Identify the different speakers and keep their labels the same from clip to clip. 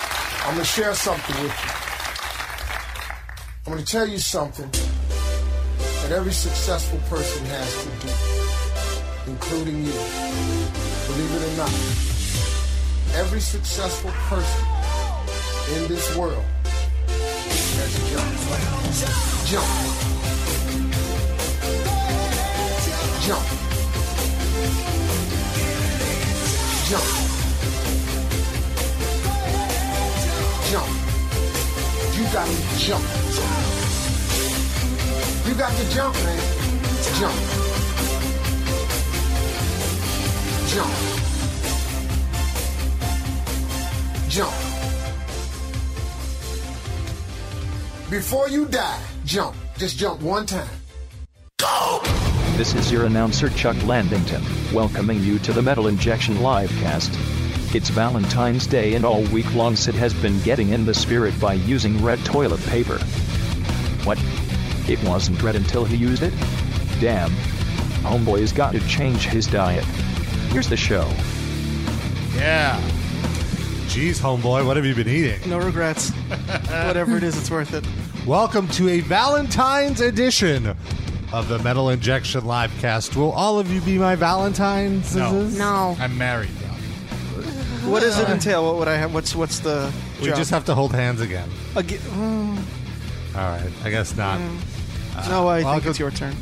Speaker 1: I'm going to share something with you. I'm going to tell you something that every successful person has to do, including you. Believe it or not, every successful person in this world has jumped. Jump. Jump. Jump. Jump. You got to jump. You got to jump, man. Jump. Jump. Jump. Before you die, jump. Just jump one time. Go!
Speaker 2: This is your announcer Chuck Landington, welcoming you to the Metal Injection Livecast. It's Valentine's Day and all week long Sid has been getting in the spirit by using red toilet paper. What? It wasn't red until he used it? Damn. Homeboy's gotta change his diet. Here's the show.
Speaker 3: Yeah. Jeez, homeboy, what have you been eating?
Speaker 4: No regrets. Whatever it is, it's worth it.
Speaker 3: Welcome to a Valentine's edition of the Metal Injection Livecast. Will all of you be my Valentines?
Speaker 5: No.
Speaker 6: No.
Speaker 5: I'm married.
Speaker 4: What does it entail? What would I have? What's what's the?
Speaker 3: We
Speaker 4: job?
Speaker 3: just have to hold hands again.
Speaker 4: Aga- mm,
Speaker 3: All right, I guess not.
Speaker 4: Mm. no, I
Speaker 3: well,
Speaker 4: think it's your turn.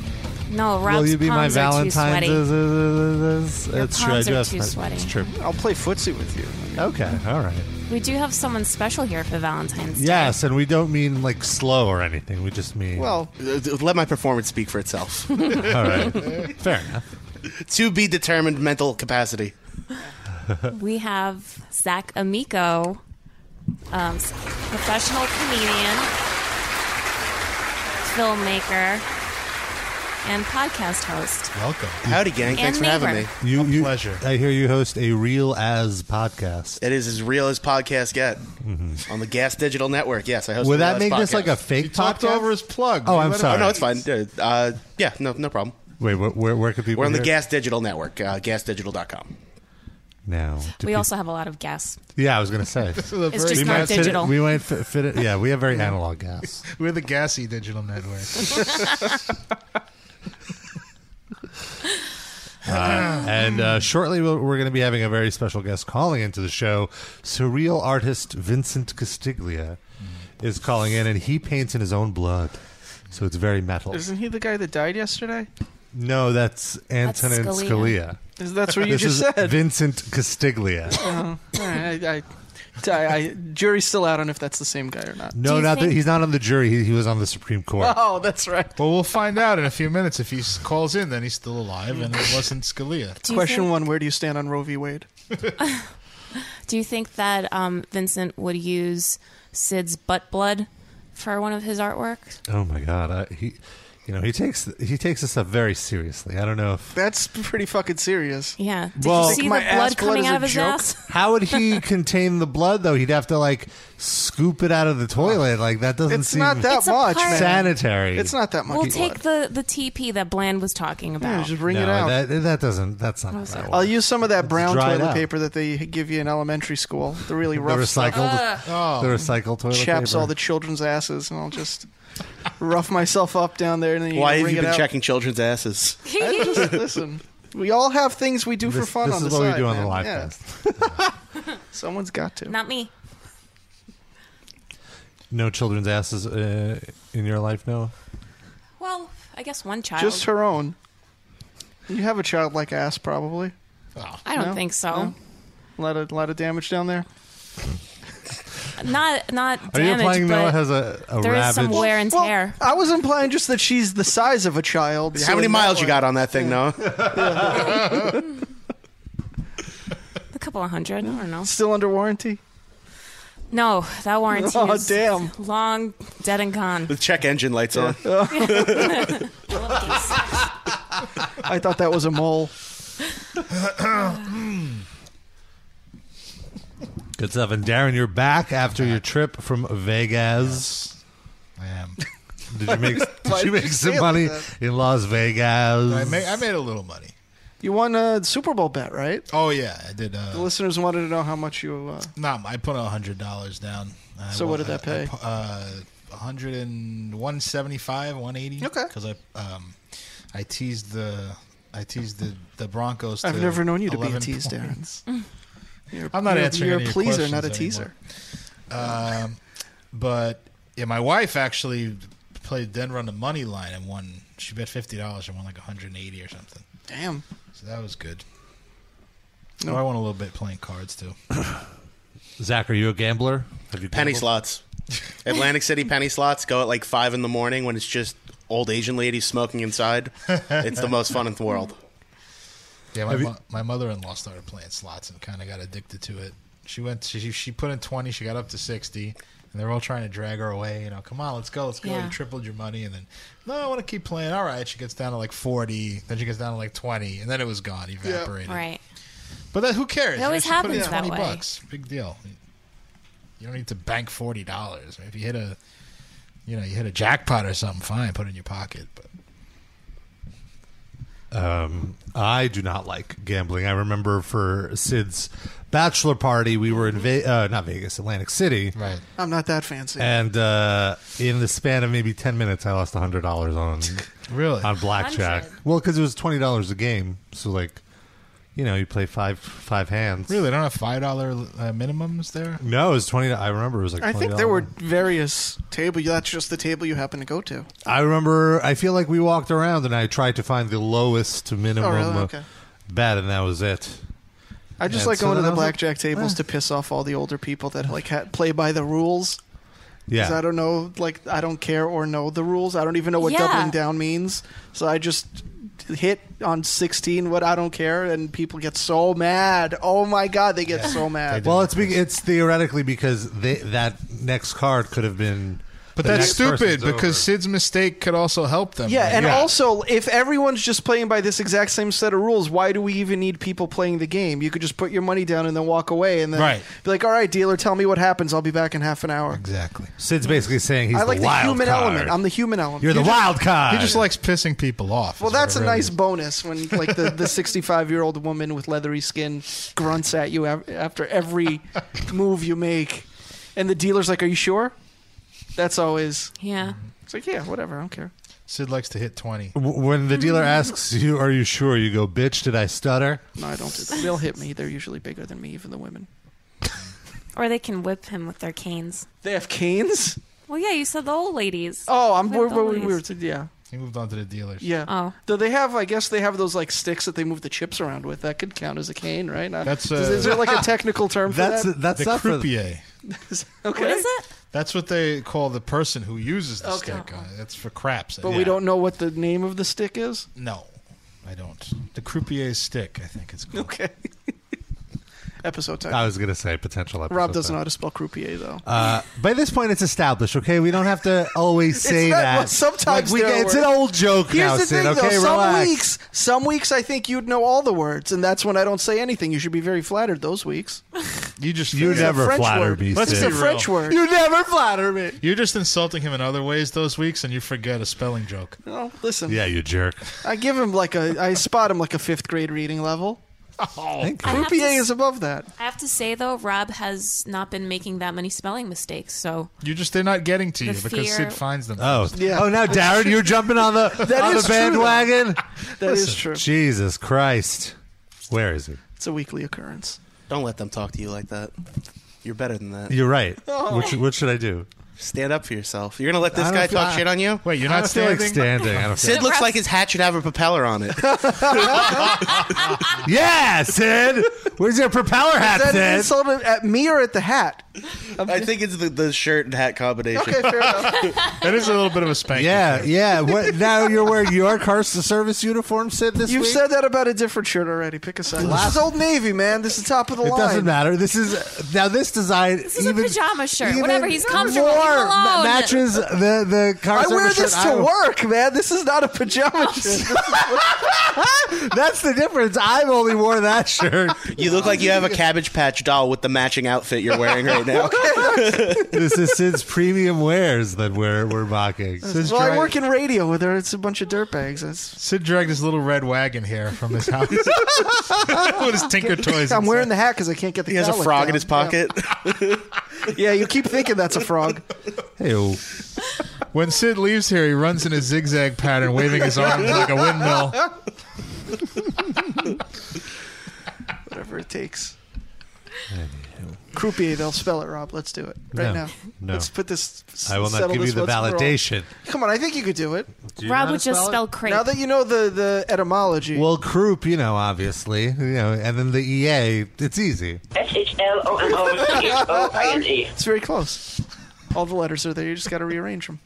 Speaker 6: No, Rob's
Speaker 3: Will you be my
Speaker 6: palms are too
Speaker 3: Valentine's?
Speaker 6: sweaty.
Speaker 3: It's
Speaker 6: Your
Speaker 3: true. I
Speaker 6: palms
Speaker 3: do
Speaker 6: are
Speaker 3: have
Speaker 6: too
Speaker 3: my-
Speaker 6: sweaty. Mm-hmm.
Speaker 3: It's true.
Speaker 4: I'll play footsie with you.
Speaker 3: Okay, all right.
Speaker 6: We do have someone special here for Valentine's Day.
Speaker 3: Yes, and we don't mean like slow or anything. We just mean
Speaker 4: Well,
Speaker 7: Uh, Let my performance speak for itself.
Speaker 3: All right, fair enough.
Speaker 7: to be determined mental capacity.
Speaker 6: We have Zach Amico, um, s- professional comedian, filmmaker, and podcast host.
Speaker 5: Welcome.
Speaker 7: Howdy, gang. Thanks for having
Speaker 6: neighbor.
Speaker 7: me.
Speaker 3: You, you,
Speaker 5: pleasure.
Speaker 3: I hear you host a real as podcast.
Speaker 7: It is as real as podcasts get on the Gas Digital Network. Yes, I host.
Speaker 3: Mm-hmm. Would
Speaker 7: the
Speaker 3: that
Speaker 7: Real As
Speaker 3: make this
Speaker 7: podcast.
Speaker 3: like a fake
Speaker 5: Talked
Speaker 3: podcast?
Speaker 5: over his plug.
Speaker 3: Oh, I'm
Speaker 5: What-
Speaker 3: sorry.
Speaker 7: Oh no, it's fine. Dude, Uh, yeah, no, no problem.
Speaker 3: Wait, where, where, where could people?
Speaker 7: We're on the
Speaker 3: hear?
Speaker 7: Gas Digital Network, uh, gasdigital.com.
Speaker 3: No. Do
Speaker 6: We
Speaker 3: peop-
Speaker 6: also have a lot of guests.
Speaker 3: Yeah, I was gonna say.
Speaker 5: We're the
Speaker 6: It's
Speaker 5: very
Speaker 6: just
Speaker 3: we
Speaker 6: not
Speaker 3: might fit
Speaker 6: digital.
Speaker 3: It, we might fit, fit it. Yeah, we have very analog gas.
Speaker 5: We're the gassy digital network.
Speaker 3: And uh, shortly, we'll- we're going to be having a very special guest calling into the show. Surreal artist Vincent Castiglia is calling in, and he paints in his own blood. So it's very metal.
Speaker 4: isn't he the guy that died yesterday?
Speaker 3: No, that's Antonin
Speaker 6: Scalia.
Speaker 3: Scalia.
Speaker 4: Is that's what you
Speaker 3: This
Speaker 4: just
Speaker 3: is
Speaker 4: said?
Speaker 3: Vincent Castiglia.
Speaker 4: Uh, all right, I, I, I, I, jury's still out on if that's the same guy or not.
Speaker 6: Do
Speaker 3: No,
Speaker 6: you
Speaker 3: not that
Speaker 6: think-
Speaker 3: he's not on the jury. He, he was on the Supreme Court.
Speaker 4: Oh, that's right.
Speaker 5: well, we'll find out in a few minutes if he s- calls in. Then he's still alive, and it wasn't Scalia.
Speaker 6: Do you
Speaker 4: Question
Speaker 6: think,
Speaker 4: one: Where do you stand on Roe v. Wade?
Speaker 6: Do you think that um, Vincent would use Sid's butt blood for one of his artwork?
Speaker 3: Oh my God, I, he, you know, he takes he takes this stuff very seriously. I don't know if
Speaker 4: That's pretty fucking serious.
Speaker 6: Yeah. Did
Speaker 3: Well-
Speaker 6: you see the
Speaker 4: my
Speaker 3: Think
Speaker 6: blood
Speaker 4: ass blood
Speaker 6: coming
Speaker 4: is
Speaker 6: out
Speaker 4: a
Speaker 6: of his
Speaker 4: joke?
Speaker 6: ass?
Speaker 3: How would he contain the blood though? He'd have to like scoop it out of the toilet. Like that doesn't
Speaker 4: It's
Speaker 3: seem
Speaker 4: not that
Speaker 6: It's a
Speaker 4: much,
Speaker 6: part-
Speaker 4: man.
Speaker 3: sanitary.
Speaker 4: It's not that much.
Speaker 6: We'll
Speaker 4: blood.
Speaker 6: take the, the TP that Bland was talking
Speaker 4: Yeah,
Speaker 6: about.
Speaker 4: just bring
Speaker 3: no,
Speaker 4: it out.
Speaker 3: That, that doesn't. That's not. How that
Speaker 4: I'll
Speaker 3: works.
Speaker 4: use some of that brown
Speaker 3: dry it
Speaker 4: toilet
Speaker 3: out.
Speaker 4: paper that they give you in elementary school. The really
Speaker 3: the
Speaker 4: rough stuff.
Speaker 3: recycled.
Speaker 5: Oh.
Speaker 3: the recycled toilet
Speaker 4: chaps
Speaker 3: paper.
Speaker 4: all the children's asses, and I'll just rough myself up down there. And then you
Speaker 7: Why
Speaker 4: can
Speaker 7: have
Speaker 4: wring
Speaker 7: you
Speaker 4: it
Speaker 7: been
Speaker 4: out.
Speaker 7: checking children's asses?
Speaker 4: I just- listen, we all have things we do for
Speaker 3: This-
Speaker 4: fun
Speaker 3: this
Speaker 4: on
Speaker 3: is
Speaker 4: the
Speaker 3: what
Speaker 4: side,
Speaker 3: we do on
Speaker 4: man.
Speaker 3: the live
Speaker 4: Yeah,
Speaker 3: cast.
Speaker 4: Someone's got to.
Speaker 6: Not me.
Speaker 3: No children's asses uh, in your life, Noah.
Speaker 6: Well, I guess one child.
Speaker 4: Just her own. You have a childlike ass, probably.
Speaker 6: I don't
Speaker 4: No?
Speaker 6: think so.
Speaker 4: No? A lot of, lot of damage down there.
Speaker 6: Not not
Speaker 3: Are you
Speaker 6: damage,
Speaker 3: implying Noah
Speaker 6: but
Speaker 3: has a, a
Speaker 6: there is
Speaker 3: ravaged?
Speaker 6: some wear and
Speaker 4: Well,
Speaker 6: tear.
Speaker 4: I was implying just that she's the size of a child. so
Speaker 7: How many
Speaker 4: in that
Speaker 7: miles you
Speaker 4: way-
Speaker 7: got on that thing, Noah?
Speaker 6: a couple of hundred. I don't know.
Speaker 4: Still under warranty?
Speaker 6: No, that warranty
Speaker 4: Oh,
Speaker 6: is
Speaker 4: damn.
Speaker 6: long dead and gone.
Speaker 7: The check engine lights on.
Speaker 4: I thought that was a mole.
Speaker 3: Good stuff. And Darren, you're back after your trip from Vegas.
Speaker 5: I am.
Speaker 3: Did you make?
Speaker 4: Why
Speaker 3: did you
Speaker 4: did
Speaker 3: make
Speaker 4: you
Speaker 3: some
Speaker 4: say it
Speaker 3: money
Speaker 4: like that?
Speaker 3: in Las Vegas?
Speaker 5: I made, I made a little money.
Speaker 4: You won a Super Bowl bet, right?
Speaker 8: Oh yeah, I did.
Speaker 4: The
Speaker 8: Uh,
Speaker 4: listeners wanted to know how much you. Uh,
Speaker 8: nah, I put a hundred dollars down. I
Speaker 4: So
Speaker 8: wa-
Speaker 4: what did that
Speaker 8: I- I
Speaker 4: pay?
Speaker 8: pu- uh, a hundred and one seventy-five, one eighty.
Speaker 4: Okay.
Speaker 8: Because I um, I teased the I teased the the Broncos.
Speaker 4: I've
Speaker 8: to
Speaker 4: never known you to be a
Speaker 8: 11
Speaker 4: tease, Darren.
Speaker 8: points.
Speaker 4: You're-
Speaker 8: I'm not
Speaker 4: you're-
Speaker 8: answering
Speaker 4: You're
Speaker 8: any
Speaker 4: a
Speaker 8: of your
Speaker 4: pleaser, not a
Speaker 8: questions
Speaker 4: teaser.
Speaker 8: anymore. Um, but yeah, my wife actually played Denver on the money line and won. She bet fifty dollars and won like hundred and eighty or something.
Speaker 4: Damn.
Speaker 8: So that was good.
Speaker 4: No.
Speaker 8: Oh, I won a little bit playing cards too.
Speaker 3: Zach, are you a gambler? Have you
Speaker 7: Penny
Speaker 3: gambled?
Speaker 7: slots. Atlantic City penny slots go at like five in the morning when it's just old Asian ladies smoking inside. It's the most fun in the world.
Speaker 8: Yeah, my,
Speaker 3: Have you-
Speaker 8: mo- my mother-in-law started playing slots and kind of got addicted to it. She went. She, she put in twenty. She got up to sixty, and they were all trying to drag her away. You know, come on, let's go, let's go.
Speaker 6: Yeah.
Speaker 8: You tripled your money, and then no, I want to keep playing. All right, she gets down to like forty. Then she gets down to like twenty, and then it was gone, evaporated.
Speaker 6: Right.
Speaker 8: But that, who cares?
Speaker 6: It always
Speaker 8: You should put in
Speaker 6: happens that
Speaker 8: 20
Speaker 6: way.
Speaker 8: Bucks. Big deal. You don't need to bank forty dollars. If you hit a, you know, you hit a jackpot or something, fine, put it in your pocket. But
Speaker 3: Um, I do not like gambling. I remember for Sid's bachelor party, we were in Ve- uh, not Vegas, Atlantic City,
Speaker 8: right,
Speaker 4: I'm not that fancy.
Speaker 3: and uh, in the span of maybe ten minutes, I lost hundred dollars on
Speaker 8: really,
Speaker 3: on blackjack.
Speaker 6: 100?
Speaker 3: Well, because it was twenty dollars a game, so like, you know, you play five five hands.
Speaker 8: really, they don't have five dollar uh, minimums there.
Speaker 3: No, it was twenty. I remember it was like.
Speaker 4: I think
Speaker 3: $20.
Speaker 4: there were various table. That's just the table you happen to go to.
Speaker 3: I remember. I feel like we walked around and I tried to find the lowest to minimum
Speaker 4: Oh, really?
Speaker 3: uh,
Speaker 4: Okay.
Speaker 3: bet, and that was it.
Speaker 4: I just
Speaker 3: Yeah,
Speaker 4: like
Speaker 3: so
Speaker 4: going to
Speaker 3: then I
Speaker 4: the
Speaker 3: was like,
Speaker 4: blackjack tables to piss off all the older people that like ha- play by the rules.
Speaker 3: Yeah.
Speaker 4: 'Cause I don't know, like I don't care or know the rules. I don't even know what
Speaker 6: Yeah.
Speaker 4: doubling down means. So I just hit on 16 what I don't care, and people get so mad. Oh my god, they get so mad.
Speaker 3: Well, it's be- it's theoretically because they, that next card could have been.
Speaker 8: But
Speaker 3: the
Speaker 8: that's
Speaker 3: next person's
Speaker 8: stupid because
Speaker 3: over.
Speaker 8: Sid's mistake could also help them.
Speaker 4: yeah,
Speaker 8: right?
Speaker 4: and
Speaker 3: Yeah.
Speaker 4: also if everyone's just playing by this exact same set of rules, why do we even need people playing the game? You could just put your money down and then walk away, and then
Speaker 8: Right.
Speaker 4: be like, "All right, dealer, tell me what happens. I'll be back in half an hour."
Speaker 8: exactly.
Speaker 3: Sid's basically saying he's
Speaker 4: I like
Speaker 3: the
Speaker 4: the,
Speaker 3: wild
Speaker 4: human
Speaker 3: card.
Speaker 4: element. I'm the human element.
Speaker 3: You're the wild card.
Speaker 8: He just likes pissing people off.
Speaker 4: Well,
Speaker 8: is what
Speaker 4: that's
Speaker 8: it
Speaker 4: a
Speaker 8: really
Speaker 4: nice
Speaker 8: is.
Speaker 4: bonus when like the the 65 year old woman with leathery skin grunts at you af- after every move you make, and the dealer's like, "Are you sure?" That's always.
Speaker 6: Yeah.
Speaker 4: It's like, yeah, whatever, I don't care.
Speaker 8: Sid likes to hit twenty.
Speaker 3: W- when the dealer asks you, "Are you sure?" You go, "Bitch, did I stutter?"
Speaker 4: Mm-hmm. No, I don't. Do that. They'll hit me. They're usually bigger than me, even the women.
Speaker 6: Or they can whip him with their canes.
Speaker 4: They have canes.
Speaker 6: Well, yeah, you said the old ladies.
Speaker 4: Oh, I'm.
Speaker 6: They
Speaker 4: We're,
Speaker 6: have
Speaker 4: we're,
Speaker 6: dollies.
Speaker 4: we're, yeah,
Speaker 8: He moved on to the dealers.
Speaker 4: yeah.
Speaker 6: Oh.
Speaker 4: Though they have, I guess they have those like sticks that they move the chips around with. That could count as a cane, right? Now,
Speaker 8: That's,
Speaker 4: is,
Speaker 8: uh,
Speaker 4: is there like a technical term for
Speaker 3: That's
Speaker 4: that?
Speaker 3: that's
Speaker 8: the
Speaker 3: not for
Speaker 8: croupier.
Speaker 4: okay.
Speaker 6: What is it?
Speaker 8: That's what they call the person who uses the
Speaker 4: Okay.
Speaker 8: stick. Uh, That's for craps.
Speaker 4: But
Speaker 8: Yeah.
Speaker 4: we don't know what the name of the stick is.
Speaker 8: No, I don't. The croupier's stick. I think it's called.
Speaker 4: Okay. Episode title.
Speaker 3: I was gonna say potential. Episode
Speaker 4: Rob doesn't know
Speaker 3: title.
Speaker 4: how to spell croupier though.
Speaker 3: Uh, by this point, it's established. Okay, we don't have to always say
Speaker 4: not-
Speaker 3: that.
Speaker 4: well, sometimes
Speaker 3: Like, we,
Speaker 4: there are
Speaker 3: it's an
Speaker 4: words.
Speaker 3: old joke
Speaker 4: Here's
Speaker 3: now,
Speaker 4: the
Speaker 3: Sid.
Speaker 4: thing
Speaker 3: okay,
Speaker 4: though, some
Speaker 3: relax.
Speaker 4: weeks, some weeks I think you'd know all the words, and that's when I don't say anything. You should be very flattered those weeks.
Speaker 3: Oh.
Speaker 8: You just
Speaker 3: You
Speaker 8: figured-
Speaker 3: never
Speaker 4: French
Speaker 3: flatter
Speaker 4: word.
Speaker 3: me,
Speaker 8: Let's
Speaker 4: It's
Speaker 3: Sid.
Speaker 8: be
Speaker 4: a
Speaker 8: real.
Speaker 4: French word.
Speaker 3: You never flatter me.
Speaker 8: You're just insulting him in other ways those weeks, and you forget a spelling joke.
Speaker 4: Well, listen,
Speaker 3: Yeah, you jerk.
Speaker 4: I give him like a, I spot him like a fifth grade reading level.
Speaker 3: Thank
Speaker 6: I
Speaker 3: you.
Speaker 6: have to
Speaker 4: Croupier
Speaker 6: s-
Speaker 4: is above that.
Speaker 6: I have to say though, Rob has not been making that many spelling mistakes. So
Speaker 8: You just they're not getting to you
Speaker 6: The
Speaker 8: because
Speaker 6: fear-
Speaker 8: Sid finds them.
Speaker 3: Oh,
Speaker 4: Yeah.
Speaker 3: oh! Now, Darren, you're jumping on the on
Speaker 4: is
Speaker 3: the
Speaker 4: true, though.
Speaker 3: bandwagon.
Speaker 4: That is true.
Speaker 3: Jesus Christ, where is he?
Speaker 4: It's a weekly occurrence.
Speaker 7: Don't let them talk to you like that. You're better than that.
Speaker 3: You're right.
Speaker 4: Oh.
Speaker 3: What, should- what should I do?
Speaker 7: Stand up for yourself. You're gonna let this
Speaker 3: I don't
Speaker 7: guy
Speaker 3: feel-
Speaker 7: talk
Speaker 3: I-
Speaker 7: shit on you?
Speaker 8: Wait, you're not
Speaker 3: I don't feel
Speaker 8: standing.
Speaker 3: like standing. I don't feel-
Speaker 7: Sid looks
Speaker 6: Perhaps-
Speaker 7: like his hat should have a propeller on it.
Speaker 3: yeah, Sid. Where's your propeller hat,
Speaker 4: That
Speaker 3: Sid?
Speaker 4: insult at me or at the hat?
Speaker 7: I think it's the, the shirt and hat combination.
Speaker 4: Okay, fair enough.
Speaker 8: That is a little bit of a spank.
Speaker 3: yeah, yeah. What, now you're wearing your Cars to Service uniform, Sid. This
Speaker 4: You've
Speaker 3: week?
Speaker 4: said that about a different shirt already. Pick a side. This is Old Navy, man. This is top of the
Speaker 3: It
Speaker 4: line.
Speaker 3: doesn't matter. This is now this design. This
Speaker 6: is a pajama shirt. Whatever, he's comfortable.
Speaker 3: More
Speaker 6: Leave him
Speaker 3: ma-
Speaker 6: alone.
Speaker 3: matches the the car.
Speaker 4: I wear
Speaker 3: service
Speaker 4: this
Speaker 3: shirt
Speaker 4: to
Speaker 3: I-
Speaker 4: work, man. This is not a pajama shirt.
Speaker 3: That's the difference. I've only wore that shirt.
Speaker 7: You look like you have a Cabbage Patch doll with the matching outfit you're wearing right now.
Speaker 3: this is Sid's premium wares that we're we're mocking. Sid's
Speaker 4: well, I
Speaker 3: dry-
Speaker 4: work in radio where there, it's a bunch of dirtbags. That's
Speaker 5: Sid dragged his little red wagon here from his house with his Tinker Toys.
Speaker 4: I'm wearing the hat because I can't get the.
Speaker 7: He has a
Speaker 4: cowlick
Speaker 7: frog
Speaker 4: down.
Speaker 7: in his pocket.
Speaker 4: Yeah. yeah, you keep thinking that's a frog.
Speaker 3: Hey-o.
Speaker 5: When Sid leaves here, he runs in a zigzag pattern, waving his arms like a windmill.
Speaker 4: Whatever it takes. Croupier, they'll spell it, Rob. Let's do it right
Speaker 3: No.
Speaker 4: now.
Speaker 3: No.
Speaker 4: Let's put this. s-
Speaker 3: I will not
Speaker 4: settle
Speaker 3: give you
Speaker 4: this
Speaker 3: the
Speaker 4: once and for all.
Speaker 3: validation.
Speaker 4: Come on, I think you could do it.
Speaker 6: Rob would just spell crepe.
Speaker 4: Now that you know the, the etymology.
Speaker 3: Well, croup, you know, obviously, you know, and then the EA, it's easy.
Speaker 9: S H L O M O C H O I N E.
Speaker 4: It's very close. All the letters are there. You just got to rearrange them.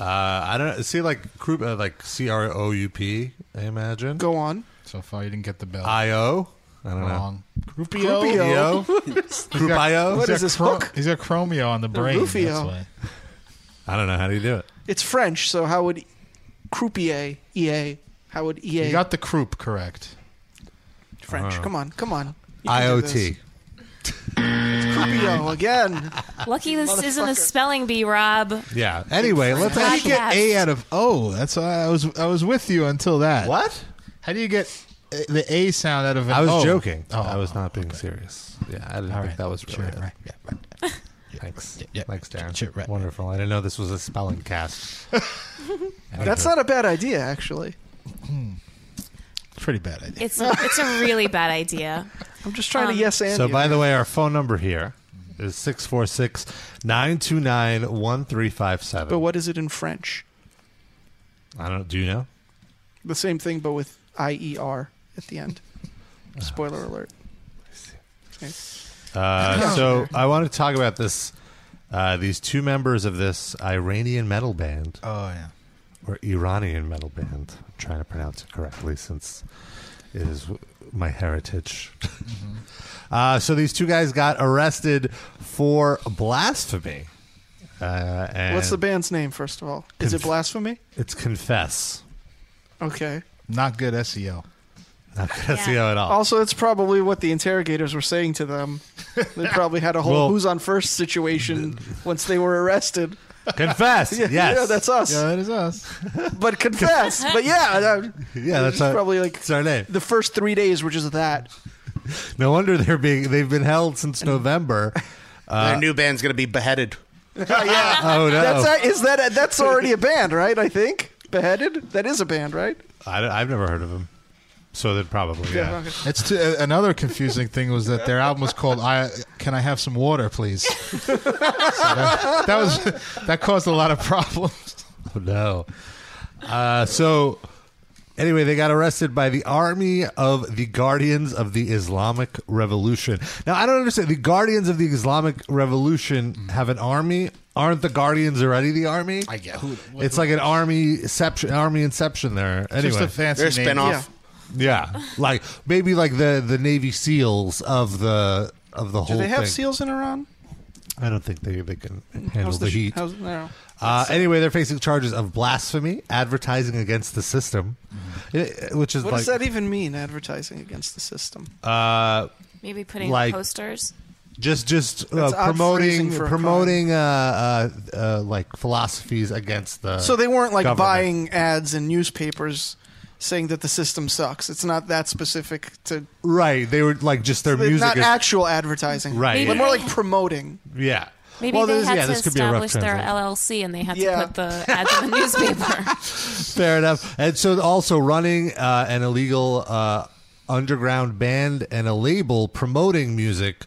Speaker 3: Uh, I don't see like croup, uh, like C R O U P. I imagine
Speaker 4: Go on.
Speaker 5: So far, you didn't get the bell.
Speaker 3: I O. I don't
Speaker 5: Wrong. Groupio.
Speaker 4: Groupio.
Speaker 3: know. Croup I O.
Speaker 4: What is this hook?
Speaker 5: He's got chromio on the brain.
Speaker 4: Rufio.
Speaker 5: That's why.
Speaker 3: I don't know how do you do it.
Speaker 4: It's French, so how would croupier EA? How would EA
Speaker 5: You got the croup correct.
Speaker 3: Uh-huh.
Speaker 4: French? Come on, come on. You
Speaker 3: I
Speaker 4: can
Speaker 3: O
Speaker 4: do this.
Speaker 3: T.
Speaker 4: Croupio again.
Speaker 6: Lucky this isn't a spelling bee, Rob.
Speaker 3: Yeah. Anyway, let's
Speaker 5: How do you
Speaker 3: actually.
Speaker 5: get
Speaker 6: Podcast.
Speaker 5: A out of O? That's why I was I was with you until that.
Speaker 3: What?
Speaker 5: How do you get a- the A sound out of an
Speaker 3: I was
Speaker 5: O?
Speaker 3: joking.
Speaker 5: Oh,
Speaker 3: I was not being serious. Yeah, I didn't
Speaker 5: All
Speaker 3: think
Speaker 5: right.
Speaker 3: that was really
Speaker 5: Sure,
Speaker 3: it.
Speaker 5: right. Yeah, right.
Speaker 3: Thanks.
Speaker 5: yeah.
Speaker 3: Thanks, Darren.
Speaker 5: Sure, right.
Speaker 3: Wonderful. I didn't know this was a spelling cast.
Speaker 4: That's not a bad idea, actually.
Speaker 5: Pretty bad idea.
Speaker 6: It's it's a really bad idea.
Speaker 4: I'm just trying
Speaker 6: Um,
Speaker 4: to yes and.
Speaker 3: So,
Speaker 4: you.
Speaker 3: by the way, our phone number here is 646 929 1357.
Speaker 4: but what is it in French?
Speaker 3: I don't Do you know?
Speaker 4: The same thing, but with I E R at the end.
Speaker 3: Ah.
Speaker 4: Spoiler alert.
Speaker 3: Uh, so, I want to talk about this. Uh, these two members of this Iranian metal band,
Speaker 5: Oh yeah.
Speaker 3: or Iranian metal band, I'm trying to pronounce it correctly since it is w- my heritage. uh, so, these two guys got arrested for blasphemy. Uh, and
Speaker 4: What's the band's name, first of all? Is it
Speaker 3: Conf-
Speaker 4: blasphemy?
Speaker 3: It's Confess.
Speaker 4: Okay.
Speaker 5: Not good E SEO.
Speaker 3: Not SEO at all.
Speaker 4: Also, it's probably what the interrogators were saying to them. They probably had a whole
Speaker 3: Well-
Speaker 4: who's on first situation once they were arrested.
Speaker 3: Confess.
Speaker 4: Yeah,
Speaker 3: yes.
Speaker 4: yeah, that's us.
Speaker 5: that is us.
Speaker 4: But confess. but yeah, that,
Speaker 3: Yeah, that's
Speaker 4: it's
Speaker 3: our,
Speaker 4: probably like
Speaker 3: it's our name.
Speaker 4: the first three days were just that.
Speaker 3: No wonder they're being they've been held since November. Uh,
Speaker 7: Their new band's gonna be beheaded.
Speaker 3: Oh no,
Speaker 4: That's a- is that a- that's already a band, right? I think beheaded. That is a band, right?
Speaker 3: I, have never heard of them. So then probably yeah.
Speaker 4: okay.
Speaker 5: It's t- uh, another confusing thing was that their album was called "I Can I Have Some Water, Please." So that, that was that caused a lot of problems.
Speaker 3: Oh no. Uh, so anyway, they got arrested by the Army of the Guardians of the Islamic Revolution. Now I don't understand. The Guardians of the Islamic Revolution have an army. Aren't the Guardians already the army?
Speaker 5: I get who.
Speaker 3: it's like an army inception, army inception there. Anyway,
Speaker 5: just a fancy
Speaker 7: They're a
Speaker 5: name.
Speaker 7: spinoff.
Speaker 4: Yeah.
Speaker 3: Yeah, like maybe like the the Navy SEAls of the of the
Speaker 4: Do
Speaker 3: whole.
Speaker 4: they have
Speaker 3: thing.
Speaker 4: seals in Iran?
Speaker 3: I don't think they they can handle
Speaker 4: How's
Speaker 3: the,
Speaker 4: the, sh-
Speaker 3: heat.
Speaker 4: How's, no.
Speaker 3: uh, anyway, they're facing charges of blasphemy, advertising against the system, eh, which is
Speaker 4: Mm-hmm. What
Speaker 3: like
Speaker 4: does that e-, even mean? Advertising against the system.
Speaker 3: uh,
Speaker 6: Maybe putting
Speaker 3: Like-
Speaker 6: posters.
Speaker 3: just just uh,
Speaker 4: That's odd
Speaker 3: promoting
Speaker 4: phrasing for a
Speaker 3: promoting uh, uh, uh, like philosophies against the.
Speaker 4: So they weren't like
Speaker 3: Uh, government.
Speaker 4: buying ads in newspapers saying that the system sucks. It's not that specific to
Speaker 3: right? They were like just their
Speaker 4: they're
Speaker 3: music
Speaker 4: not
Speaker 3: is
Speaker 4: actual advertising.
Speaker 3: Right.
Speaker 4: But more like promoting.
Speaker 3: yeah.
Speaker 6: Maybe
Speaker 3: well,
Speaker 6: they
Speaker 3: this-
Speaker 6: had
Speaker 3: yeah,
Speaker 6: to
Speaker 3: this could be a rough
Speaker 6: establish their
Speaker 3: translation.
Speaker 6: LLC and they had
Speaker 4: Yeah.
Speaker 6: to put the ads in the newspaper.
Speaker 3: Fair enough. And so also running uh, an illegal uh, underground band and a label promoting music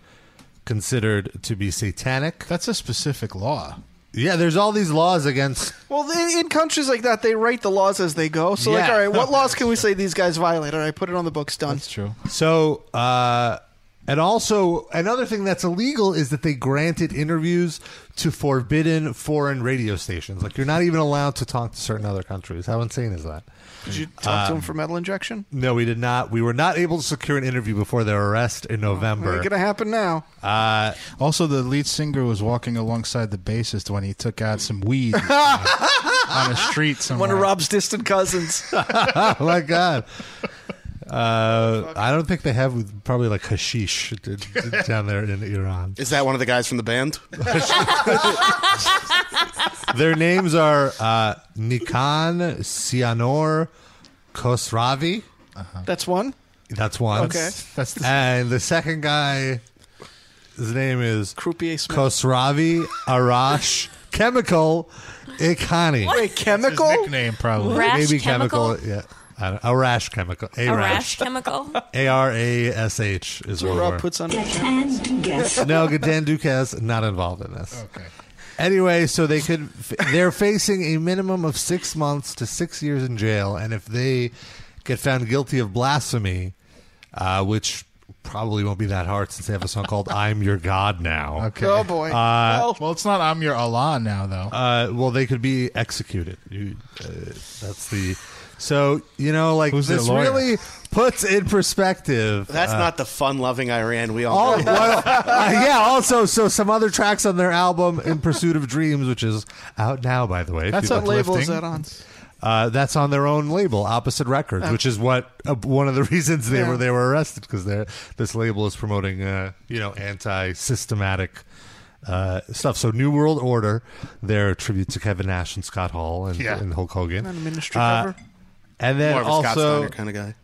Speaker 3: considered to be satanic.
Speaker 5: That's a specific law.
Speaker 3: Yeah, there's all these laws against.
Speaker 4: Well, in, in countries like that, they write the laws as they go. So, like,
Speaker 3: Yeah.
Speaker 4: all right, what laws can we say these guys violate? All right, put it on the books. Done.
Speaker 5: That's true.
Speaker 3: So, uh, and also another thing that's illegal is that they granted interviews to forbidden foreign radio stations. Like you're not even allowed to talk to certain other countries. How insane is that?
Speaker 4: Did you talk
Speaker 3: Um,
Speaker 4: to him for metal injection?
Speaker 3: No, we did not. We were not able to secure an interview before their arrest in November.
Speaker 4: Ain't gonna happen now.
Speaker 3: Uh,
Speaker 5: Also, the lead singer was walking alongside the bassist when he took out some weed uh, on a street somewhere. Uh,
Speaker 3: Uh,
Speaker 4: One of Rob's distant cousins.
Speaker 3: oh my god. Uh, I don't think they have with probably like hashish d- d- down there in Iran.
Speaker 7: Is that one of the guys from the band?
Speaker 3: Their names are uh, Nikan, Sianor, Khosravi.
Speaker 4: That's one.
Speaker 3: That's one.
Speaker 4: Uh-huh. Okay.
Speaker 5: That's the,
Speaker 3: And the second guy, his name is
Speaker 4: Croupier Smith.
Speaker 3: Khosravi Arash Chemical Ikhani.
Speaker 4: Wait,
Speaker 5: his
Speaker 4: chemical?
Speaker 5: nickname probably.
Speaker 6: Rash
Speaker 3: Maybe
Speaker 6: chemical.
Speaker 3: Yeah. I don't, Arash Chemical.
Speaker 6: A
Speaker 3: Arash.
Speaker 6: rash chemical.
Speaker 3: A R A S H is what
Speaker 4: Rob
Speaker 3: we're-
Speaker 4: puts on.
Speaker 3: No, Dan Dukas not involved in this.
Speaker 5: Okay.
Speaker 3: Anyway, so they could they're facing a minimum of 6 months to 6 years in jail and if they get found guilty of blasphemy, uh, which probably won't be that hard since they have a song called I'm Your God Now.
Speaker 5: Okay.
Speaker 4: Oh boy.
Speaker 5: Well, it's not I'm your Allah now though.
Speaker 3: Uh, well, they could be executed. You, uh, that's the so you know like
Speaker 5: Who's their
Speaker 3: this
Speaker 5: lawyer?
Speaker 3: really puts in perspective. uh,
Speaker 7: That's not the fun-loving Iran we all.
Speaker 3: All,
Speaker 7: know.
Speaker 3: well, uh, yeah. Also, so some other tracks on their album "In Pursuit of Dreams," which is out now, by the way. if
Speaker 4: That's
Speaker 3: you
Speaker 4: what
Speaker 3: like
Speaker 4: label is
Speaker 3: lifting.
Speaker 4: that on?
Speaker 3: Uh, that's on their own label, Opposite Records, which is what uh, one of the reasons they
Speaker 4: Yeah.
Speaker 3: were they were arrested because this label is promoting uh, you know anti-systematic uh, stuff. So New World Order, their tribute to Kevin Nash and Scott Hall and,
Speaker 5: Yeah.
Speaker 3: and Hulk
Speaker 4: On the
Speaker 3: Hogan,
Speaker 4: ministry
Speaker 3: Uh,
Speaker 4: cover.
Speaker 3: and then
Speaker 7: More of a Scott
Speaker 3: also
Speaker 7: Steiner kind of guy.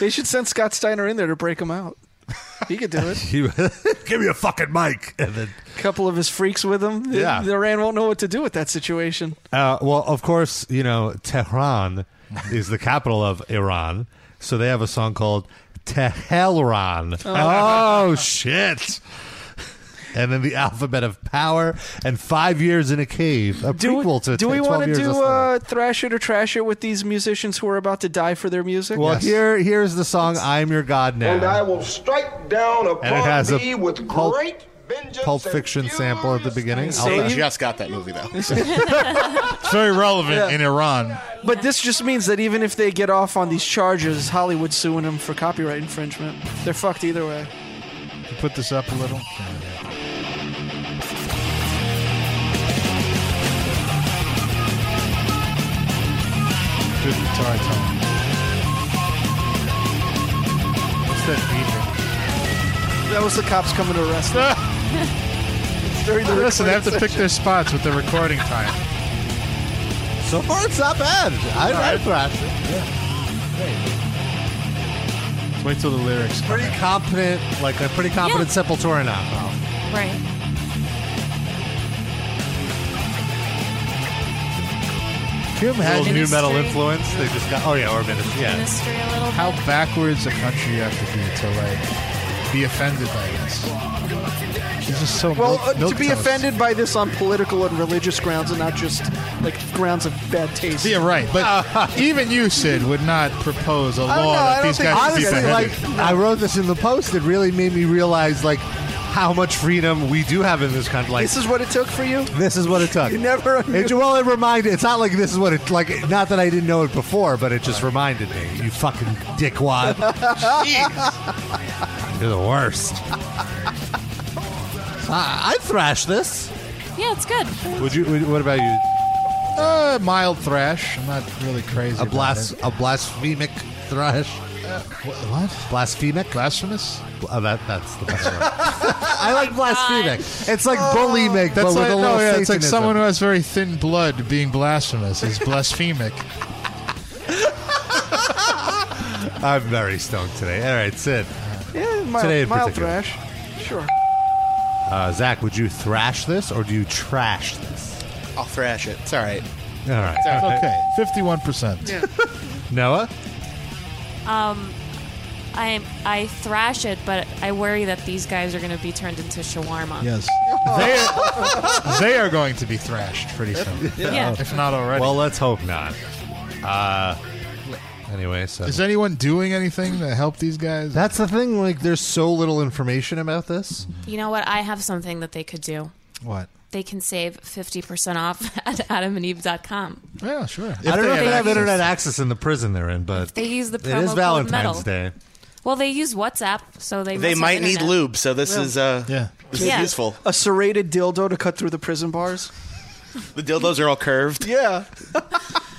Speaker 4: They should send Scott Steiner in there to break him out. He could do it.
Speaker 3: he, give me a fucking mic, and then
Speaker 4: A couple of his freaks with him.
Speaker 3: Yeah.
Speaker 4: The Iran won't know what to do with that situation.
Speaker 3: Uh, well, of course, you know, Tehran is the capital of Iran. So they have a song called Tehran. Oh, shit. And then the alphabet of power and five years in a cave. A
Speaker 4: Do
Speaker 3: prequel
Speaker 4: we,
Speaker 3: to
Speaker 4: do we
Speaker 3: 12
Speaker 4: want to
Speaker 3: years
Speaker 4: do
Speaker 3: of Slave.
Speaker 4: uh, thrash it or trash it with these musicians who are about to die for their music?
Speaker 3: Well, here, here's the song "I'm Your God Now."
Speaker 10: And I will strike down
Speaker 3: And it
Speaker 10: upon
Speaker 3: has a
Speaker 10: thee with
Speaker 3: Pulp-
Speaker 10: great vengeance.
Speaker 3: Pulp
Speaker 10: and
Speaker 3: Fiction sample at the
Speaker 10: furious
Speaker 3: beginning.
Speaker 4: So
Speaker 7: They
Speaker 4: you-
Speaker 7: just got that movie though.
Speaker 5: It's very relevant in Iran.
Speaker 4: But this just means that even if they get off on these charges, Hollywood's suing them for copyright infringement. They're fucked either way.
Speaker 5: Can you put this up a little. Good guitar tone. What's that
Speaker 4: That was the cops coming to arrest them. It's during the
Speaker 5: beat? Listen, they have to
Speaker 4: recording
Speaker 5: pick their spots with the recording time.
Speaker 3: So far, it's not bad. I, I thrash it.
Speaker 5: Let's wait till the lyrics come.
Speaker 3: Pretty competent, like a pretty competent Sepultura knockoff.
Speaker 6: Right.
Speaker 3: Can you imagine new metal
Speaker 6: Ministry.
Speaker 3: influence? They just got. Oh yeah, or Ministry. Yeah.
Speaker 6: Ministry a little
Speaker 5: How
Speaker 6: bit.
Speaker 5: backwards a country you have to be to like be offended by this? She's just so
Speaker 4: Well,
Speaker 5: milk-
Speaker 4: uh,
Speaker 5: milk
Speaker 4: to be
Speaker 5: toast.
Speaker 4: offended by this on political and religious grounds and not just like grounds of bad taste.
Speaker 5: Yeah, right. But even you, Sid, would not propose a
Speaker 3: don't
Speaker 5: law
Speaker 3: know,
Speaker 5: that
Speaker 3: don't
Speaker 5: these
Speaker 3: think-
Speaker 5: guys should be
Speaker 3: honestly,
Speaker 5: beheaded.
Speaker 3: like I wrote this in the post. It really made me realize like how much freedom we do have in this country. Like
Speaker 4: This is what it took for you?
Speaker 3: this is what it took.
Speaker 4: You never
Speaker 3: It, well, it reminded. It's not like this is what it like. Not that I didn't know it before, but it just reminded me. You fucking dickwad. Jeez. You're the worst. I, I'd thrash this.
Speaker 6: Yeah, it's good.
Speaker 3: Would you? Would, what about you?
Speaker 5: uh, mild thrash. I'm not really crazy.
Speaker 3: A
Speaker 5: about
Speaker 3: blas
Speaker 5: it. Uh,
Speaker 3: a blasphemic thrash.
Speaker 5: Wh- What?
Speaker 3: Blasphemic.
Speaker 5: Blasphemous?
Speaker 3: Oh, that that's the best one. I like blasphemic. It's like bulimic,
Speaker 5: That's
Speaker 3: but
Speaker 5: like
Speaker 3: with a little
Speaker 5: no, yeah, it's like
Speaker 3: Satanism.
Speaker 5: someone who has very thin blood being blasphemous is blasphemic.
Speaker 3: I'm very stoned today. All right, Sid.
Speaker 4: Yeah, mild,
Speaker 3: Today in
Speaker 4: mild
Speaker 3: particular.
Speaker 4: thrash. Sure.
Speaker 3: Uh, Zach, would you thrash this or do you trash this?
Speaker 7: I'll thrash it. It's all right.
Speaker 3: All right.
Speaker 5: okay, fifty-one percent.
Speaker 4: Yeah.
Speaker 3: Noah?
Speaker 6: Um, I I thrash it, but I worry that these guys are going to be turned into shawarma.
Speaker 5: Yes, they are, they are going to be thrashed pretty soon,
Speaker 6: Yeah.
Speaker 5: if not already.
Speaker 3: Well, let's hope not. Uh, anyway, so.
Speaker 5: is anyone doing anything to help these guys?
Speaker 3: That's the thing. Like, there's so little information about this.
Speaker 6: You know what? I have something that they could do.
Speaker 5: what?
Speaker 6: They can save 50% off at adamandeve.com.
Speaker 5: Yeah, sure.
Speaker 3: I don't know if they have
Speaker 6: access.
Speaker 3: internet access in the prison they're in, but
Speaker 6: They use the
Speaker 3: it
Speaker 6: promo
Speaker 3: is
Speaker 6: code metal.
Speaker 3: Valentine's Day.
Speaker 6: Well, they use WhatsApp, so they must
Speaker 7: They
Speaker 6: have
Speaker 7: might need
Speaker 6: internet.
Speaker 7: lube, so this is uh,
Speaker 5: Yeah.
Speaker 7: this
Speaker 6: Yeah.
Speaker 7: is useful.
Speaker 4: A serrated dildo to cut through the prison bars.
Speaker 7: The dildos are all curved.
Speaker 4: Yeah.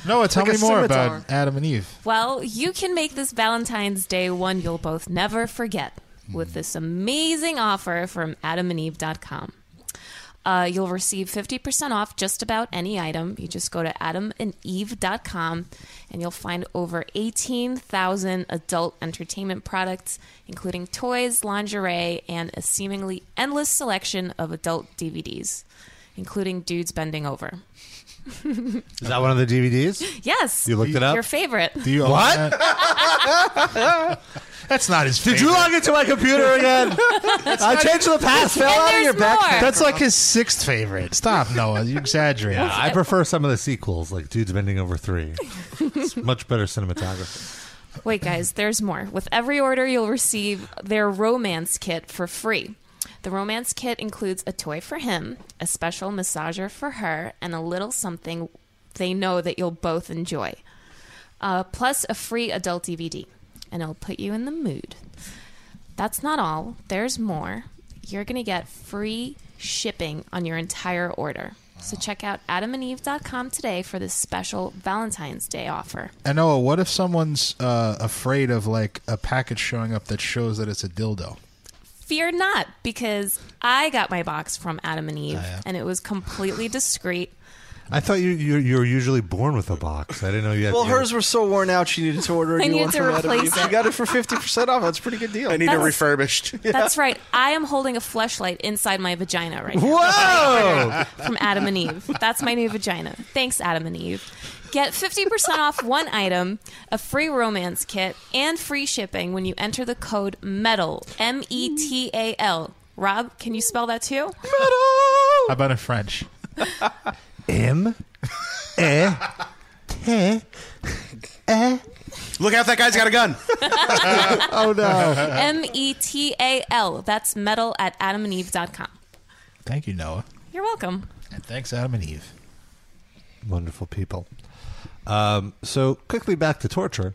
Speaker 5: Noah, tell
Speaker 4: Like a
Speaker 5: me more
Speaker 4: scimitar.
Speaker 5: about Adam and Eve.
Speaker 6: Well, you can make this Valentine's Day one you'll both never forget with this amazing offer from adamandeve.com. Uh, you'll receive 50% off just about any item. You just go to adamandeve.com and you'll find over 18,000 adult entertainment products, including toys, lingerie, and a seemingly endless selection of adult DVDs, including Dudes Bending Over.
Speaker 3: Is that one of the DVDs?
Speaker 6: Yes.
Speaker 3: You looked it up?
Speaker 6: Your favorite.
Speaker 5: Do you own
Speaker 3: What?
Speaker 5: that? That's not his favorite.
Speaker 3: Did you log into my computer again? I changed the
Speaker 6: And
Speaker 3: password.
Speaker 6: there's more.
Speaker 5: That's like his sixth favorite. Stop, Noah. You exaggerate.
Speaker 3: I prefer some of the sequels, like Dude's Bending Over Three. It's much better cinematography.
Speaker 6: Wait, guys, there's more. With every order, you'll receive their romance kit for free. The romance kit includes a toy for him, a special massager for her, and a little something they know that you'll both enjoy. Uh, plus a free adult DVD, and it'll put you in the mood. That's not all. There's more. You're going to get free shipping on your entire order. So check out adamandeve.com today for this special Valentine's Day offer.
Speaker 5: And Noah, what if someone's uh, afraid of like a package showing up that shows that it's a dildo?
Speaker 6: Fear not, because I got my box from Adam and
Speaker 3: Oh,
Speaker 6: Eve, and it was completely discreet.
Speaker 3: I thought you, you you were usually born with a box. I didn't know you had.
Speaker 4: Well,
Speaker 3: you
Speaker 4: hers were so worn out she needed to order a
Speaker 6: I
Speaker 4: new
Speaker 6: needed
Speaker 4: one
Speaker 6: to
Speaker 4: from Adam and
Speaker 6: replace
Speaker 4: Eve. She
Speaker 6: it.
Speaker 4: got it for 50% off. That's a pretty good deal.
Speaker 7: I need a
Speaker 6: That's-
Speaker 7: refurbished.
Speaker 6: That's right. I am holding a flashlight inside my vagina right now
Speaker 3: Whoa!
Speaker 6: from Adam and Eve. That's my new vagina. Thanks, Adam and Eve. Get 50% off one item, a free romance kit, and free shipping when you enter the code METAL, M E T A L. Rob, can you spell that too?
Speaker 5: How about in French?
Speaker 3: M. Eh. Eh.
Speaker 7: Look out! That guy's got a gun.
Speaker 3: Oh no!
Speaker 6: M E T A L. That's metal at adamandeve.com.
Speaker 5: Thank you, Noah.
Speaker 6: You're welcome.
Speaker 5: And thanks, Adam and Eve.
Speaker 3: Wonderful people. Um, so quickly back to torture.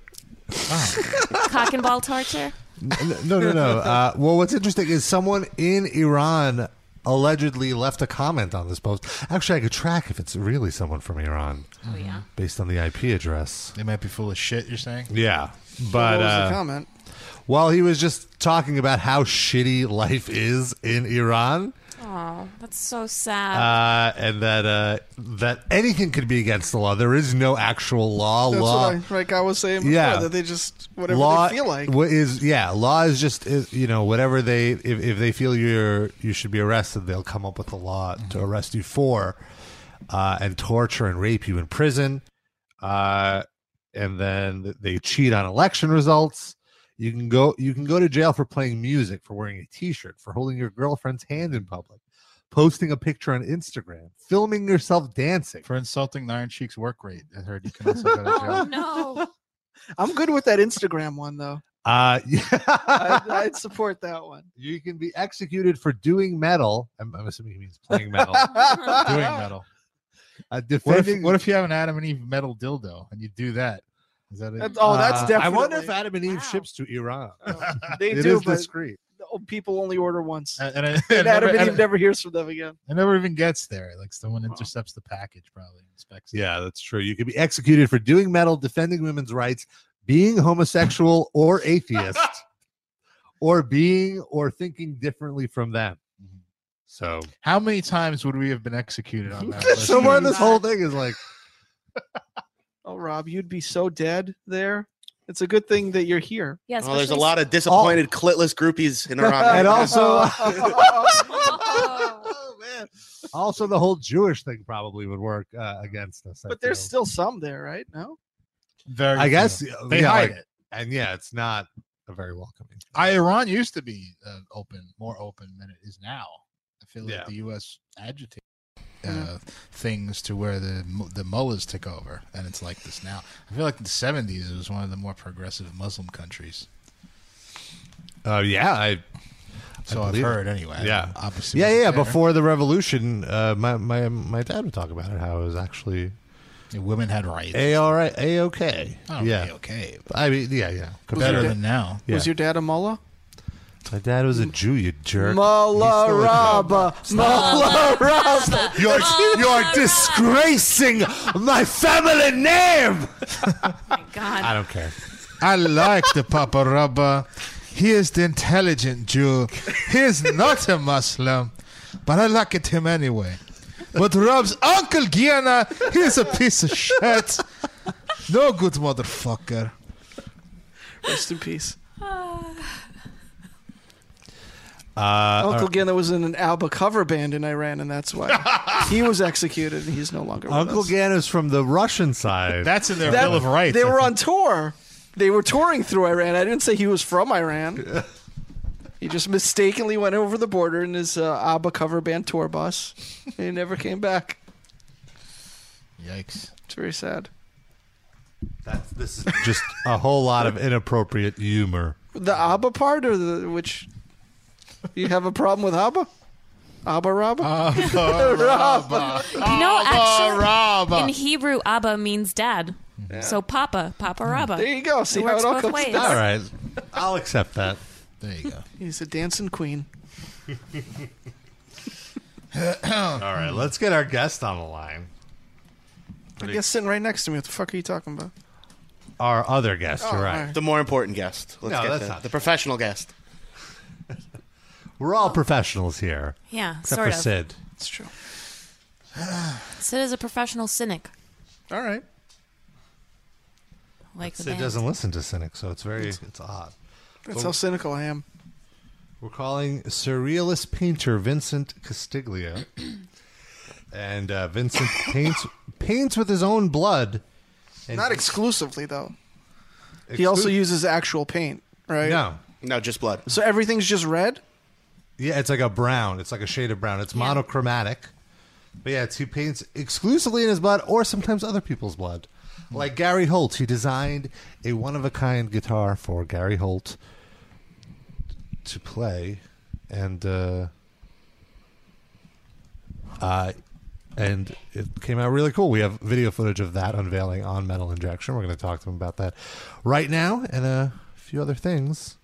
Speaker 6: Cock and ball torture.
Speaker 3: N- No, no, no. Uh, well, what's interesting is someone in Iran allegedly left a comment on this post. Actually, I could track if it's really someone from Iran
Speaker 6: Oh, yeah.
Speaker 3: based on the IP address.
Speaker 5: They might be full of shit. You're saying?
Speaker 3: Yeah,
Speaker 4: what
Speaker 3: but
Speaker 4: was
Speaker 3: uh,
Speaker 4: the comment?
Speaker 3: while he was just talking about how shitty life is in Iran,
Speaker 6: Oh, that's so sad.
Speaker 3: uh, and that uh, that anything could be against the law. There is no actual law.
Speaker 4: That's
Speaker 3: law.
Speaker 4: what I, like I was saying before,
Speaker 3: Yeah.
Speaker 4: that they just, whatever
Speaker 3: law
Speaker 4: they feel like.
Speaker 3: wha- is yeah law is just is, you know whatever they if, if they feel you're you should be arrested they'll come up with a law
Speaker 5: Mm-hmm.
Speaker 3: to arrest you for uh, and torture and rape you in prison uh, and then they cheat on election results you can go you can go to jail for playing music for wearing a t-shirt for holding your girlfriend's hand in public posting a picture on instagram filming yourself dancing
Speaker 5: For insulting the Iron Cheek's work rate, I heard you can also go to
Speaker 6: oh,
Speaker 5: jail.
Speaker 6: no.
Speaker 4: I'm good with that Instagram one, though.
Speaker 3: uh,
Speaker 4: I, I'd support that one.
Speaker 3: you can be executed for doing metal. I'm, I'm assuming he means playing metal.
Speaker 5: Doing metal.
Speaker 3: uh,
Speaker 5: What if,
Speaker 3: defending.
Speaker 5: what if you have an Adam and Eve metal dildo and you do that? Is that
Speaker 4: That's-
Speaker 5: a,
Speaker 4: oh, that's
Speaker 3: Uh,
Speaker 4: definitely.
Speaker 3: I wonder if Adam and Eve
Speaker 6: Wow.
Speaker 3: ships to Iran.
Speaker 4: they
Speaker 3: It
Speaker 4: do,
Speaker 3: is
Speaker 4: but
Speaker 3: discreet.
Speaker 4: oh, people only order once.
Speaker 5: and, and,
Speaker 4: And Adam and Eve
Speaker 5: never,
Speaker 4: never hears from them again.
Speaker 5: it never even gets there. Like someone intercepts the package, probably inspects. it.
Speaker 3: Yeah, that's true. You could be executed for doing metal, defending women's rights, being homosexual or atheist, or being or thinking differently from them.
Speaker 4: Mm-hmm.
Speaker 3: So
Speaker 5: How many times would we have been executed on that? list?
Speaker 3: somewhere in this whole thing is like,
Speaker 4: Oh, Rob, you'd be so dead there. It's a good thing that you're here.
Speaker 6: Yes.
Speaker 7: Well, there's a lot of disappointed clitless groupies in Iran. right
Speaker 3: And
Speaker 7: now.
Speaker 3: all- also-
Speaker 6: Oh.
Speaker 3: man. Also, the whole Jewish thing probably would work uh, against us. I
Speaker 4: but there's still
Speaker 3: feel.
Speaker 4: some there, right? No.
Speaker 5: Very
Speaker 3: I
Speaker 5: few.
Speaker 3: guess uh,
Speaker 5: they
Speaker 3: yeah,
Speaker 5: hide
Speaker 3: like-
Speaker 5: it.
Speaker 3: and yeah, it's not a very welcoming.
Speaker 5: I, Iran used to be uh, open, more open than it is now. I feel like
Speaker 3: Yeah.
Speaker 5: the U.S. agitated uh,
Speaker 4: Mhm.
Speaker 5: things to where the mu- the mullahs took over, and it's like this now. I feel like in the '70s it was one of the more progressive Muslim countries.
Speaker 3: Uh, yeah, I
Speaker 5: So I've
Speaker 3: believe it.
Speaker 5: heard anyway.
Speaker 3: Yeah.
Speaker 5: obviously.
Speaker 3: yeah, yeah.
Speaker 5: wasn't
Speaker 3: yeah.
Speaker 5: there.
Speaker 3: Before the revolution, uh, my my my dad would talk about it how it was actually
Speaker 5: Yeah, women had rights.
Speaker 3: a all right, a okay.
Speaker 5: Oh,
Speaker 3: Yeah,
Speaker 5: okay, okay.
Speaker 3: I mean, yeah, yeah.
Speaker 5: Better
Speaker 4: your
Speaker 5: than now.
Speaker 3: Yeah.
Speaker 4: Was your dad a mullah?
Speaker 3: My dad was a Jew, you jerk.
Speaker 4: Malaraba. Malaraba.
Speaker 3: You're, you're disgracing my family name. I
Speaker 6: God.
Speaker 3: don't care.
Speaker 8: I like the Papa Rabba. He is the intelligent Jew. He is not a Muslim, but I like it him anyway. But Rob's Uncle Gianna, he is a piece of shit. No good motherfucker.
Speaker 4: Rest in peace.
Speaker 3: Uh,
Speaker 4: Uncle Gina was in an Alba cover band in Iran, and that's why he was executed, and he's no longer with
Speaker 3: Uncle
Speaker 4: us.
Speaker 3: Gan is from the Russian side.
Speaker 8: That's in their
Speaker 4: That-
Speaker 8: Bill of Rights.
Speaker 4: They
Speaker 8: I
Speaker 4: were
Speaker 8: think.
Speaker 4: on tour. They were touring through Iran. I didn't say he was from Iran. He just mistakenly went over the border in his uh, ABBA cover band tour bus. And he never came back.
Speaker 8: Yikes.
Speaker 4: It's very sad.
Speaker 3: That's, this is just a whole lot of inappropriate humor.
Speaker 4: The ABBA part, or the which you have a problem with ABBA? ABBA Rabba? Rabba.
Speaker 6: You know, actually,
Speaker 8: Rabba.
Speaker 6: in Hebrew, Abba means dad. So Papa, Papa
Speaker 3: Hmm.
Speaker 6: Rabba.
Speaker 4: There you go. See
Speaker 6: It
Speaker 4: how
Speaker 6: works
Speaker 4: it all
Speaker 6: both
Speaker 4: comes
Speaker 6: ways.
Speaker 4: down.
Speaker 3: All right. I'll accept that.
Speaker 8: There you go.
Speaker 4: He's a dancing queen.
Speaker 3: All right. Let's get our guest on the line.
Speaker 4: I guess sitting right next to me. What the fuck are you talking about?
Speaker 3: Our other guest.
Speaker 4: Oh,
Speaker 3: you're
Speaker 4: all
Speaker 3: right.
Speaker 4: right.
Speaker 7: The more important guest. Let's
Speaker 3: No,
Speaker 7: get
Speaker 3: that's
Speaker 7: the,
Speaker 3: not-
Speaker 7: the professional guest.
Speaker 3: We're all professionals here,
Speaker 6: Yeah,
Speaker 3: except
Speaker 6: sort
Speaker 3: for
Speaker 6: of.
Speaker 3: Sid.
Speaker 4: It's true.
Speaker 6: Sid is a professional cynic.
Speaker 4: All right.
Speaker 6: Like the
Speaker 3: Sid
Speaker 6: band.
Speaker 3: doesn't listen to Cynic, so it's very it's odd.
Speaker 4: That's how cynical I am.
Speaker 3: We're calling surrealist painter Vincent Castiglia. and uh, Vincent paints paints with his own blood. And
Speaker 4: Not exclusively, though. He also uses actual paint, right?
Speaker 3: No.
Speaker 7: No, just blood.
Speaker 4: So everything's just red?
Speaker 3: Yeah, it's like a brown. It's like a shade of brown. It's monochromatic. But yeah, it's, he paints exclusively in his blood or sometimes other people's blood. Like Gary Holt, he designed a one of a kind guitar for Gary Holt to play, and uh, uh, and it came out really cool. We have video footage of that unveiling on Metal Injection. We're going to talk to him about that right now and a few other things.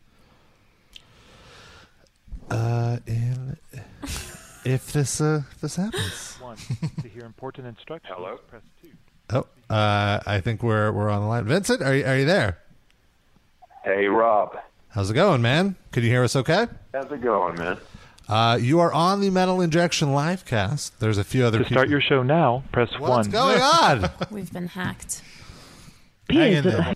Speaker 3: Uh, in if this uh if this happens.
Speaker 11: One, to hear important instructions,
Speaker 12: Hello?
Speaker 11: press two.
Speaker 3: Oh, uh, I think we're we're on the line. Vincent, are you are you there?
Speaker 12: Hey, Rob.
Speaker 3: How's it going, man? Can you hear us okay?
Speaker 12: How's it going, man?
Speaker 3: Uh, you are on the Metal Injection live cast. There's a few other
Speaker 11: To
Speaker 3: people.
Speaker 11: start your show now, press
Speaker 3: What's
Speaker 11: one.
Speaker 3: going on?
Speaker 6: We've been hacked.
Speaker 8: Hang in there.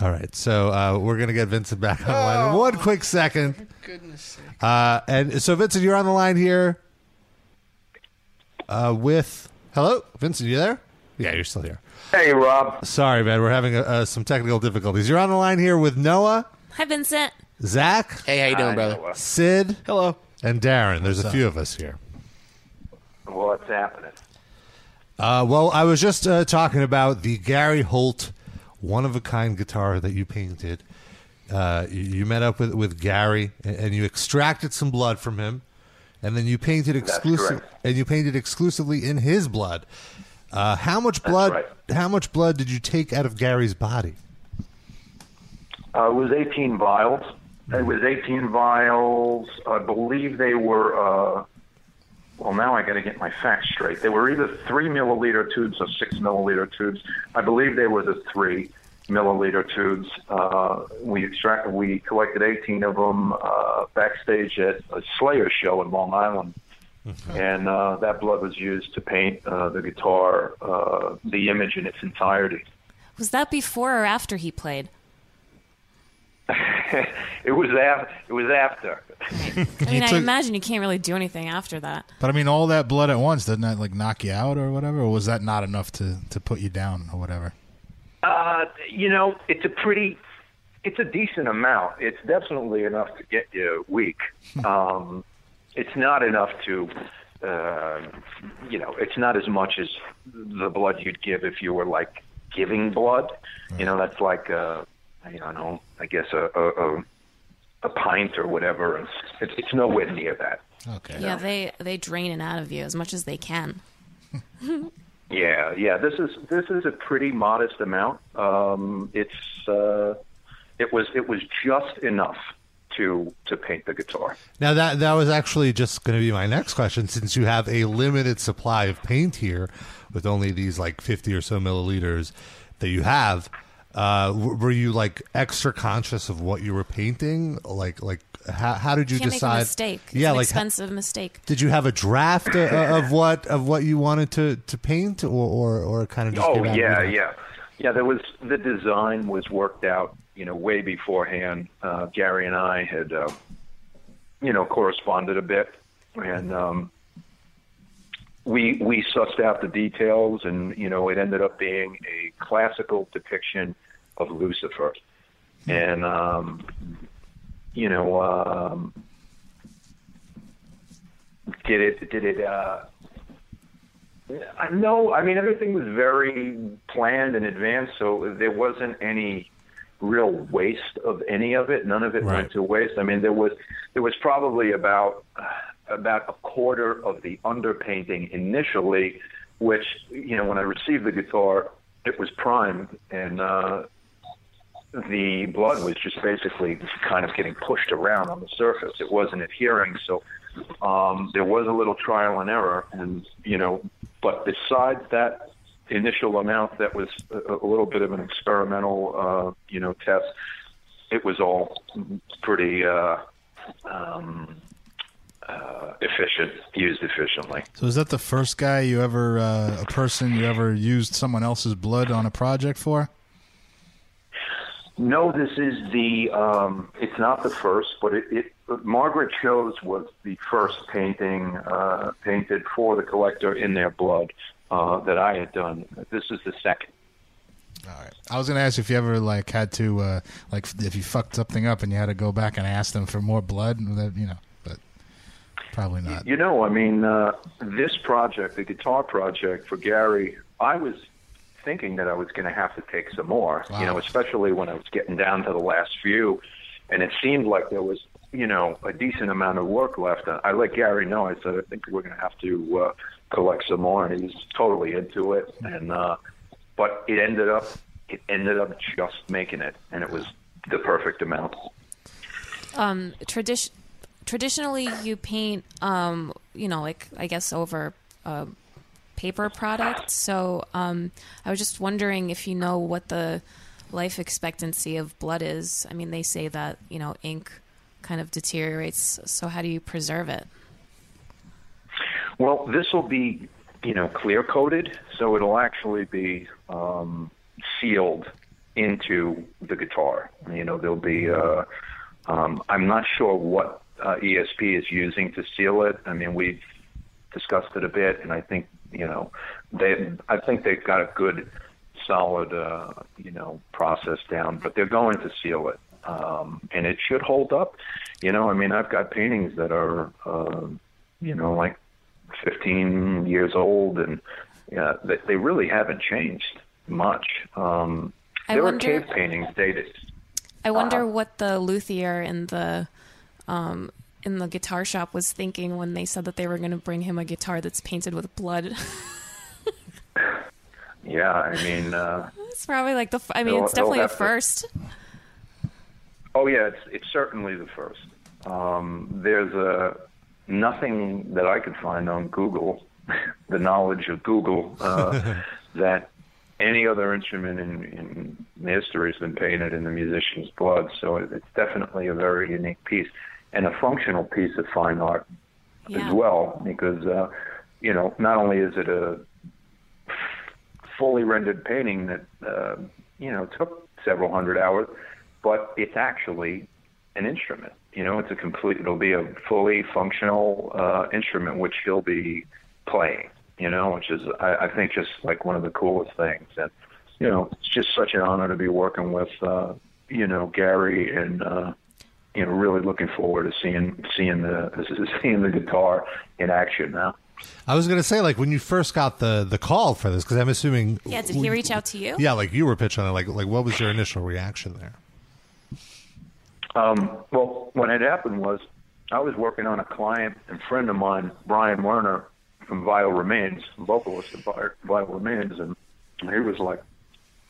Speaker 3: All right, so uh, we're gonna get Vincent back on the line in one quick second.
Speaker 4: Oh. Goodness sake.
Speaker 3: Uh, and so Vincent, you're on the line here. Uh, with hello, Vincent, you there? Yeah, you're still here.
Speaker 12: Hey, Rob.
Speaker 3: Sorry, man, we're having uh, some technical difficulties. You're on the line here with Noah,
Speaker 6: Hi, Vincent.
Speaker 3: Zach,
Speaker 7: Hey, how you doing, brother?
Speaker 3: Sid,
Speaker 4: Hello.
Speaker 3: and Darren. There's a few of us here.
Speaker 12: What's happening?
Speaker 3: Uh, well, I was just uh, talking about the Gary Holt one of a kind guitar that you painted. Uh, you, you met up with, with Gary and, and you extracted some blood from him, and then you painted exclusive
Speaker 12: correct.
Speaker 3: and you painted exclusively in his blood. Uh, how much blood?
Speaker 12: right.
Speaker 3: How much blood did you take out of Gary's body?
Speaker 12: Uh, it was 18 vials. It was 18 vials. I believe they were, uh, well, now I got to get my facts straight. They were either 3 milliliter tubes or 6 milliliter tubes. I believe they were the 3 milliliter tubes. Uh, we, extract, we collected 18 of them uh, backstage at a Slayer show in Long Island. And uh, that blood was used to paint uh, the guitar, uh, the image in its entirety.
Speaker 6: Was that before or after he played?
Speaker 12: It was, af- it was after.
Speaker 6: I mean, I
Speaker 8: took-
Speaker 6: imagine you can't really do anything after that.
Speaker 8: But I mean, all that blood at once, doesn't that like knock you out or whatever? Or was that not enough to, to put you down or whatever?
Speaker 12: Uh, you know, it's a pretty, it's a decent amount. It's definitely enough to get you weak. Um, it's not enough to, uh, you know, it's not as much as the blood you'd give if you were like giving blood. You know, that's like, uh, I don't know, I guess a, a, a, a pint or whatever. And It's, it's nowhere near that.
Speaker 8: Okay.
Speaker 6: Yeah, they they drain it out of you as much as they can.
Speaker 12: Yeah, yeah. This is this is a pretty modest amount. Um, it's uh, it was it was just enough to to paint the guitar.
Speaker 3: Now that that was actually just going to be my next question. Since you have a limited supply of paint here, with only these like fifty or so milliliters that you have, uh, w- were you like extra conscious of what you were painting? Like like how, how did you
Speaker 6: Can't
Speaker 3: decide?
Speaker 6: make a mistake. It's
Speaker 3: Yeah,
Speaker 6: an
Speaker 3: like
Speaker 6: expensive mistake.
Speaker 3: did you have a draft of, of what of what you wanted to, to paint, or or, or kind of just
Speaker 12: Oh
Speaker 3: came out
Speaker 12: yeah,
Speaker 3: with it?
Speaker 12: yeah, yeah. There was the design was worked out, you know, way beforehand. Uh, Gary and I had, uh, you know, corresponded a bit, and um, we we sussed out the details, and you know, it ended up being a classical depiction of Lucifer, and um, you know, um, did it did it. Uh, I- No, I mean everything was very planned in advance, so there wasn't any real waste of any of it. None of it went to waste. I mean, there was there was probably about about a quarter of the underpainting initially, which you know when I received the guitar, it was primed and uh, the blood was just basically kind of getting pushed around on the surface. It wasn't adhering, so um, there was a little trial and error, and you know, but besides that initial amount, that was a, a little bit of an experimental, uh, you know, test. It was all pretty uh, um, uh, efficient, used efficiently.
Speaker 8: So is that the first guy you ever, uh, a person you ever used someone else's blood on a project for?
Speaker 12: No, this is the. Um, it's not the first, but it, it but Margaret Cho's was the first painting uh, painted for the collector in their blood uh, that I had done. This is the second.
Speaker 8: I was gonna ask if you ever like had to uh, like if you fucked something up and you had to go back and ask them for more blood, and that you know, but probably not.
Speaker 12: You know, I mean, uh, this project, the guitar project for Gary, I was thinking that I was going to have to take some more. You know, especially when I was getting down to the last few, and it seemed like there was, you know, a decent amount of work left. I I let Gary know. I said, I think we're going to have to uh, collect some more, and he was totally into it. And uh, but it ended up, it ended up just making it, and it was the perfect amount.
Speaker 6: Um, tradition traditionally you paint, um, you know, like I guess over a paper product. So um, I was just wondering if you know what the life expectancy of blood is. I mean, they say that you know ink kind of deteriorates. So how do you preserve it?
Speaker 12: Well, this will be, you know, clear coated, so it'll actually be um, sealed into the guitar. You know, there'll be. Uh, um, I'm not sure what uh, ESP is using to seal it. I mean, we've discussed it a bit, and I think you know, they. I think they've got a good, solid, uh, you know, process down, but they're going to seal it. Um, and it should hold up, you know. I mean, I've got paintings that are, uh, you know, like 15 years old, and yeah, they, they really haven't changed much. Um,
Speaker 6: I
Speaker 12: there
Speaker 6: wonder-
Speaker 12: are cave paintings dated.
Speaker 6: I wonder what the luthier in the um, in the guitar shop was thinking when they said that they were going to bring him a guitar that's painted with blood.
Speaker 12: Yeah, I mean, uh,
Speaker 6: it's probably like the. f- I mean,
Speaker 12: They'll-
Speaker 6: it's definitely
Speaker 12: they'll
Speaker 6: a
Speaker 12: have to-
Speaker 6: first.
Speaker 12: oh yeah, it's it's certainly the first. Um, there's a nothing that I could find on Google, the knowledge of Google uh, that any other instrument in, in history has been painted in the musician's blood. So it, it's definitely a very unique piece and a functional piece of fine art as well, because uh, you know not only is it a fully rendered painting that uh, you know took several hundred hours, but it's actually an instrument. You know, it's a complete. It'll be a fully functional uh, instrument which he'll be playing. You know, which is I, I think just like one of the coolest things, and you know, it's just such an honor to be working with uh, you know Gary and. Uh, you know, really looking forward to seeing seeing the seeing the guitar in action now.
Speaker 3: I was going to say like when you first got the the call for this because I'm assuming
Speaker 6: Yeah. Did he reach out to you?
Speaker 3: yeah like you were pitching on it like like what was your initial reaction there?
Speaker 12: Um, well, what had happened was I was working on a client and friend of mine, Brian Werner from Vile Remains, vocalist of Vi- Vile Remains, and he was like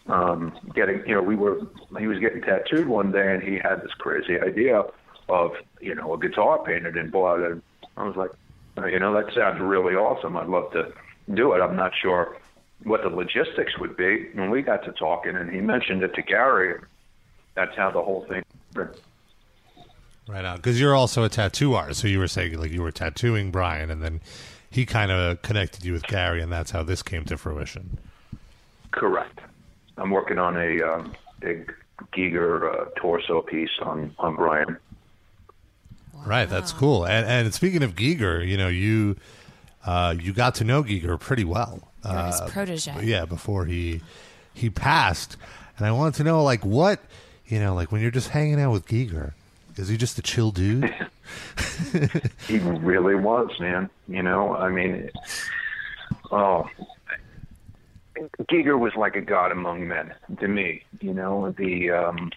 Speaker 12: um, getting, you know, we were, he was getting tattooed one day, and he had this crazy idea of you know a guitar painted in blood, and I was like, "Oh, you know, that sounds really awesome. I'd love to do it. I'm not sure what the logistics would be. And we got to talking, and he mentioned it to Gary. That's how the whole thing. started.
Speaker 3: Right on. Because you're also a tattoo artist, so you were saying like you were tattooing Brian, and then he kind of connected you with Gary, and that's how this came to fruition.
Speaker 12: Correct. I'm working on a um, big Giger uh, torso piece on on Brian.
Speaker 3: Right, that's cool. And and speaking of Giger, you know you uh, you got to know Giger pretty well.
Speaker 6: You're his
Speaker 3: Uh,
Speaker 6: protege.
Speaker 3: Yeah, before he he passed, and I wanted to know like what you know like when you're just hanging out with Giger, is he just a chill dude?
Speaker 12: He really was, man. You know, I mean, oh, Giger was like a god among men to me. You know, the um,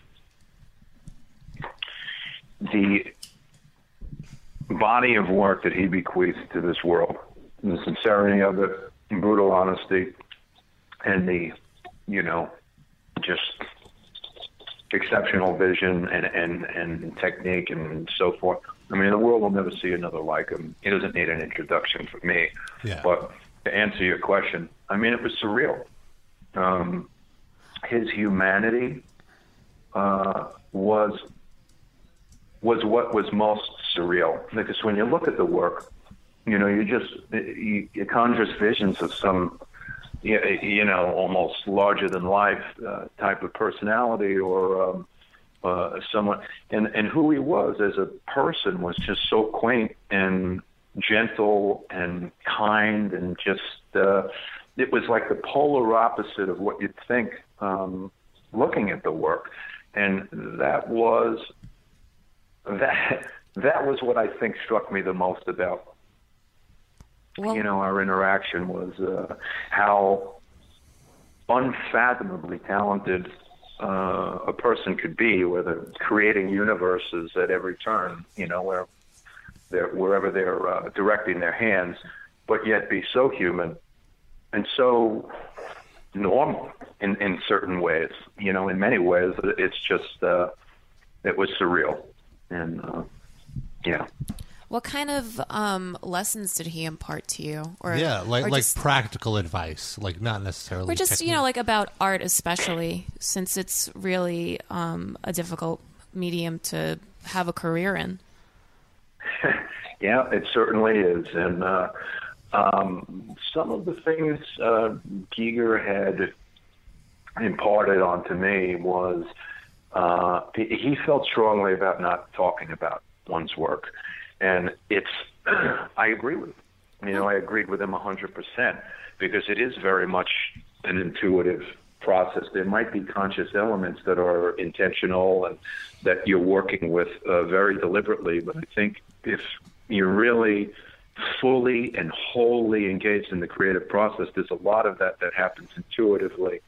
Speaker 12: the body of work that he bequeathed to this world, the sincerity of it, brutal honesty, and the you know, just exceptional vision and, and, and technique and so forth. I mean, the world will never see another like him. He doesn't need an introduction from me.
Speaker 3: Yeah.
Speaker 12: But to answer your question, I mean, it was surreal. Um, his humanity uh, was was what was most surreal because when you look at the work, you know, you just you, it conjures visions of some you, you know almost larger than life uh, type of personality or um, uh, someone and and who he was as a person was just so quaint and gentle and kind and just uh, it was like the polar opposite of what you'd think um, looking at the work and that was that that was what I think struck me the most about you know our interaction was uh, how unfathomably talented uh, a person could be, whether creating universes at every turn, you know, where they're, wherever they're uh, directing their hands, but yet be so human and so normal in, in certain ways, you know, in many ways, it's just uh, it was surreal, and uh, yeah.
Speaker 6: What kind of um, lessons did he impart to you? Or
Speaker 3: yeah, like
Speaker 6: or
Speaker 3: like
Speaker 6: just,
Speaker 3: practical advice, like not necessarily.
Speaker 6: or just you
Speaker 3: technique.
Speaker 6: know, like about art, especially since it's really um, a difficult medium to have a career in.
Speaker 12: Yeah, it certainly is. And uh, um, some of the things uh, Giger had imparted onto me was uh, he- he felt strongly about not talking about one's work. And it's, I agree with him. You know, I agreed with him 100% because it is very much an intuitive process. There might be conscious elements that are intentional and that you're working with uh, very deliberately, but I think if you're really fully and wholly engaged in the creative process, there's a lot of that that happens intuitively,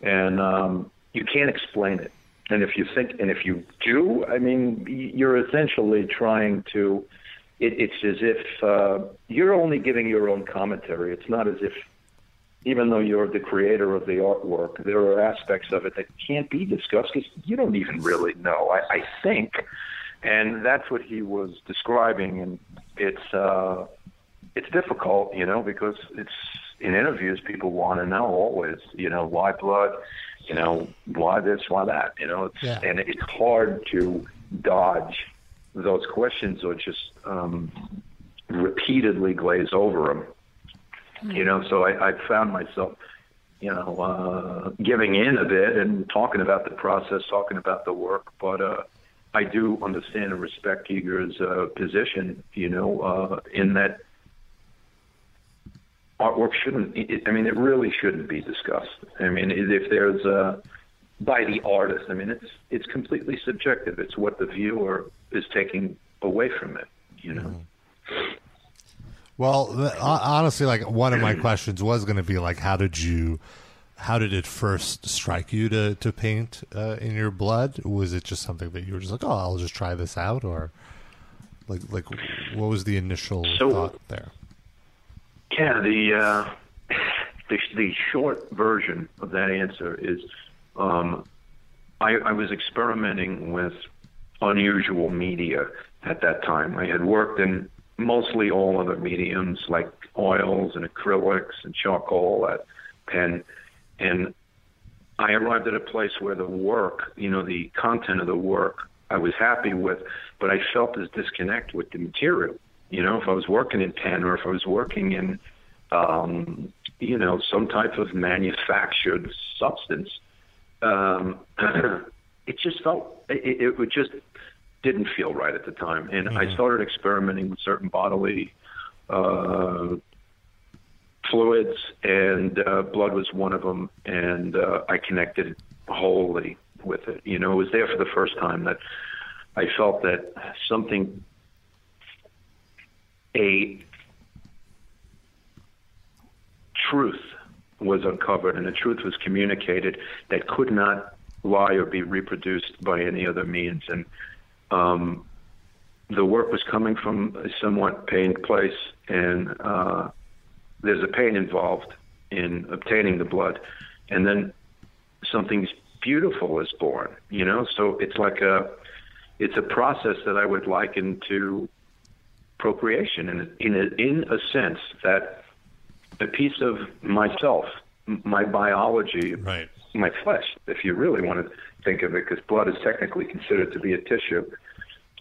Speaker 12: and um, you can't explain it. And if you think, and if you do, I mean, y- you're essentially trying to. It, it's as if uh, you're only giving your own commentary. It's not as if, even though you're the creator of the artwork, there are aspects of it that can't be discussed because you don't even really know. I, I think and that's what he was describing and it's uh it's difficult you know because it's in interviews people want to know always you know why blood you know why this why that you know it's and it's hard to dodge those questions or just um repeatedly glaze over them
Speaker 7: hmm.
Speaker 12: you know so i i found myself you know uh giving in a bit and talking about the process talking about the work but uh I do understand and respect Giger's uh, position, you know, uh, in that artwork shouldn't, it, it- I mean, it really shouldn't be discussed. I mean, if there's uh by the artist, I mean, it's, it's completely subjective. It's what the viewer is taking away from it, you know.
Speaker 3: Well, th- hon- honestly, like one of my questions was going to be like, how did you, how did it first strike you to to paint uh, in your blood? Was it just something that you were just like, oh, I'll just try this out, or like like what was the initial thought there?
Speaker 12: Yeah, the, uh, the the short version of that answer is um, I, I was experimenting with unusual media at that time. I had worked in mostly all other mediums like oils and acrylics and charcoal at Penn. And I arrived at a place where the work, you know, the content of the work I was happy with, but I felt this disconnect with the material. You know, if I was working in Penn or if I was working in, um, you know, some type of manufactured substance, um, it just felt, it, it would just didn't feel right at the time. And I started experimenting with certain bodily uh, fluids, and uh, blood was one of them. And uh, I connected wholly with it. You know, it was there for the first time that I felt that something, a truth was uncovered, and the truth was communicated that could not lie or be reproduced by any other means. And um, the work was coming from a somewhat pained place, and uh, there's a pain involved in obtaining the blood, and then something beautiful is born. You know, so it's like a it's a process that I would liken to procreation, in in a, in a sense that a piece of myself, m- my biology,
Speaker 3: right.
Speaker 12: my flesh, if you really want to think of it, because blood is technically considered to be a tissue,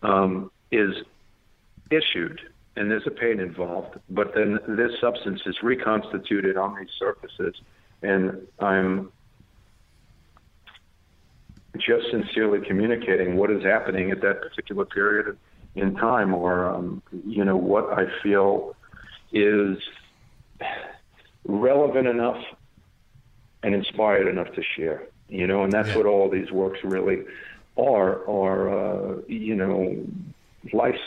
Speaker 12: um, is issued, and there's a pain involved, but then this substance is reconstituted on these surfaces, and I'm just sincerely communicating what is happening at that particular period in time, or um, you know what I feel is relevant enough and inspired enough to share. You know, and that's what all these works really are. Are uh, you know, life's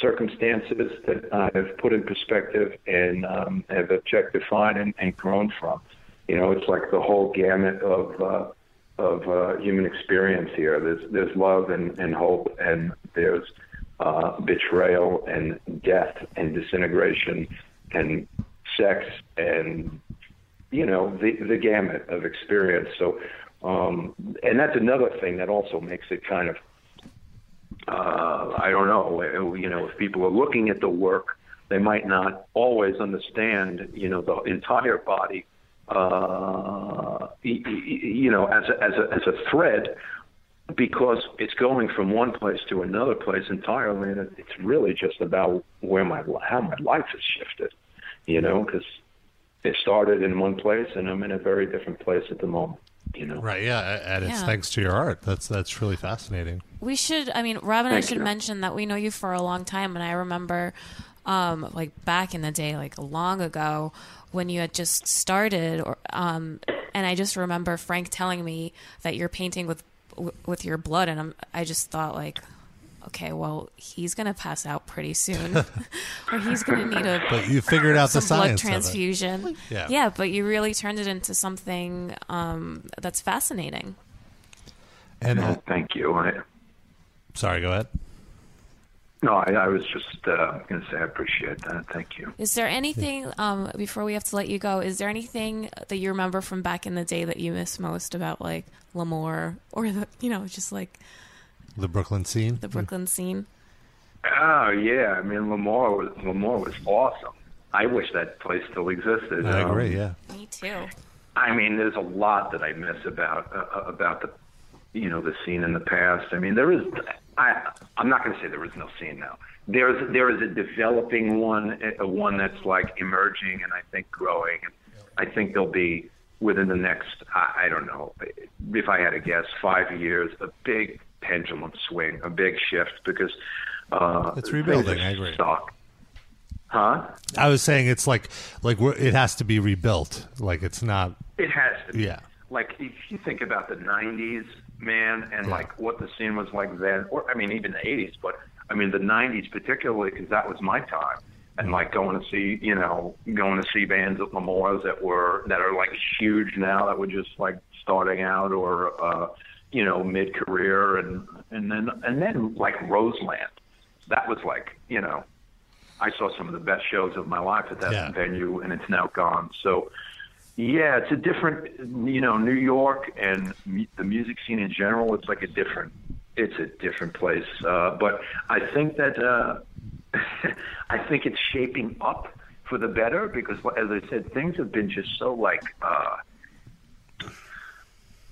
Speaker 12: circumstances that I've put in perspective and um, have objectified and, and grown from. You know, it's like the whole gamut of uh, of uh, human experience here. There's there's love and, and hope, and there's uh, betrayal and death and disintegration and sex and you know the the gamut of experience. So, um, and that's another thing that also makes it kind of uh, I don't know. You know, if people are looking at the work, they might not always understand. You know, the entire body. Uh, y- y- you know, as a, as a as a thread, because it's going from one place to another place entirely, and it- it's really just about where my how my life has shifted. You know, because it started in one place, and I'm in a very different place at the moment. You know,
Speaker 3: Right, yeah, and it's
Speaker 6: Yeah.
Speaker 3: thanks to your art. That's that's really fascinating.
Speaker 6: We should. I mean, Rob and I
Speaker 3: Thank
Speaker 6: should
Speaker 3: you.
Speaker 6: mention that we know you for a long time, and I remember, um, like back in the day, like long ago, when you had just started, or um, and I just remember Frank telling me that you're painting with with your blood, and I'm, I just thought like. Okay, well, he's gonna pass out pretty soon, or he's gonna need a.
Speaker 3: But you figured out the
Speaker 6: some blood
Speaker 3: science of it.
Speaker 6: transfusion.
Speaker 3: Yeah.
Speaker 6: yeah, but you really turned it into something um, that's fascinating.
Speaker 3: And
Speaker 12: Uh, thank you. I,
Speaker 3: Sorry, go ahead.
Speaker 12: no, I, I was just uh, going to say I appreciate that. Thank you.
Speaker 6: Is there anything um, before we have to let you go? Is there anything that you remember from back in the day that you miss most about like Lemoore or the you know just like
Speaker 3: The Brooklyn scene.
Speaker 6: the Brooklyn scene?
Speaker 12: Oh yeah, I mean Lamar was Lamar was awesome. I wish that place still existed.
Speaker 3: I agree.
Speaker 12: Um,
Speaker 3: Yeah.
Speaker 6: Me too.
Speaker 12: I mean, there's a lot that I miss about uh, about the you know the scene in the past. I mean, there is. I I'm not going to say there is no scene now. There's there is a developing one, a one that's like emerging and I think growing. And I think there'll be within the next I, I don't know if I had to guess five years a big pendulum swing, a big shift because uh,
Speaker 3: It's rebuilding, I
Speaker 12: agree. Suck. Huh?
Speaker 3: I was saying it's like like we're, it has to be rebuilt. Like it's not.
Speaker 12: It has to be.
Speaker 3: Yeah.
Speaker 12: Like if you think about the '90s, man, and like what the scene was like then, or I mean even the '80s, but I mean the '90s particularly because that was my time, and like going to see, you know, going to see bands at Lemoore's that were that are like huge now that were just like starting out or uh, you know mid career, and and then and then like Roseland, that was like you know. I saw some of the best shows of my life at that venue, and it's now gone. So, yeah, it's a different, you know, New York and mu- the music scene in general. It's like a different it's a different place. Uh, but I think that uh, I think it's shaping up for the better because, as I said, things have been just so like uh,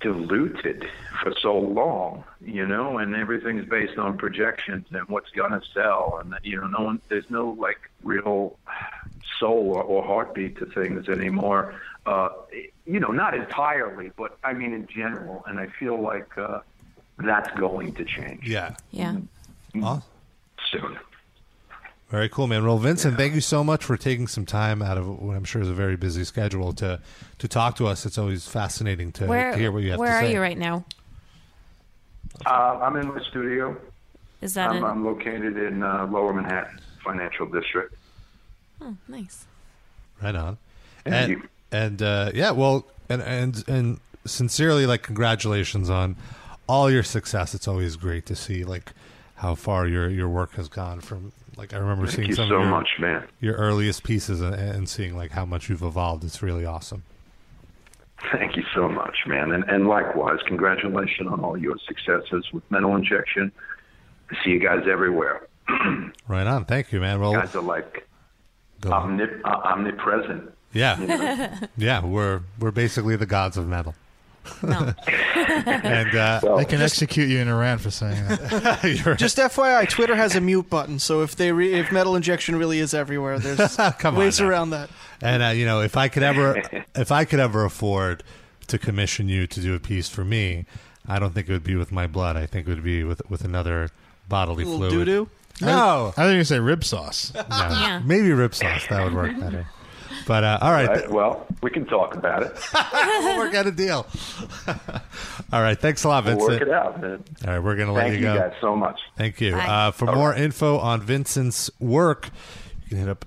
Speaker 12: diluted for so long, you know, and everything's based on projections and what's gonna sell, and you know, no one there's no like real soul or, or heartbeat to things anymore. Uh, you know, not entirely, but I mean in general, and I feel like uh, that's going to change Mm-hmm.
Speaker 3: Yeah.
Speaker 6: Yeah.
Speaker 3: Awesome.
Speaker 12: soon.
Speaker 3: Very cool, man. Well, Vincent, thank you so much for taking some time out of what I'm sure is a very busy schedule to to talk to us. It's always fascinating to,
Speaker 6: where
Speaker 3: to hear what you have
Speaker 6: where
Speaker 3: to
Speaker 6: are
Speaker 3: say.
Speaker 6: you right now?
Speaker 12: Uh, I'm in my studio.
Speaker 6: Is that
Speaker 12: I'm,
Speaker 6: a-
Speaker 12: I'm located in uh, Lower Manhattan Financial District.
Speaker 6: Oh, nice.
Speaker 3: Right on. and and uh, yeah, well, and and and sincerely, like congratulations on all your success. It's always great to see like how far your your work has gone from. Like I remember
Speaker 12: Thank
Speaker 3: seeing
Speaker 12: you
Speaker 3: some
Speaker 12: so
Speaker 3: of your,
Speaker 12: much, man.
Speaker 3: your earliest pieces and, and seeing like how much you've evolved. It's really awesome.
Speaker 12: Thank you so much, man. And, and likewise, congratulations on all your successes with mental injection. See you guys everywhere.
Speaker 3: Right on. Thank you, man. Well,
Speaker 12: guys are like omnip- uh, omnipresent. You know?
Speaker 3: yeah, yeah, we're we're basically the gods of metal. and uh,
Speaker 8: they can execute you in Iran for saying that.
Speaker 4: Just FYI, Twitter has a mute button, so if they re- if metal injection really is everywhere, there's
Speaker 3: Come on
Speaker 4: ways
Speaker 3: now.
Speaker 4: around that.
Speaker 3: And uh, you know, if I could ever, if I could ever afford to commission you to do a piece for me, I don't think it would be with my blood. I think it would be with with another bodily
Speaker 8: Little
Speaker 3: fluid.
Speaker 8: doo-doo?
Speaker 3: No,
Speaker 8: I think you say rib sauce.
Speaker 3: no. maybe rib sauce that would work better. But uh, all right,
Speaker 12: Right, well, we can talk about it.
Speaker 3: we'll work out a deal. all right. Thanks a lot,
Speaker 12: We'll
Speaker 3: Vincent.
Speaker 12: work it out, man.
Speaker 3: All right, we're gonna let
Speaker 12: Thank
Speaker 3: you
Speaker 12: you
Speaker 3: go.
Speaker 12: guys so much.
Speaker 3: Thank you.
Speaker 12: Bye.
Speaker 3: Uh, for more info on Vincent's work, you can hit up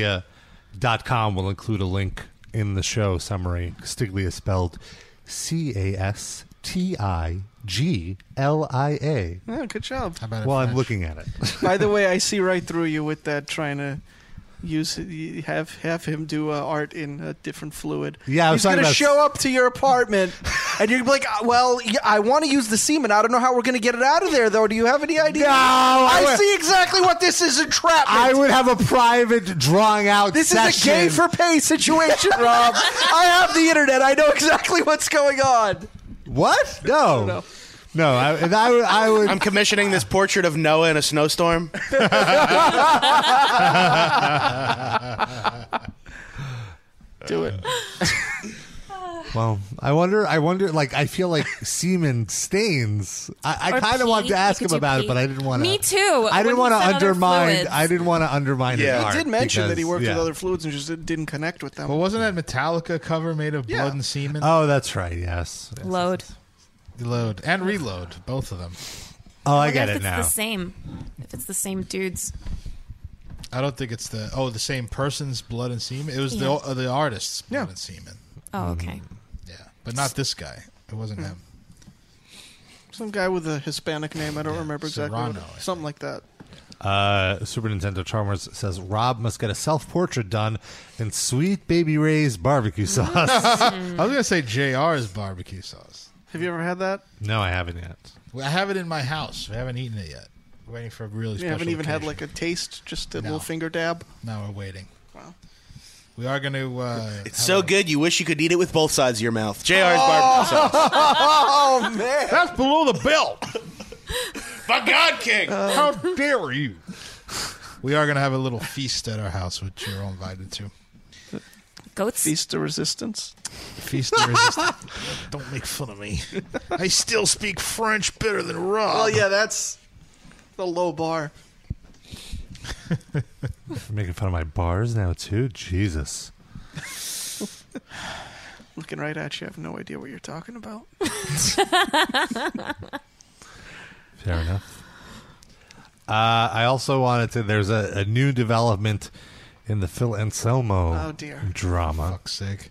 Speaker 3: vincentcastiglia.com. We'll include a link in the show summary. Castiglia spelled C A S T I G L I A.
Speaker 4: Yeah, good job.
Speaker 3: Well, I'm looking at it.
Speaker 4: By the way, I see right through you with that trying to use have have him do uh, art in a different fluid.
Speaker 3: Yeah, I was
Speaker 4: he's gonna
Speaker 3: talking about-
Speaker 4: show up to your apartment, and you're gonna be like, "Uh, "Well, yeah, I want to use the semen. I don't know how we're gonna get it out of there, though. Do you have any idea?
Speaker 3: No, I
Speaker 4: I,
Speaker 3: would-
Speaker 4: see exactly what this is. Entrapment.
Speaker 3: I would have a private drawing out.
Speaker 4: This is a gay for pay situation, Rob. I have the internet. I know exactly what's going on.
Speaker 3: What? No. No, I, and I, would- I would.
Speaker 7: I'm commissioning this portrait of Noah in a snowstorm.
Speaker 4: Do it.
Speaker 3: Well, I wonder. I wonder. Like, I feel like semen stains. I, I
Speaker 6: Or
Speaker 3: kind of wanted
Speaker 6: pee.
Speaker 3: to ask
Speaker 6: You could
Speaker 3: him
Speaker 6: do
Speaker 3: about
Speaker 6: pee.
Speaker 3: it, but I didn't want to.
Speaker 6: Me too.
Speaker 3: I didn't
Speaker 6: When
Speaker 3: want
Speaker 6: he
Speaker 3: to
Speaker 6: said other
Speaker 3: undermine.
Speaker 6: fluids.
Speaker 3: I didn't want to undermine. his
Speaker 4: he
Speaker 3: art
Speaker 4: did mention
Speaker 3: because-
Speaker 4: that he worked
Speaker 3: yeah.
Speaker 4: with other fluids and just didn't connect with them.
Speaker 8: Well, wasn't that Metallica cover made of blood and semen?
Speaker 3: Oh, that's right. Yes.
Speaker 6: Load.
Speaker 8: Load and reload, both of them.
Speaker 3: Oh, I
Speaker 6: Wonder
Speaker 3: get
Speaker 6: if
Speaker 3: it
Speaker 6: it's
Speaker 3: now.
Speaker 6: the same. If it's the same dudes.
Speaker 8: I don't think it's the oh the same person's blood and semen. It was the
Speaker 6: Yeah.
Speaker 8: uh, the artist's blood and semen, Mm.
Speaker 6: Oh, okay.
Speaker 8: but not this guy. It
Speaker 4: Mm.
Speaker 8: wasn't him.
Speaker 4: Some guy with a Hispanic name. I don't remember exactly. what it-
Speaker 8: Serrano, I
Speaker 4: something like that.
Speaker 3: Uh, Super Nintendo Charmers says Rob must get a self portrait done in sweet baby Ray's barbecue sauce.
Speaker 8: I was gonna say Jr's barbecue sauce.
Speaker 4: Have you ever had that?
Speaker 3: no, I haven't yet.
Speaker 8: Well, I have it in my house. We haven't eaten it yet. We're waiting for a really
Speaker 4: You
Speaker 8: special.
Speaker 4: haven't even had
Speaker 8: occasion.
Speaker 4: like a taste, just a
Speaker 8: No.
Speaker 4: little finger dab.
Speaker 8: Now we're waiting.
Speaker 4: Wow.
Speaker 8: We are going to. Uh,
Speaker 7: It's so good, you wish you could eat it with both sides of your mouth. JR's barbecue sauce.
Speaker 4: Oh, man,
Speaker 8: that's below the belt. Uh,
Speaker 7: By God, King.
Speaker 4: uh,
Speaker 8: How dare you? We are going to have a little feast at our house, which you're all invited to.
Speaker 6: Goats.
Speaker 4: Feast of resistance.
Speaker 8: Feast of resistance. Don't make fun of me. I still speak French better than Rob.
Speaker 4: Well, yeah, that's the low bar.
Speaker 3: You're making fun of my bars now too. Jesus.
Speaker 4: Looking right at you, I have no idea what you're talking about.
Speaker 3: Fair enough. Uh, I also wanted to. There's a, a new development in the Phil Anselmo
Speaker 4: Oh, dear.
Speaker 3: drama.
Speaker 8: fuck's sake.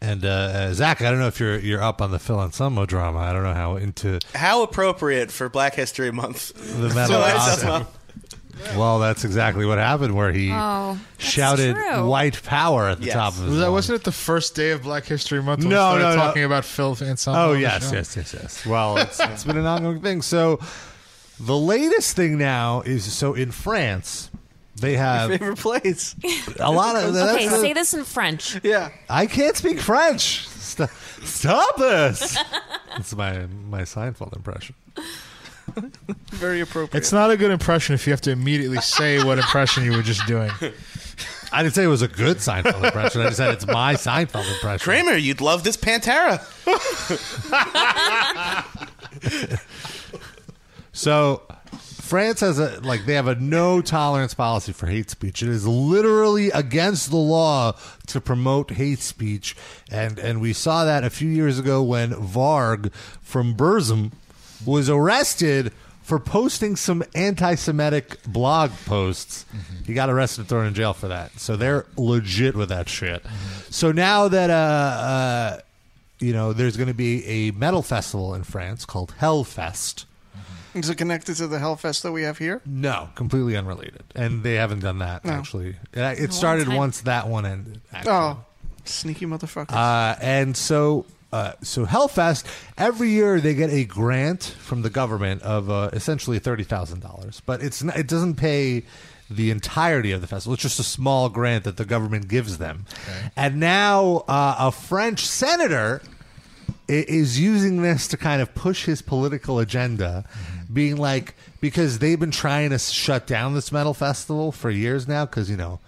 Speaker 3: And uh, uh, Zach, I don't know if you're you're up on the Phil Anselmo drama. I don't know how into
Speaker 7: How appropriate for Black History Month.
Speaker 3: the metal.
Speaker 7: So that's-
Speaker 3: awesome. Well, that's exactly what happened where he
Speaker 8: Oh, that's
Speaker 3: shouted
Speaker 8: true.
Speaker 3: white power at the top of his
Speaker 8: Was that, wasn't it the first day of Black History Month? When
Speaker 3: No,
Speaker 8: we started
Speaker 3: no, no.
Speaker 8: talking about Phil Anselmo.
Speaker 3: Oh
Speaker 8: on the
Speaker 3: yes,
Speaker 8: show?
Speaker 3: yes, yes, yes. Well, it's, it's been an ongoing thing. So the latest thing now is so in France they have
Speaker 4: Your favorite place.
Speaker 3: a lot of that's
Speaker 6: okay,
Speaker 3: the-
Speaker 6: say this in French.
Speaker 4: Yeah.
Speaker 3: I can't speak French. Stop, stop this. That's my my Seinfeld impression.
Speaker 4: Very appropriate.
Speaker 8: It's not a good impression if you have to immediately say what impression you were just doing.
Speaker 3: I didn't say it was a good Seinfeld impression. I just said it's my Seinfeld impression.
Speaker 7: Kramer, you'd love this Pantera.
Speaker 3: So France has a like they have a no tolerance policy for hate speech. It is literally against the law to promote hate speech, and and we saw that a few years ago when Varg from Burzum was arrested for posting some anti-Semitic blog posts. He got arrested and thrown in jail for that. So they're legit with that shit. So now that uh, uh, you know, there's going to be a metal festival in France called Hellfest.
Speaker 4: Is it connected to the Hellfest that we have here?
Speaker 3: No, completely unrelated, and they haven't done that
Speaker 4: No.
Speaker 3: actually. It,
Speaker 4: It's
Speaker 3: it
Speaker 4: a long
Speaker 3: started
Speaker 4: time.
Speaker 3: once that one ended. Actually.
Speaker 4: Oh, sneaky motherfucker.
Speaker 3: Uh, and so, uh, so Hellfest every year they get a grant from the government of uh, essentially thirty thousand dollars, but it's not, it doesn't pay the entirety of the festival. It's just a small grant that the government gives them. And now uh, a French senator i- is using this to kind of push his political agenda, being like because they've been trying to s- shut down this metal festival for years now because you know.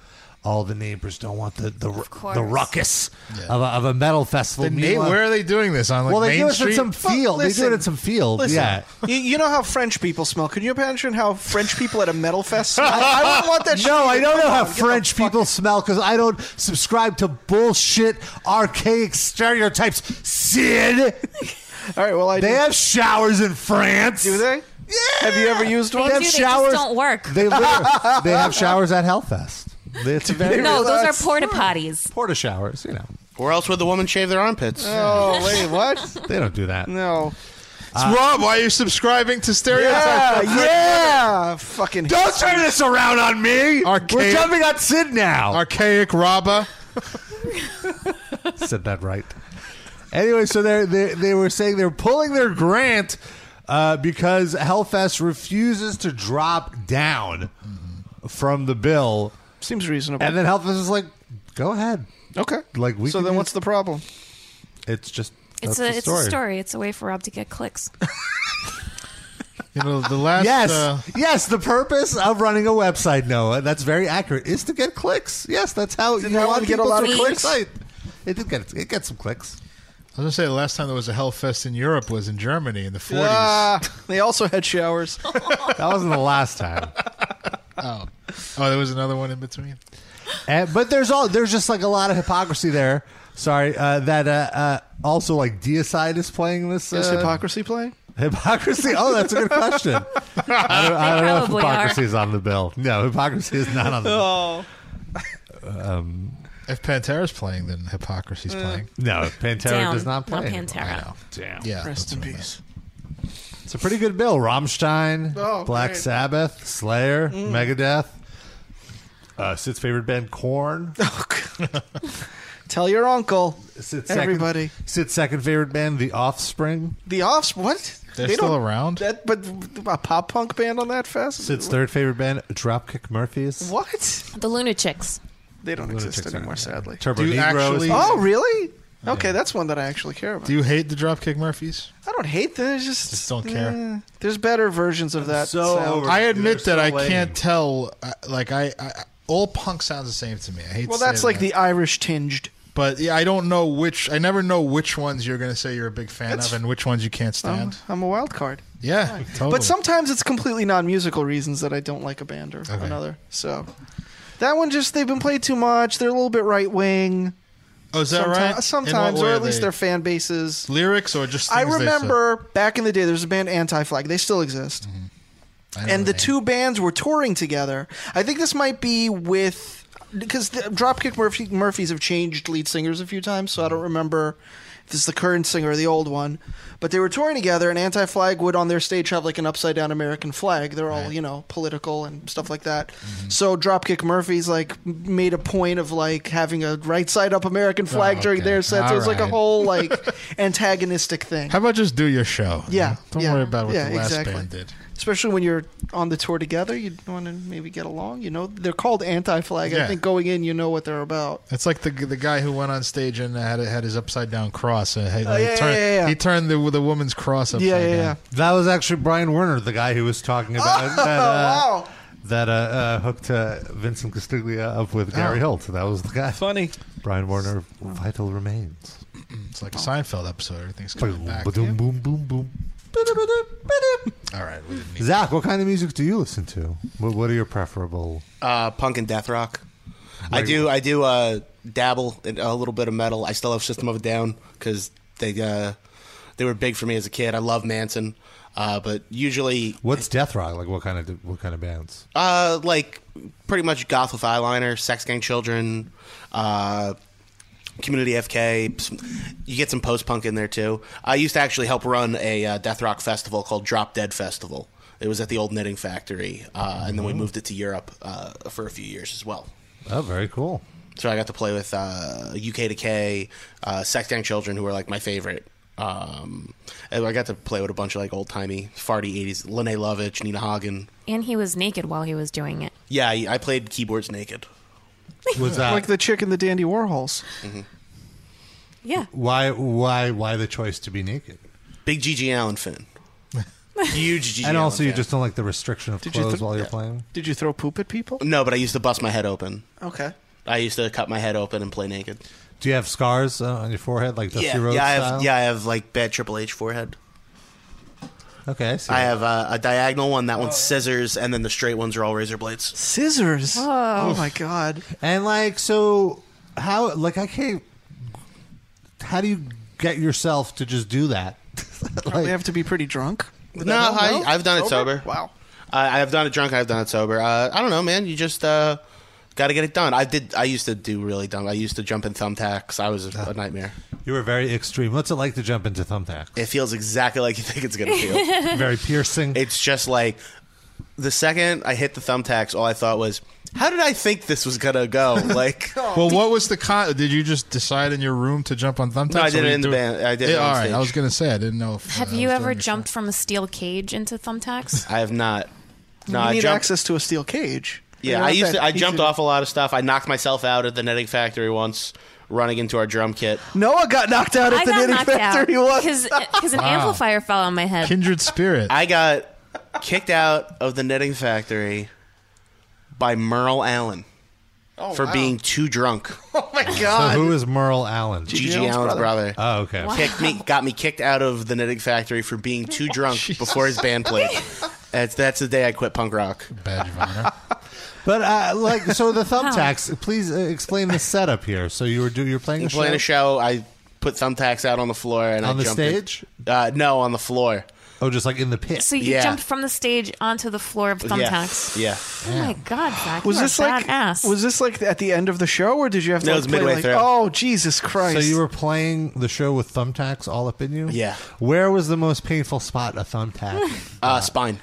Speaker 3: All the neighbors don't want the the, ru-
Speaker 8: course.
Speaker 3: the ruckus of, a, of a metal festival.
Speaker 8: The na-
Speaker 3: Meanwhile-
Speaker 8: where are they doing this on? Like
Speaker 3: well, they
Speaker 8: Main
Speaker 3: do it
Speaker 8: Street?
Speaker 3: at some field.
Speaker 4: Well,
Speaker 3: they do
Speaker 4: listen.
Speaker 3: it at some field.
Speaker 4: Listen,
Speaker 3: yeah.
Speaker 4: You, you know how French people smell. Can you imagine how French people at a metal fest smell? I, I wouldn't want that.
Speaker 3: No, I don't know how
Speaker 4: Get the
Speaker 3: French people smell because I don't subscribe to bullshit, archaic stereotypes. Sid.
Speaker 4: All right. Well, I
Speaker 3: they
Speaker 4: do.
Speaker 3: have showers in France.
Speaker 4: Do they? Yeah. Have you ever used one?
Speaker 6: They do, they just don't work.
Speaker 3: They literally- they have showers at Hellfest. It's very
Speaker 6: no, those are porta potties.
Speaker 3: porta showers. You know,
Speaker 7: Or else would the woman shave their armpits?
Speaker 4: Oh wait, what?
Speaker 3: they don't do that.
Speaker 4: No.
Speaker 3: uh,
Speaker 8: It's Rob, why are you subscribing to
Speaker 4: Yeah,
Speaker 8: stereotypes?
Speaker 4: yeah. Fucking.
Speaker 3: Don't turn this around on me. We're
Speaker 8: Archaic-
Speaker 3: jumping on Sid now.
Speaker 8: Archaic Robba.
Speaker 3: said that right. Anyway, so they they they were saying they're pulling their grant uh, because Hellfest refuses to drop down from the bill.
Speaker 4: Seems reasonable.
Speaker 3: And then Hellfest is like, "Go ahead,
Speaker 4: okay."
Speaker 3: Like we.
Speaker 4: So
Speaker 3: can
Speaker 4: then,
Speaker 3: use-
Speaker 4: what's the problem?
Speaker 3: It's just
Speaker 6: It's
Speaker 3: that's
Speaker 6: a,
Speaker 3: the
Speaker 6: it's a story. It's a way for Rob to get clicks.
Speaker 8: You know, the last.
Speaker 3: Yes,
Speaker 8: uh,
Speaker 3: yes. The purpose of running a website, Noah, that's very accurate, is to get clicks. Yes, that's how you
Speaker 4: that
Speaker 3: want
Speaker 4: one get a
Speaker 3: people
Speaker 4: lot
Speaker 3: to
Speaker 4: of
Speaker 3: your
Speaker 4: clicks?
Speaker 3: site. It did get it got some clicks.
Speaker 8: I was gonna say the last time there was a Hellfest in Europe was in Germany in the forties.
Speaker 4: Ah, they also had showers.
Speaker 3: That wasn't the last time.
Speaker 8: Oh. oh, there was another one in between.
Speaker 3: And, but there's all there's just like a lot of hypocrisy there. Sorry uh, that uh, uh, also like Deicide is playing this.
Speaker 4: Is
Speaker 3: uh,
Speaker 4: hypocrisy playing?
Speaker 3: Hypocrisy. Oh, that's a good question. I don't, I
Speaker 4: They
Speaker 3: don't know if
Speaker 4: probably are.
Speaker 3: hypocrisy is on the bill. No, hypocrisy is not on the bill.
Speaker 4: Oh.
Speaker 3: Um,
Speaker 8: If Pantera's playing, then hypocrisy's
Speaker 3: Uh.
Speaker 8: playing.
Speaker 3: No, Pantera Down, does not not play.
Speaker 6: Pantera.
Speaker 8: I know.
Speaker 3: Damn.
Speaker 8: Yeah.
Speaker 4: Rest in peace.
Speaker 3: it's a pretty good bill. Rammstein,
Speaker 4: Oh,
Speaker 3: Black
Speaker 4: great. Mm.
Speaker 3: Sabbath, Slayer, Megadeth. Uh, Sid's favorite band, Corn.
Speaker 4: Oh, Tell your uncle. Everybody.
Speaker 3: Second, Sid's second favorite band, The Offspring.
Speaker 4: The Offs. What?
Speaker 3: They're still
Speaker 4: don't-
Speaker 3: around?
Speaker 4: That, but a pop punk band on that fest.
Speaker 3: Sid's third favorite band, Dropkick
Speaker 7: Mm.
Speaker 3: Murphys.
Speaker 4: What?
Speaker 6: The Lunatics.
Speaker 4: They don't
Speaker 3: Lunatics
Speaker 4: exist
Speaker 3: are
Speaker 4: anymore, sadly.
Speaker 3: Turbo
Speaker 8: Do you
Speaker 3: Negros.
Speaker 8: actually-
Speaker 4: Oh, really? Okay, that's one that I actually care about.
Speaker 8: Do you hate the Dropkick Murphys?
Speaker 4: I don't hate them. It's just
Speaker 8: Just don't care.
Speaker 4: Eh, there's better versions of that. sound.
Speaker 8: I admit that I can't tell. uh, Like I, I, all punk sounds the same to me. I hate.
Speaker 4: Well,
Speaker 8: to say
Speaker 4: that's like
Speaker 8: that.
Speaker 4: the Irish tinged.
Speaker 8: But yeah, I don't know which. I never know which ones you're going to say you're a big fan
Speaker 4: That's- Oh.
Speaker 8: of and which ones you can't
Speaker 4: I'm,
Speaker 8: stand.
Speaker 4: I'm a wild card.
Speaker 8: yeah, totally.
Speaker 4: But sometimes it's completely non-musical reasons that I don't like a band or another. So that one just they've been played too much. They're a little bit right wing.
Speaker 8: Oh, is that right? In what
Speaker 4: Sometimes,
Speaker 8: way
Speaker 4: or
Speaker 8: are
Speaker 4: at least
Speaker 8: they-
Speaker 4: their fan bases.
Speaker 8: lyrics or just.
Speaker 4: I
Speaker 8: things they said?
Speaker 4: remember back in the day, there's a band Anti Flag. They still exist.
Speaker 8: Mm-hmm. I know
Speaker 4: And the
Speaker 8: they-
Speaker 4: two bands were touring together. I think this might be
Speaker 8: Mm-hmm.
Speaker 4: with because the Dropkick Murphy, Murphys have changed lead singers a few times, so I don't remember this is the current singer, the old one. But they were touring together, and Anti Flag would on their stage have like an upside down American flag. They're all you know political and stuff like that.
Speaker 8: Mm-hmm.
Speaker 4: So Dropkick Murphys like m- made a point of like having a right side up American flag
Speaker 8: Oh,
Speaker 4: during
Speaker 8: okay.
Speaker 4: their sets. it was like a
Speaker 8: Alright.
Speaker 4: whole like antagonistic thing.
Speaker 8: How about just do your show?
Speaker 4: Yeah,
Speaker 8: Don't
Speaker 4: yeah,
Speaker 8: worry about what
Speaker 4: yeah,
Speaker 8: the last
Speaker 4: exactly.
Speaker 8: band did.
Speaker 4: Especially when you're on the tour together, you want to maybe get along. You know, they're called anti-flag. I
Speaker 8: Yeah.
Speaker 4: think going in, you know what they're about.
Speaker 8: It's like the the guy who went on stage and had had his upside down cross. Uh, he,
Speaker 4: Oh, yeah,
Speaker 8: turned,
Speaker 4: yeah, yeah, yeah.
Speaker 8: he turned the the woman's cross upside down.
Speaker 3: That was actually Brian Werner, the guy who was talking about
Speaker 8: Oh,
Speaker 3: that. Uh,
Speaker 8: wow.
Speaker 3: That uh, uh, hooked uh, Vincent Castiglia up
Speaker 8: Oh.
Speaker 3: with Gary Holt. That was the guy.
Speaker 4: Funny.
Speaker 3: Brian Werner, Vital Remains.
Speaker 8: It's like a Seinfeld episode. Everything's coming back.
Speaker 3: Ba-doom, boom, boom, boom.
Speaker 8: All right, we didn't need
Speaker 3: Zach, what kind of music do you listen to? What, what are your preferable?
Speaker 7: Uh, punk and death rock. I
Speaker 3: Wait.
Speaker 7: do. I do uh, dabble in a little bit of metal. I still have System of a Down because they uh, they were big for me as a kid. I love Manson, uh, but usually
Speaker 3: What's death rock like? What kind of what kind of bands?
Speaker 7: uh, like pretty much goth with eyeliner, Sex Gang Children, uh, Community FK. some- You get some post punk in there too. I used to actually help run a uh, death rock festival called Drop Dead Festival. It was at the old knitting factory, uh, and then we
Speaker 3: Mhm.
Speaker 7: moved it to Europe uh, for a few years as well.
Speaker 3: Oh, very cool.
Speaker 7: So I got to play with uh, UK Decay, uh, Sex Gang Children, who are like my favorite. Um, and I got to play with a bunch of like old timey, farty '80s, Lene Lovitch, Nina Hagen.
Speaker 6: And he was naked while he was doing it.
Speaker 7: Yeah, I, I played keyboards naked.
Speaker 3: Was that
Speaker 4: like the chick in the Dandy Warhols?
Speaker 7: Mm-hmm.
Speaker 6: Yeah.
Speaker 3: Why why why the choice to be naked?
Speaker 7: Big GG Allen fan. Huge GG.
Speaker 3: and
Speaker 7: Allen
Speaker 3: also, you
Speaker 7: fan.
Speaker 3: just don't like the restriction of
Speaker 7: Did you
Speaker 3: clothes
Speaker 7: th-
Speaker 3: while you're
Speaker 7: yeah.
Speaker 3: playing.
Speaker 4: Did you throw poop at people?
Speaker 7: no, but I used to bust my head open.
Speaker 4: Okay.
Speaker 7: I used to cut my head open and play naked.
Speaker 3: Do you have scars uh, on your forehead like Dusty
Speaker 7: yeah,
Speaker 3: Rhodes
Speaker 7: yeah, I have,
Speaker 3: style?
Speaker 7: yeah, I have like bad Triple H forehead.
Speaker 3: Okay, I see.
Speaker 7: I have uh, a diagonal one. That one's scissors, and then the straight ones are all razor blades.
Speaker 4: Scissors. Oh, my god.
Speaker 3: And like so, how like I can't. How do you get yourself to just do that?
Speaker 4: Probably have to be pretty drunk.
Speaker 7: No, I, I've done it sober.
Speaker 4: Wow.
Speaker 7: I, I've done it drunk. I've done it sober. Uh, I don't know, man. You just uh, got to get it done. I did. I used to do really dumb. I used to jump in thumbtacks. I was a, a nightmare.
Speaker 3: You were very extreme. What's it like to jump into thumbtack?
Speaker 7: It feels exactly like you think it's gonna feel.
Speaker 3: Very piercing.
Speaker 7: It's just like the second I hit the thumbtacks, all I thought was, "How did I think this was gonna go?" Like,
Speaker 4: Oh,
Speaker 8: Well, what was the con? Did you just decide in your room to jump on thumbtacks?
Speaker 7: No, I
Speaker 8: or
Speaker 7: did it
Speaker 8: were you
Speaker 7: in the
Speaker 8: doing-
Speaker 7: band. I did it
Speaker 8: Yeah,
Speaker 7: on
Speaker 8: all right,
Speaker 7: stage.
Speaker 8: I was gonna say I didn't know. If,
Speaker 6: Have you ever jumped from a steel cage into thumbtacks?
Speaker 7: I have not. No,
Speaker 4: you
Speaker 7: I
Speaker 4: need
Speaker 7: jumped.
Speaker 4: access to a steel cage.
Speaker 7: Yeah,
Speaker 4: Not
Speaker 7: I used
Speaker 4: that
Speaker 7: to. I
Speaker 4: easy
Speaker 7: jumped off a lot of stuff. I knocked myself out at the netting factory once, running into our drum kit.
Speaker 4: Noah got knocked out at
Speaker 6: I
Speaker 4: the
Speaker 6: got
Speaker 4: knitting
Speaker 6: knocked
Speaker 4: factory
Speaker 6: out
Speaker 4: once.
Speaker 6: because an
Speaker 7: Wow.
Speaker 6: amplifier fell on my head.
Speaker 8: Kindred spirit.
Speaker 7: I got kicked out of the knitting factory by Merle Allen
Speaker 4: Oh,
Speaker 7: for
Speaker 4: wow.
Speaker 7: being too drunk.
Speaker 4: Oh my god.
Speaker 3: So who is Merle Allen?
Speaker 7: Gigi Allen's brother.
Speaker 3: Oh, okay.
Speaker 7: Kicked me, got me kicked out of the knitting factory for being too drunk before his band played. That's, that's the day I quit punk rock.
Speaker 8: Badge of honor.
Speaker 3: But uh, like, so the thumbtacks. Please uh, explain the setup here. So you were do you're playing a
Speaker 7: I'm playing a show. I put thumbtacks out on the floor and
Speaker 3: On
Speaker 7: I
Speaker 3: the
Speaker 7: jumped in.
Speaker 3: stage?
Speaker 7: Uh, no, on the floor.
Speaker 3: Oh, just like in the pit.
Speaker 6: So you jumped from the stage onto the floor of thumbtacks.
Speaker 7: Yeah.
Speaker 6: Oh my god, Zach!
Speaker 4: Was
Speaker 6: you
Speaker 4: this
Speaker 6: are
Speaker 4: like
Speaker 6: badass.
Speaker 4: was this like at the end of the show, or did you have to
Speaker 3: No, it
Speaker 4: like,
Speaker 3: was
Speaker 4: play,
Speaker 3: midway
Speaker 4: like,
Speaker 3: through.
Speaker 4: Oh Jesus Christ!
Speaker 3: So you were playing the show with thumbtacks all up in you.
Speaker 7: Yeah.
Speaker 3: Where was the most painful spot a thumbtack?
Speaker 7: Uh, spine.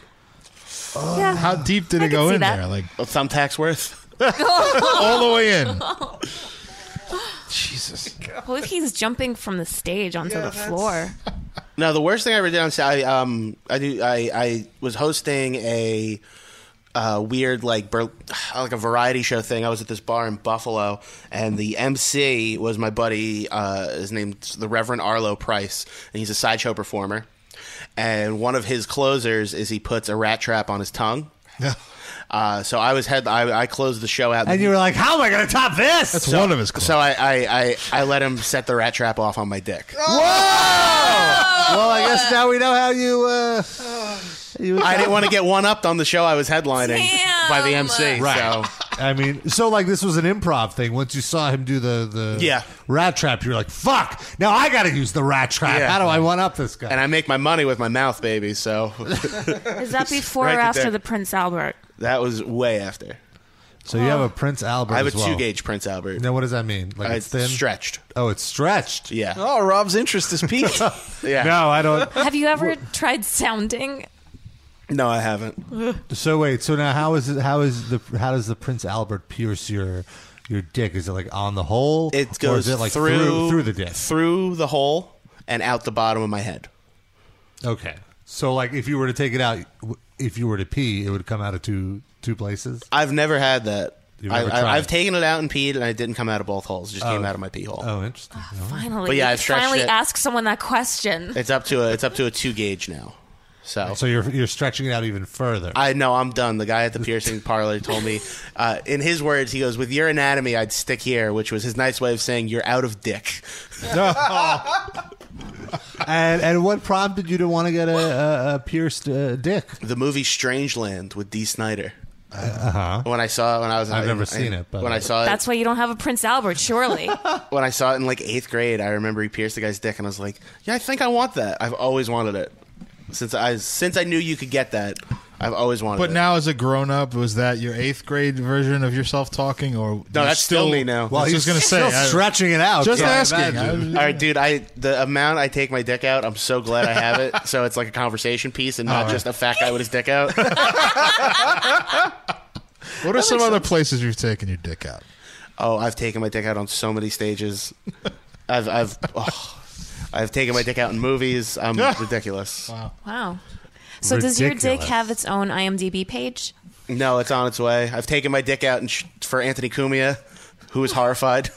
Speaker 3: Yeah.
Speaker 8: How deep did it go in there? Like
Speaker 7: a thumbtack's worth.
Speaker 8: all the way in.
Speaker 7: Jesus.
Speaker 6: Well, if he's jumping from the stage onto the floor,
Speaker 7: No, the worst thing I ever did on stage, I um, I do, I, I was hosting a uh, weird like bur- like a variety show thing. I was at this bar in Buffalo, and the MC was my buddy. Uh, his name's the Reverend Arlo Price, and he's a sideshow performer. And one of his closers is he puts a rat trap on his tongue. Uh, so I was head. I, I closed the show out,
Speaker 3: and you were like, "How am I going to top this?" That's
Speaker 7: so, So I, I, I, I let him set the rat trap off on my dick.
Speaker 4: Oh.
Speaker 3: well, I guess now we know how you. Uh, you
Speaker 7: I didn't want to get one upped on the show I was headlining by the MC.
Speaker 3: Right. I mean, so like this was an improv thing. Once you saw him do the the
Speaker 7: Yeah.
Speaker 3: rat trap, you're like, "Fuck! Now I got to use the rat trap.
Speaker 7: Yeah.
Speaker 3: How do I one up this
Speaker 7: So,
Speaker 3: guy?"
Speaker 7: and I make my money with my mouth, baby. So
Speaker 6: is that before
Speaker 7: Right
Speaker 6: or after
Speaker 7: there.
Speaker 6: the Prince Albert?
Speaker 7: that was way after.
Speaker 3: So you have a Prince Albert.
Speaker 7: I have a
Speaker 3: as well.
Speaker 7: two gauge Prince Albert.
Speaker 3: Now, what does that mean? Like
Speaker 7: Uh,
Speaker 3: it's thin?
Speaker 7: stretched.
Speaker 3: Oh, it's stretched.
Speaker 7: Yeah.
Speaker 4: Oh, Rob's interest is peaked.
Speaker 7: yeah.
Speaker 3: No, I don't.
Speaker 6: Have you ever tried sounding?
Speaker 7: No, I haven't.
Speaker 3: So wait. So now, how is it? How is the? How does the Prince Albert pierce your your dick? Is it like on the hole?
Speaker 7: It
Speaker 3: or
Speaker 7: goes
Speaker 3: is it like
Speaker 7: through,
Speaker 3: through through the dick?
Speaker 7: through the hole, and out the bottom of my head.
Speaker 3: Okay. So like, if you were to take it out, w- if you were to pee, it would come out of two two places.
Speaker 7: I've never had that.
Speaker 3: You've
Speaker 7: I,
Speaker 3: never
Speaker 7: I,
Speaker 3: tried?
Speaker 7: have taken it out and peed, and I didn't come out of both holes. It just
Speaker 3: Oh.
Speaker 7: came out of my pee hole.
Speaker 3: Oh, interesting.
Speaker 6: Finally,
Speaker 7: But yeah,
Speaker 6: you
Speaker 7: I've stretched
Speaker 6: finally
Speaker 7: it.
Speaker 6: asked someone that question.
Speaker 7: It's up to a it's up to a two gauge now. So
Speaker 3: So you're you're stretching it out even further.
Speaker 7: I know I'm done. The guy at the piercing parlor told me, uh, in his words, he goes, "With your anatomy, I'd stick here," which was his nice way of saying you're out of dick.
Speaker 3: Oh. and and what prompted you to want to get a, a, a pierced uh, dick?
Speaker 7: The movie Strangeland with D. Snyder.
Speaker 3: Uh huh.
Speaker 7: When I saw it, when I was
Speaker 3: I've never
Speaker 7: I-
Speaker 3: seen it, but-
Speaker 7: when I saw it,
Speaker 6: That's why you don't have a Prince Albert, surely.
Speaker 7: when I saw it in like eighth grade, I remember he pierced the guy's dick, and I was like, "Yeah, I think I want that. I've always wanted it since I since I knew you could get that. I've always wanted
Speaker 8: But
Speaker 7: it."
Speaker 8: now, as a grown up, was that your eighth grade version of yourself talking, or no?
Speaker 7: that's still me now.
Speaker 8: Well, I was
Speaker 7: He's
Speaker 8: just gonna say,
Speaker 7: still
Speaker 8: I-
Speaker 7: stretching it out.
Speaker 8: Just
Speaker 7: Yeah,
Speaker 8: asking.
Speaker 7: All right, dude. I the amount I take my dick out, I'm so glad I have it. so it's like a conversation piece and
Speaker 8: All
Speaker 7: not
Speaker 8: right.
Speaker 7: just a fat guy with his dick out.
Speaker 8: what are some other places you've taken your dick out?
Speaker 7: oh, I've taken my dick out on so many stages. I've I've oh, I've taken my dick out in movies. I'm ridiculous.
Speaker 8: Wow.
Speaker 6: Wow. So does your dick
Speaker 7: Ridiculous.
Speaker 6: have its own IMDb page?
Speaker 7: No, it's on its way. I've taken my dick out and sh- for Anthony Cumia, who is horrified.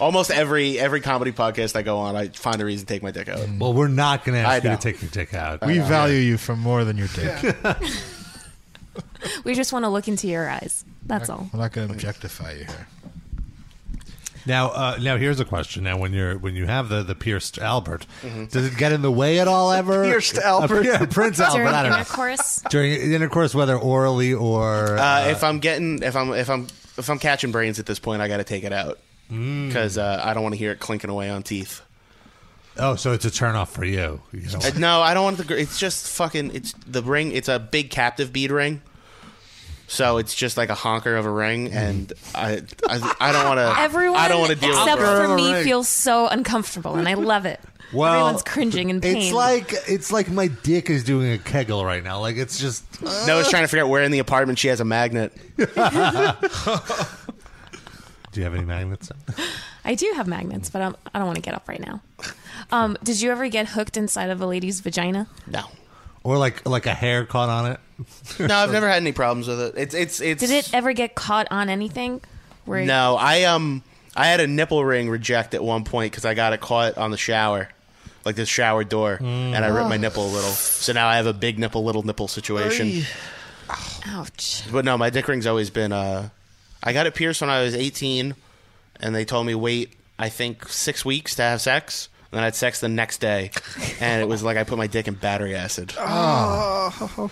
Speaker 7: Almost every every comedy podcast I go on, I find a reason to take my dick out.
Speaker 3: Well, we're not going to
Speaker 7: I
Speaker 3: ask you
Speaker 7: know.
Speaker 3: to take your dick out.
Speaker 7: We value
Speaker 8: you for more than your dick.
Speaker 6: We just want to look into your eyes. That's all.
Speaker 8: We're not going to objectify you here.
Speaker 3: Now, uh, now here's a question. Now, when you're when you have the the pierced Albert,
Speaker 7: Mhm.
Speaker 3: does it get in the way at all ever?
Speaker 7: Pierced
Speaker 3: A
Speaker 7: Albert.
Speaker 3: pier- Prince Albert.
Speaker 6: During
Speaker 3: I don't know.
Speaker 6: intercourse?
Speaker 3: During intercourse, whether orally or
Speaker 7: Uh, if I'm getting if I'm if I'm if I'm catching brains at this point, I got to take it out
Speaker 3: Mm.
Speaker 7: because uh, I don't want to hear it clinking away on teeth.
Speaker 3: oh, so it's a turn off for you. You know?
Speaker 7: Uh, no, I don't want the. gr- It's just fucking. It's the ring. It's a big captive bead ring. So it's just like a honker of a ring,
Speaker 3: Hmm.
Speaker 7: and I I, I don't want to.
Speaker 6: Everyone
Speaker 7: I don't want to deal with
Speaker 6: except
Speaker 7: it.
Speaker 6: for me feels so uncomfortable, and I love it.
Speaker 3: Well,
Speaker 6: Everyone's cringing in pain.
Speaker 3: It's like it's like my dick is doing a Kegel right now. Like it's just
Speaker 7: No, it's trying to figure out where in the apartment she has a magnet.
Speaker 3: Do you have any magnets?
Speaker 6: I do have magnets, but I'm, I don't want to get up right now. Um, did you ever get hooked inside of a lady's vagina?
Speaker 7: No.
Speaker 3: Or like like a hair caught on it.
Speaker 7: No, I've never had any problems with it. It's it's it's.
Speaker 6: Did it ever get caught on anything? Where
Speaker 7: No, I um, I had a nipple ring reject at one point because I got it caught on the shower, like the shower door, and I ripped my
Speaker 6: Oh.
Speaker 7: nipple a little. So now I have a big nipple, little nipple situation.
Speaker 6: Oy. Ouch.
Speaker 7: But no, my dick ring's always been. Uh, I got it pierced when I was 18, and they told me wait, I think six weeks to have sex. And then I had sex the next day, and it was like I put my dick in battery acid.
Speaker 4: Ah.
Speaker 8: Ah.
Speaker 4: Oh.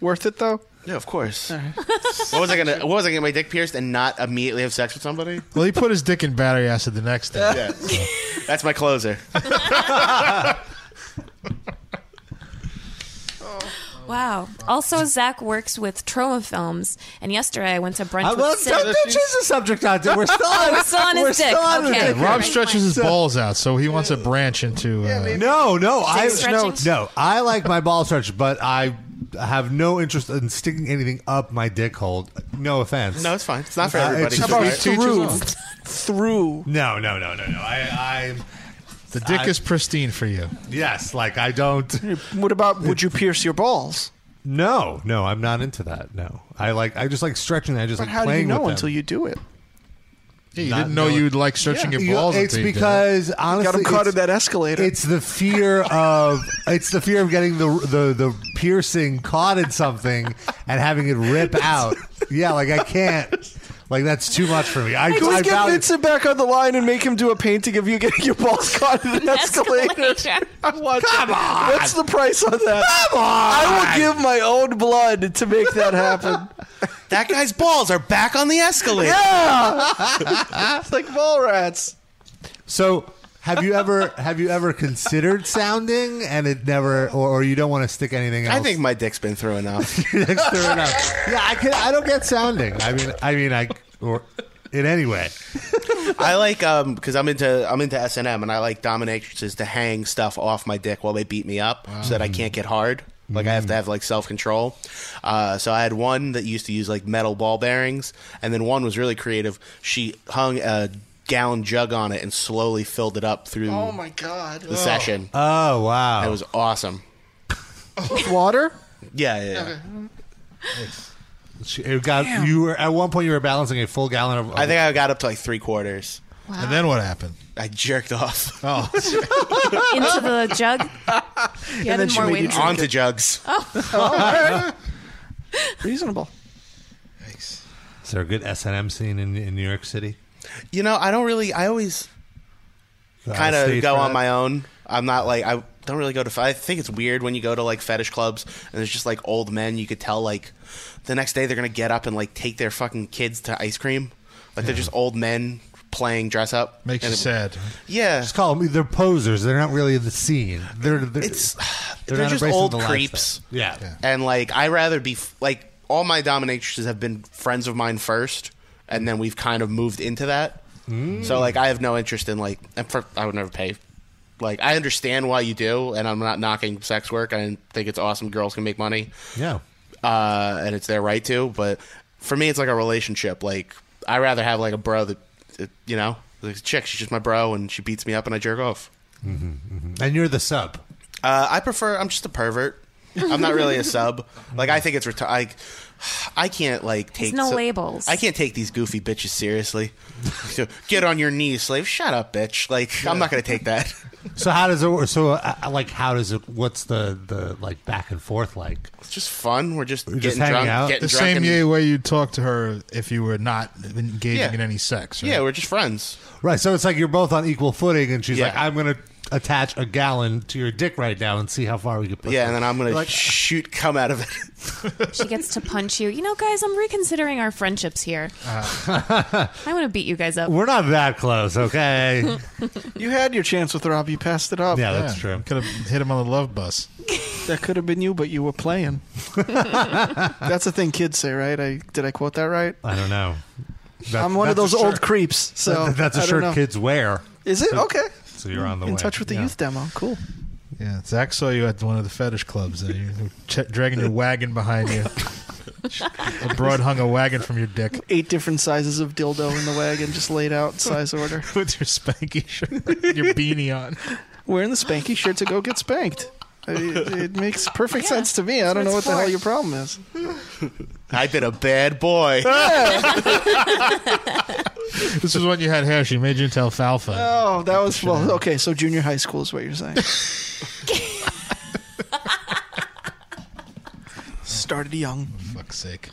Speaker 4: Worth it though.
Speaker 7: Yeah, of course. What was I gonna? What was I gonna get my dick pierced and not immediately have sex with somebody?
Speaker 8: Well, he put his dick in battery acid the next day.
Speaker 7: Yeah. That's my closer.
Speaker 6: Wow. Also, Zach works with Troma Films, and yesterday I went to brunch
Speaker 3: I-
Speaker 6: with
Speaker 3: well,
Speaker 6: Sid.
Speaker 3: don't, don't change the subject on it. We're still on,
Speaker 6: Oh, We're still on his
Speaker 3: we're
Speaker 6: dick.
Speaker 3: Still on
Speaker 6: Okay.
Speaker 3: his dick.
Speaker 8: Rob stretches his balls out, so he wants a branch into. Uh,
Speaker 3: No, no, I no,
Speaker 8: stretching?
Speaker 3: no. I like my ball stretch, but I have no interest in sticking anything up my dick hole. No offense.
Speaker 7: No, it's fine. It's not for
Speaker 3: Uh,
Speaker 7: everybody.
Speaker 3: it's just-
Speaker 7: How about
Speaker 3: it's just-
Speaker 7: through?
Speaker 4: through.
Speaker 3: No, no, no, no, no. I, I
Speaker 8: the dick
Speaker 3: I-
Speaker 8: is pristine for you.
Speaker 3: yes, like I don't.
Speaker 4: What about would you pierce your balls?
Speaker 3: No, no, I'm not into that. No, I like. I just like stretching. I just
Speaker 4: But
Speaker 3: like
Speaker 4: how do you
Speaker 3: playing with
Speaker 4: know
Speaker 3: them.
Speaker 4: until you do it?
Speaker 8: Yeah, you
Speaker 3: Not
Speaker 8: didn't know
Speaker 3: knowing-
Speaker 8: you'd like stretching
Speaker 3: Yeah.
Speaker 8: your balls.
Speaker 3: It's
Speaker 8: until you did it.
Speaker 3: because honestly,
Speaker 4: Got him caught in
Speaker 3: it's-
Speaker 4: that escalator.
Speaker 3: It's the fear of it's the fear of getting the the the piercing caught in something and having it rip out. Yeah, like I can't. Like that's too much for me.
Speaker 4: I,
Speaker 3: I, I
Speaker 4: get
Speaker 3: value-
Speaker 4: Vincent back on the line and make him do a painting of you getting your balls caught in an escalator. I want
Speaker 3: Come
Speaker 4: that. What's the price on that?
Speaker 3: Come on!
Speaker 4: I will give my own blood to make that happen.
Speaker 7: That guy's balls are back on the escalator.
Speaker 4: yeah, it's like mall rats.
Speaker 3: So Have you ever have you ever considered sounding and it never or, or you don't want to stick anything else?
Speaker 7: I think my dick's been through enough.
Speaker 3: Your dick's through enough. Yeah, I can, I don't get sounding. I mean I mean I or in any way.
Speaker 7: I like um because I'm into I'm into S and M and I like dominatrixes to hang stuff off my dick while they beat me up so that I can't get hard. Like I have to have like self control. Uh, so I had one that used to use like metal ball bearings, and then one was really creative. She hung a gallon jug on it and slowly filled it up through
Speaker 4: Oh my god.
Speaker 7: the session.
Speaker 3: Oh wow,
Speaker 7: it was awesome.
Speaker 4: Oh. Water?
Speaker 7: Yeah, yeah. yeah.
Speaker 3: She- It got you were at one point you were balancing a full gallon of.
Speaker 7: I think I got up to like three quarters.
Speaker 6: Wow.
Speaker 3: And
Speaker 8: then what happened?
Speaker 7: I jerked off.
Speaker 3: Oh,
Speaker 6: Into the jug. You added more weight to it.
Speaker 7: onto jugs.
Speaker 6: Oh.
Speaker 4: Reasonable.
Speaker 3: Is there a good S and M scene in, in New York City?
Speaker 7: You know, I don't really. I always
Speaker 3: Go
Speaker 7: kind of
Speaker 3: outstage
Speaker 7: go
Speaker 3: for
Speaker 7: on
Speaker 3: that?
Speaker 7: my own. I'm not like I don't really go to. I think it's weird when you go to like fetish clubs and there's just like old men. You could tell like the next day they're gonna get up and like take their fucking kids to ice cream. Like they're just old men playing dress up.
Speaker 3: Makes
Speaker 7: And
Speaker 3: you
Speaker 7: it-
Speaker 3: sad.
Speaker 7: Yeah,
Speaker 3: Just call them. They're posers. They're not really in the scene. They're they're,
Speaker 7: it's
Speaker 3: they're,
Speaker 7: they're,
Speaker 3: not
Speaker 7: just
Speaker 3: embracing
Speaker 7: old
Speaker 3: the
Speaker 7: creeps.
Speaker 3: lifestyle. Yeah.
Speaker 7: and like I rather be f- like all my dominatrixes have been friends of mine first, and then we've kind of moved into that.
Speaker 3: Mm.
Speaker 7: So like I have no interest in like and for, I would never pay. Like I understand why you do, and I'm not knocking sex work. I think it's awesome. Girls can make money,
Speaker 3: Yeah.
Speaker 7: uh, and it's their right to. But for me, it's like a relationship. Like I rather have like a bro that, that you know, like a chick. She's just my bro, and she beats me up, and I jerk off.
Speaker 3: And you're the sub.
Speaker 7: Uh, I prefer. I'm just a pervert. I'm not really a sub. Like I think it's reti- I, I can't like
Speaker 6: There's
Speaker 7: take
Speaker 6: no
Speaker 7: so-
Speaker 6: labels.
Speaker 7: I can't take these goofy bitches seriously. So, Get on your knees, slave. Shut up, bitch. Like I'm not gonna take that.
Speaker 3: So how does it? work? So uh, like, how does it? What's the the like back and forth like?
Speaker 7: It's just fun. We're just,
Speaker 3: just
Speaker 7: getting
Speaker 3: hanging
Speaker 7: drunk.
Speaker 3: out?
Speaker 7: Getting
Speaker 8: the
Speaker 7: drunk
Speaker 8: same
Speaker 7: and-
Speaker 8: way you talk to her if you were not engaging
Speaker 7: Yeah.
Speaker 8: in any sex. Right?
Speaker 7: Yeah, we're just friends.
Speaker 3: Right. So it's like you're both on equal footing, and she's
Speaker 7: Yeah.
Speaker 3: like, "I'm gonna attach a gallon to your dick right now and see how far we can put."
Speaker 7: Yeah,
Speaker 3: this."
Speaker 7: and then I'm gonna
Speaker 3: You're like,
Speaker 7: shoot come out of it.
Speaker 6: She gets to punch you. You know, guys, I'm reconsidering our friendships here. I want to beat you guys up.
Speaker 3: We're not that close, okay?
Speaker 4: you had your chance with Rob. You passed it
Speaker 8: Oh,
Speaker 4: up.
Speaker 3: Yeah, that's Yeah. true.
Speaker 4: Could have hit him on the love bus. that could have been you, but you were playing. that's the thing kids say, right? I did I quote that right?
Speaker 3: I don't know. That-
Speaker 4: I'm one of
Speaker 3: that's
Speaker 4: those
Speaker 3: a
Speaker 4: old
Speaker 3: shirt.
Speaker 4: creeps. So
Speaker 3: That- that's a
Speaker 4: I don't
Speaker 3: shirt
Speaker 4: know.
Speaker 3: kids wear.
Speaker 4: Is it
Speaker 3: So-
Speaker 4: okay?
Speaker 3: So you're on the
Speaker 4: In
Speaker 3: way.
Speaker 4: touch with the
Speaker 3: Yeah.
Speaker 4: youth demo. Cool.
Speaker 8: Yeah, Zach saw you at one of the fetish clubs. There, you were ch- dragging your wagon behind you. a broad hung a wagon from your dick.
Speaker 4: Eight different sizes of dildo in the wagon, just laid out in size order
Speaker 8: with your spanky shirt, your beanie on.
Speaker 4: Wearing the spanky shirt to go get spanked. I- It, it makes perfect sense to me. I don't know what
Speaker 7: what
Speaker 4: the hell your
Speaker 7: it's
Speaker 4: problem is.
Speaker 7: I've been a bad boy.
Speaker 8: This is when you had hair. She made you into alfalfa.
Speaker 4: Oh, that was well. Okay, so junior high school is what you're saying. Started young.
Speaker 8: For fuck's sake.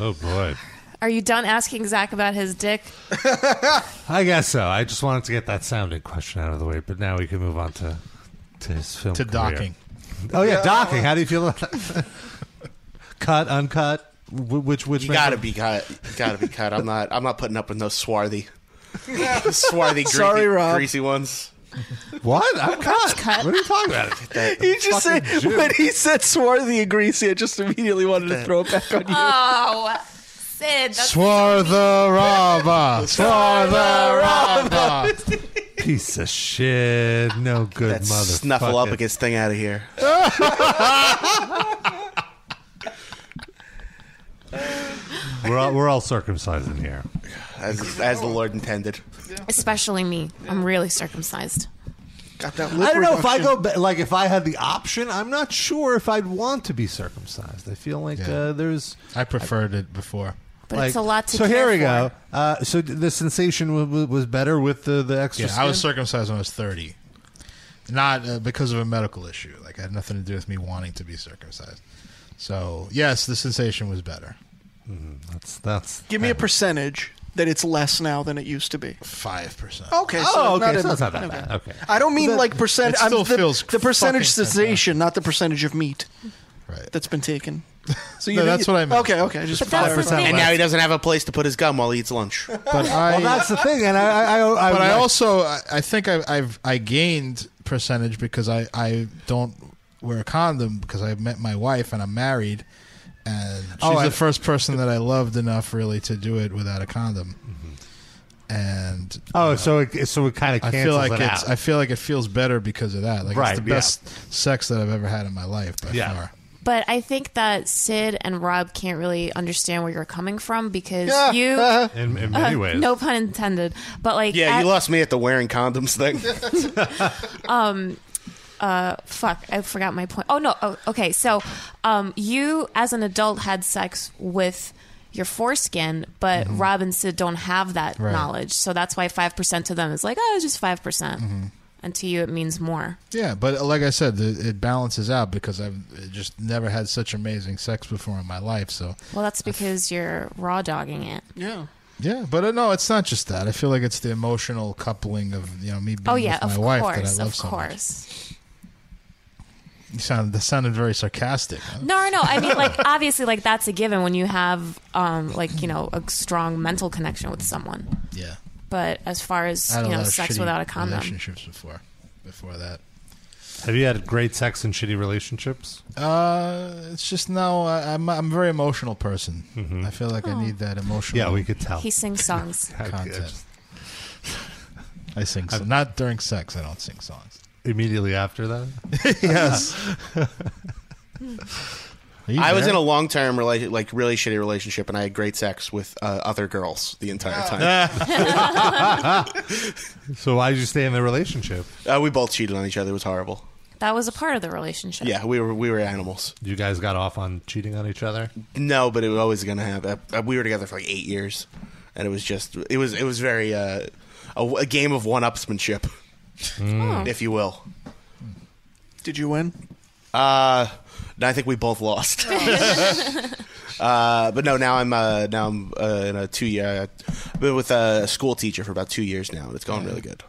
Speaker 3: Oh boy.
Speaker 6: Are you done asking Zach about his dick?
Speaker 3: I guess so. I just wanted to get that sounding question out of the way, but now we can move on to to his film
Speaker 8: To
Speaker 3: career.
Speaker 8: docking.
Speaker 3: Oh yeah,
Speaker 8: Yeah.
Speaker 3: docking. How do you feel about that? cut, uncut? Wh- Which which
Speaker 7: You gotta be cut. You gotta be cut. I'm not. I'm not putting up with no swarthy, swarthy, greasy,
Speaker 4: Sorry, Rob.
Speaker 7: greasy ones.
Speaker 3: What? I'm cut.
Speaker 6: cut.
Speaker 3: What are you talking about?
Speaker 4: He just said
Speaker 7: Fucking Jew.
Speaker 4: when he said swarthy and greasy, I just immediately wanted to throw it back on you.
Speaker 6: Oh, Sid. That's
Speaker 8: Swar the robber. Swar the robber.
Speaker 3: Piece of shit. No good
Speaker 7: That
Speaker 3: mother.
Speaker 7: snuffleupagus thing out of here.
Speaker 3: We're all, we're all circumcised in here.
Speaker 7: As, as the Lord intended.
Speaker 6: Especially me. I'm really circumcised.
Speaker 4: Got that
Speaker 3: I don't know if I go ba- like if I had the option, I'm not sure if I'd want to be circumcised. I feel like uh, there's.
Speaker 8: I preferred it before.
Speaker 6: But it's a lot to
Speaker 3: So
Speaker 6: care
Speaker 3: here we go. Uh, so d- the sensation w- w- was better with the the extra.
Speaker 8: Yeah, I was
Speaker 3: skin?
Speaker 8: circumcised when I was 30. Not uh, because of a medical issue. Like, it had nothing to do with me wanting to be circumcised. So, yes, the sensation was better.
Speaker 3: Mm-hmm. that's that's.
Speaker 4: Give me a percentage that it's less now than it used to be.
Speaker 8: Five percent.
Speaker 4: Okay. So
Speaker 3: Oh, okay,
Speaker 4: Not
Speaker 3: so
Speaker 4: in-
Speaker 3: it's not that bad. Okay.
Speaker 4: I don't mean
Speaker 8: That-
Speaker 4: like percent.
Speaker 8: It still
Speaker 4: I'm, the,
Speaker 8: feels
Speaker 4: the percentage
Speaker 8: fucking
Speaker 4: cessation, not the percentage of meat
Speaker 8: right.
Speaker 4: that's been taken. So you No, did- that's what I meant. okay, okay, just But that's the clarify. thing.
Speaker 7: and now he doesn't have a place to put his gum while he eats lunch.
Speaker 8: But I,
Speaker 7: Well, that's the thing, and I- I- I- I
Speaker 8: but I
Speaker 7: like-
Speaker 8: also, I I think I, I've I gained percentage because I I don't wear a condom because I met my wife and I'm married, and she's
Speaker 5: Oh, I-
Speaker 8: the first person that I loved enough really to do it without a condom. And
Speaker 3: Oh, so it, so it kind of
Speaker 8: I
Speaker 3: cancels
Speaker 8: feel like
Speaker 3: it
Speaker 8: it's
Speaker 3: out.
Speaker 8: I feel like it feels better because of that. Like
Speaker 3: Right,
Speaker 8: it's the
Speaker 3: yeah.
Speaker 8: best sex that I've ever had in my life by
Speaker 3: Yeah.
Speaker 8: far.
Speaker 6: But I think that Sid and Rob can't really understand where you're coming from because
Speaker 7: Yeah.
Speaker 6: you,
Speaker 7: In- in many
Speaker 6: Uh,
Speaker 7: ways.
Speaker 6: no pun intended. But like,
Speaker 7: yeah,
Speaker 6: at-
Speaker 7: you lost me at the wearing condoms thing.
Speaker 6: um uh fuck i forgot my point oh no oh, okay so um you as an adult had sex with your foreskin but
Speaker 7: Mm-hmm.
Speaker 6: rob and sid don't have that
Speaker 8: Right.
Speaker 6: knowledge so that's why 5% to them is like oh it's just 5% percent
Speaker 7: Mm-hmm.
Speaker 6: and to you it means more
Speaker 8: Yeah, but like I said, the, it balances out because I've just never had such amazing sex before in my life. So
Speaker 6: well that's because you're raw dogging it
Speaker 4: yeah
Speaker 8: yeah, but uh, no, it's not just that. I feel like it's the emotional coupling of you know me being
Speaker 6: oh yeah of
Speaker 8: with my wife that I
Speaker 6: course
Speaker 8: love
Speaker 6: of
Speaker 8: so much.
Speaker 6: course
Speaker 8: You sound that sounded very sarcastic. huh?
Speaker 6: no no no i mean like obviously like that's a given when you have um like you know a strong mental connection with someone
Speaker 8: Yeah.
Speaker 6: but as far as
Speaker 8: I had a
Speaker 6: you know
Speaker 8: lot of
Speaker 6: sex
Speaker 8: shitty
Speaker 6: without a condom
Speaker 8: Relationships before, before that.
Speaker 3: Have you had great sex and shitty relationships?
Speaker 8: Uh, it's just no. I, I'm I'm a very emotional person. I feel like
Speaker 6: Oh.
Speaker 8: I need that emotional.
Speaker 3: Mm-hmm. Yeah, we could tell.
Speaker 6: He sings songs.
Speaker 8: Content. I sing so not during sex. I don't sing songs.
Speaker 3: Immediately after that.
Speaker 8: yes. you
Speaker 7: I was
Speaker 8: there?
Speaker 7: in a long term relation, like really shitty relationship, and I had great sex with uh, other girls the entire time.
Speaker 3: so why did you stay in the relationship?
Speaker 7: uh, we both cheated on each other. It was horrible.
Speaker 6: That was a part of the relationship.
Speaker 7: Yeah, we were we were animals.
Speaker 3: You guys got off on cheating on each other?
Speaker 7: No, but it was always gonna happen. Uh, We were together for like eight years, and it was just it was it was very uh, a, a game of one upsmanship,
Speaker 3: Hmm.
Speaker 4: Oh.
Speaker 7: if you will.
Speaker 4: Did you win?
Speaker 7: Uh, no, I think we both lost. uh, but no, now I'm uh, now I'm uh, in a two year. I've been with a school teacher for about two years now, and it's going really good.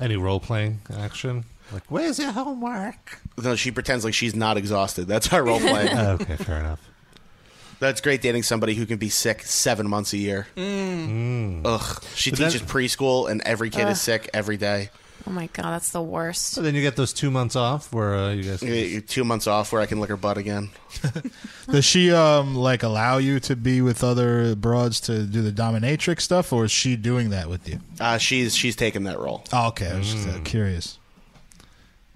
Speaker 3: Any role playing action? Like Where's your homework?
Speaker 7: No, she pretends like she's not exhausted. That's our role play.
Speaker 3: Oh, okay, fair enough.
Speaker 7: That's great dating somebody who can be sick seven months a year. Ugh. She
Speaker 3: Mm. But
Speaker 7: teaches preschool, and every kid
Speaker 6: Ugh.
Speaker 7: is sick every day.
Speaker 6: Oh my god, that's the worst.
Speaker 3: So then you get those two months off where uh, you guys.
Speaker 7: You get Two months off where I can lick her butt again.
Speaker 8: Does she um like allow you to be with other broads to do the dominatrix stuff, or is she doing that with you?
Speaker 7: Uh, she's she's taken that role. Mm.
Speaker 8: Oh, okay, I was just uh, curious.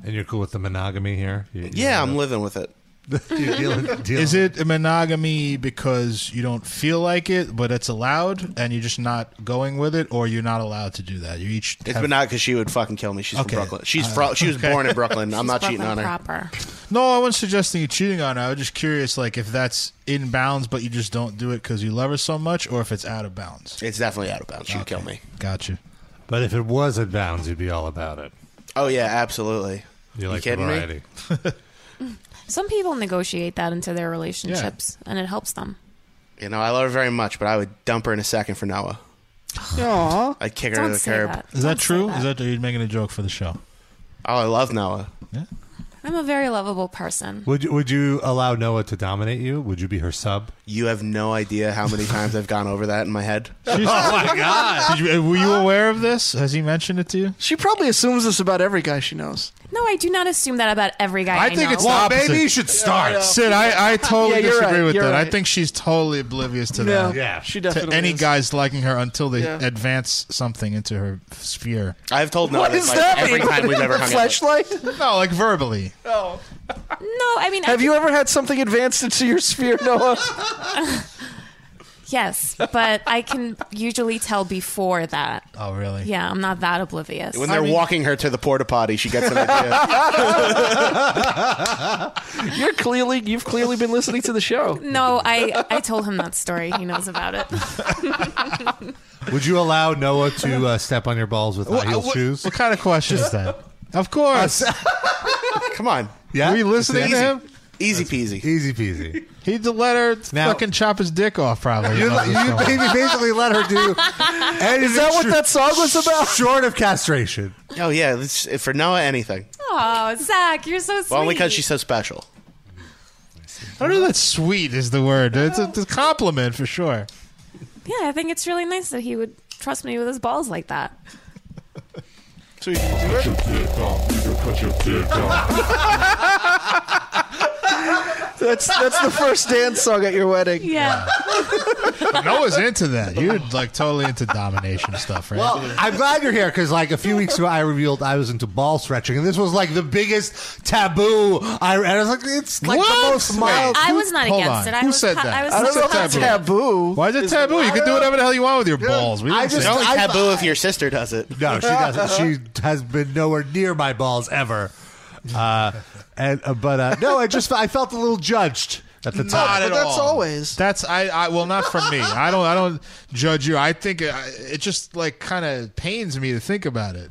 Speaker 3: And you're cool with the monogamy here? You- you
Speaker 7: Yeah,
Speaker 3: know?
Speaker 7: I'm living with it.
Speaker 3: You're dealing- dealing
Speaker 8: Is it monogamy because you don't feel like it, but it's allowed, and you're just not going with it, or you're not allowed to do that? You each
Speaker 7: It's
Speaker 8: have-
Speaker 7: been out because she would fucking kill me. She's
Speaker 8: Okay.
Speaker 7: from Brooklyn. She's
Speaker 8: Uh,
Speaker 7: fro- she was
Speaker 8: okay.
Speaker 7: born in Brooklyn. I'm
Speaker 8: She's
Speaker 7: not cheating on
Speaker 8: Brooklyn
Speaker 7: her.
Speaker 6: Proper.
Speaker 8: No, I wasn't suggesting you cheating on her. I was just curious, like if that's in bounds, but you just don't do it because you love her so much, or if it's out of bounds.
Speaker 7: It's definitely out of bounds. She'd kill me.
Speaker 8: Gotcha.
Speaker 3: But if it was in bounds, you'd be all about it.
Speaker 7: Oh yeah, absolutely.
Speaker 3: You like the
Speaker 7: kidding
Speaker 3: variety.
Speaker 7: me?
Speaker 6: Some people negotiate that into their relationships and it helps them.
Speaker 7: You know, I love her very much, but I would dump her in a second for Noah.
Speaker 4: Aww.
Speaker 7: I'd kick her
Speaker 6: Don't
Speaker 7: to the
Speaker 6: say
Speaker 7: curb.
Speaker 6: that.
Speaker 8: Is that true? Is that are you making a joke for the show?
Speaker 7: Oh, I love Noah.
Speaker 6: I'm a very lovable person.
Speaker 3: Would you, would you allow Noah to dominate you? Would you be her sub?
Speaker 7: You have no idea how many times I've gone over that in my head.
Speaker 8: "Oh
Speaker 3: my God.
Speaker 8: Did you, were you aware of this? Has he mentioned it to you?
Speaker 4: She probably assumes this about every guy she knows.
Speaker 6: No, I do not assume that about every guy. I,
Speaker 8: I think
Speaker 6: know.
Speaker 8: it's the Well, opposite. maybe you
Speaker 3: should
Speaker 8: Start, Sid. I, I totally
Speaker 4: Yeah, you're
Speaker 8: disagree
Speaker 4: right,
Speaker 8: with
Speaker 4: you're
Speaker 8: that. I
Speaker 4: right.
Speaker 8: think she's totally oblivious to
Speaker 4: No,
Speaker 8: that.
Speaker 4: Yeah. she
Speaker 8: to
Speaker 4: definitely
Speaker 8: any
Speaker 4: is.
Speaker 8: guys liking her until they
Speaker 4: Yeah.
Speaker 8: advance something into her sphere.
Speaker 7: I've told Noah
Speaker 4: What
Speaker 7: this
Speaker 4: does
Speaker 7: like,
Speaker 4: that
Speaker 7: every
Speaker 4: mean?
Speaker 7: time we've ever hung out.
Speaker 4: Flashlight?
Speaker 8: No, like verbally.
Speaker 4: Oh.
Speaker 6: No, I mean,
Speaker 4: Have you ever had something advanced into your sphere, Noah?
Speaker 6: yes, but I can usually tell before that.
Speaker 8: Oh, really?
Speaker 6: Yeah, I'm not that oblivious.
Speaker 7: When they're walking her to the porta potty, she gets an idea.
Speaker 4: You're clearly you've clearly been listening to the show.
Speaker 6: No, I, I told him that story. He knows about it.
Speaker 3: Would you allow Noah to uh, step on your balls with high heel shoes?
Speaker 8: What kind of question is that? Of course.
Speaker 7: Come on.
Speaker 3: Yeah.
Speaker 8: Were you listening
Speaker 3: It's
Speaker 8: to
Speaker 3: easy.
Speaker 8: him?
Speaker 7: Easy peasy.
Speaker 3: Easy peasy.
Speaker 8: He'd let her
Speaker 3: Now-
Speaker 8: fucking chop his dick off, probably.
Speaker 3: You,
Speaker 8: Love
Speaker 3: you
Speaker 8: this song.
Speaker 3: baby basically let her do. Is
Speaker 4: that what that song was about?
Speaker 3: Short of castration.
Speaker 7: Oh yeah, this, for Noah anything.
Speaker 6: Oh, Zach, you're so sweet.
Speaker 7: Well, only because she's so special.
Speaker 8: I don't know that sweet is the word. It's a, it's a compliment for sure.
Speaker 6: Yeah, I think it's really nice that he would trust me with his balls like that.
Speaker 4: So you can do That's that's the first dance song at your wedding.
Speaker 6: Yeah.
Speaker 8: But Noah's into that. You're like totally into domination stuff, right?
Speaker 3: Well, I'm glad you're here because, like, a few weeks ago, I revealed I was into ball stretching, and this was like the biggest taboo. I, and I was like, it's like the
Speaker 6: What?
Speaker 3: most mild.
Speaker 6: I was not
Speaker 3: Hold
Speaker 6: against
Speaker 3: on.
Speaker 6: it. I
Speaker 3: Who
Speaker 6: was
Speaker 3: said
Speaker 6: co-
Speaker 3: that?
Speaker 6: I was
Speaker 3: I don't
Speaker 6: so
Speaker 3: know if that's
Speaker 6: positive.
Speaker 4: taboo.
Speaker 8: Why is it taboo? You can do whatever the hell you want with your balls. We
Speaker 3: I
Speaker 8: didn't
Speaker 3: just-
Speaker 8: say
Speaker 7: It's only
Speaker 8: that.
Speaker 7: taboo if your sister does it.
Speaker 3: No, she doesn't. She has been nowhere near my balls ever. Uh, and uh, but uh, no, I just I felt a little judged at the
Speaker 8: Not
Speaker 3: time.
Speaker 8: at all.
Speaker 4: always.
Speaker 8: That's I. I well, not from me. I don't. I don't judge you. I think it, it just like kind of pains me to think about it,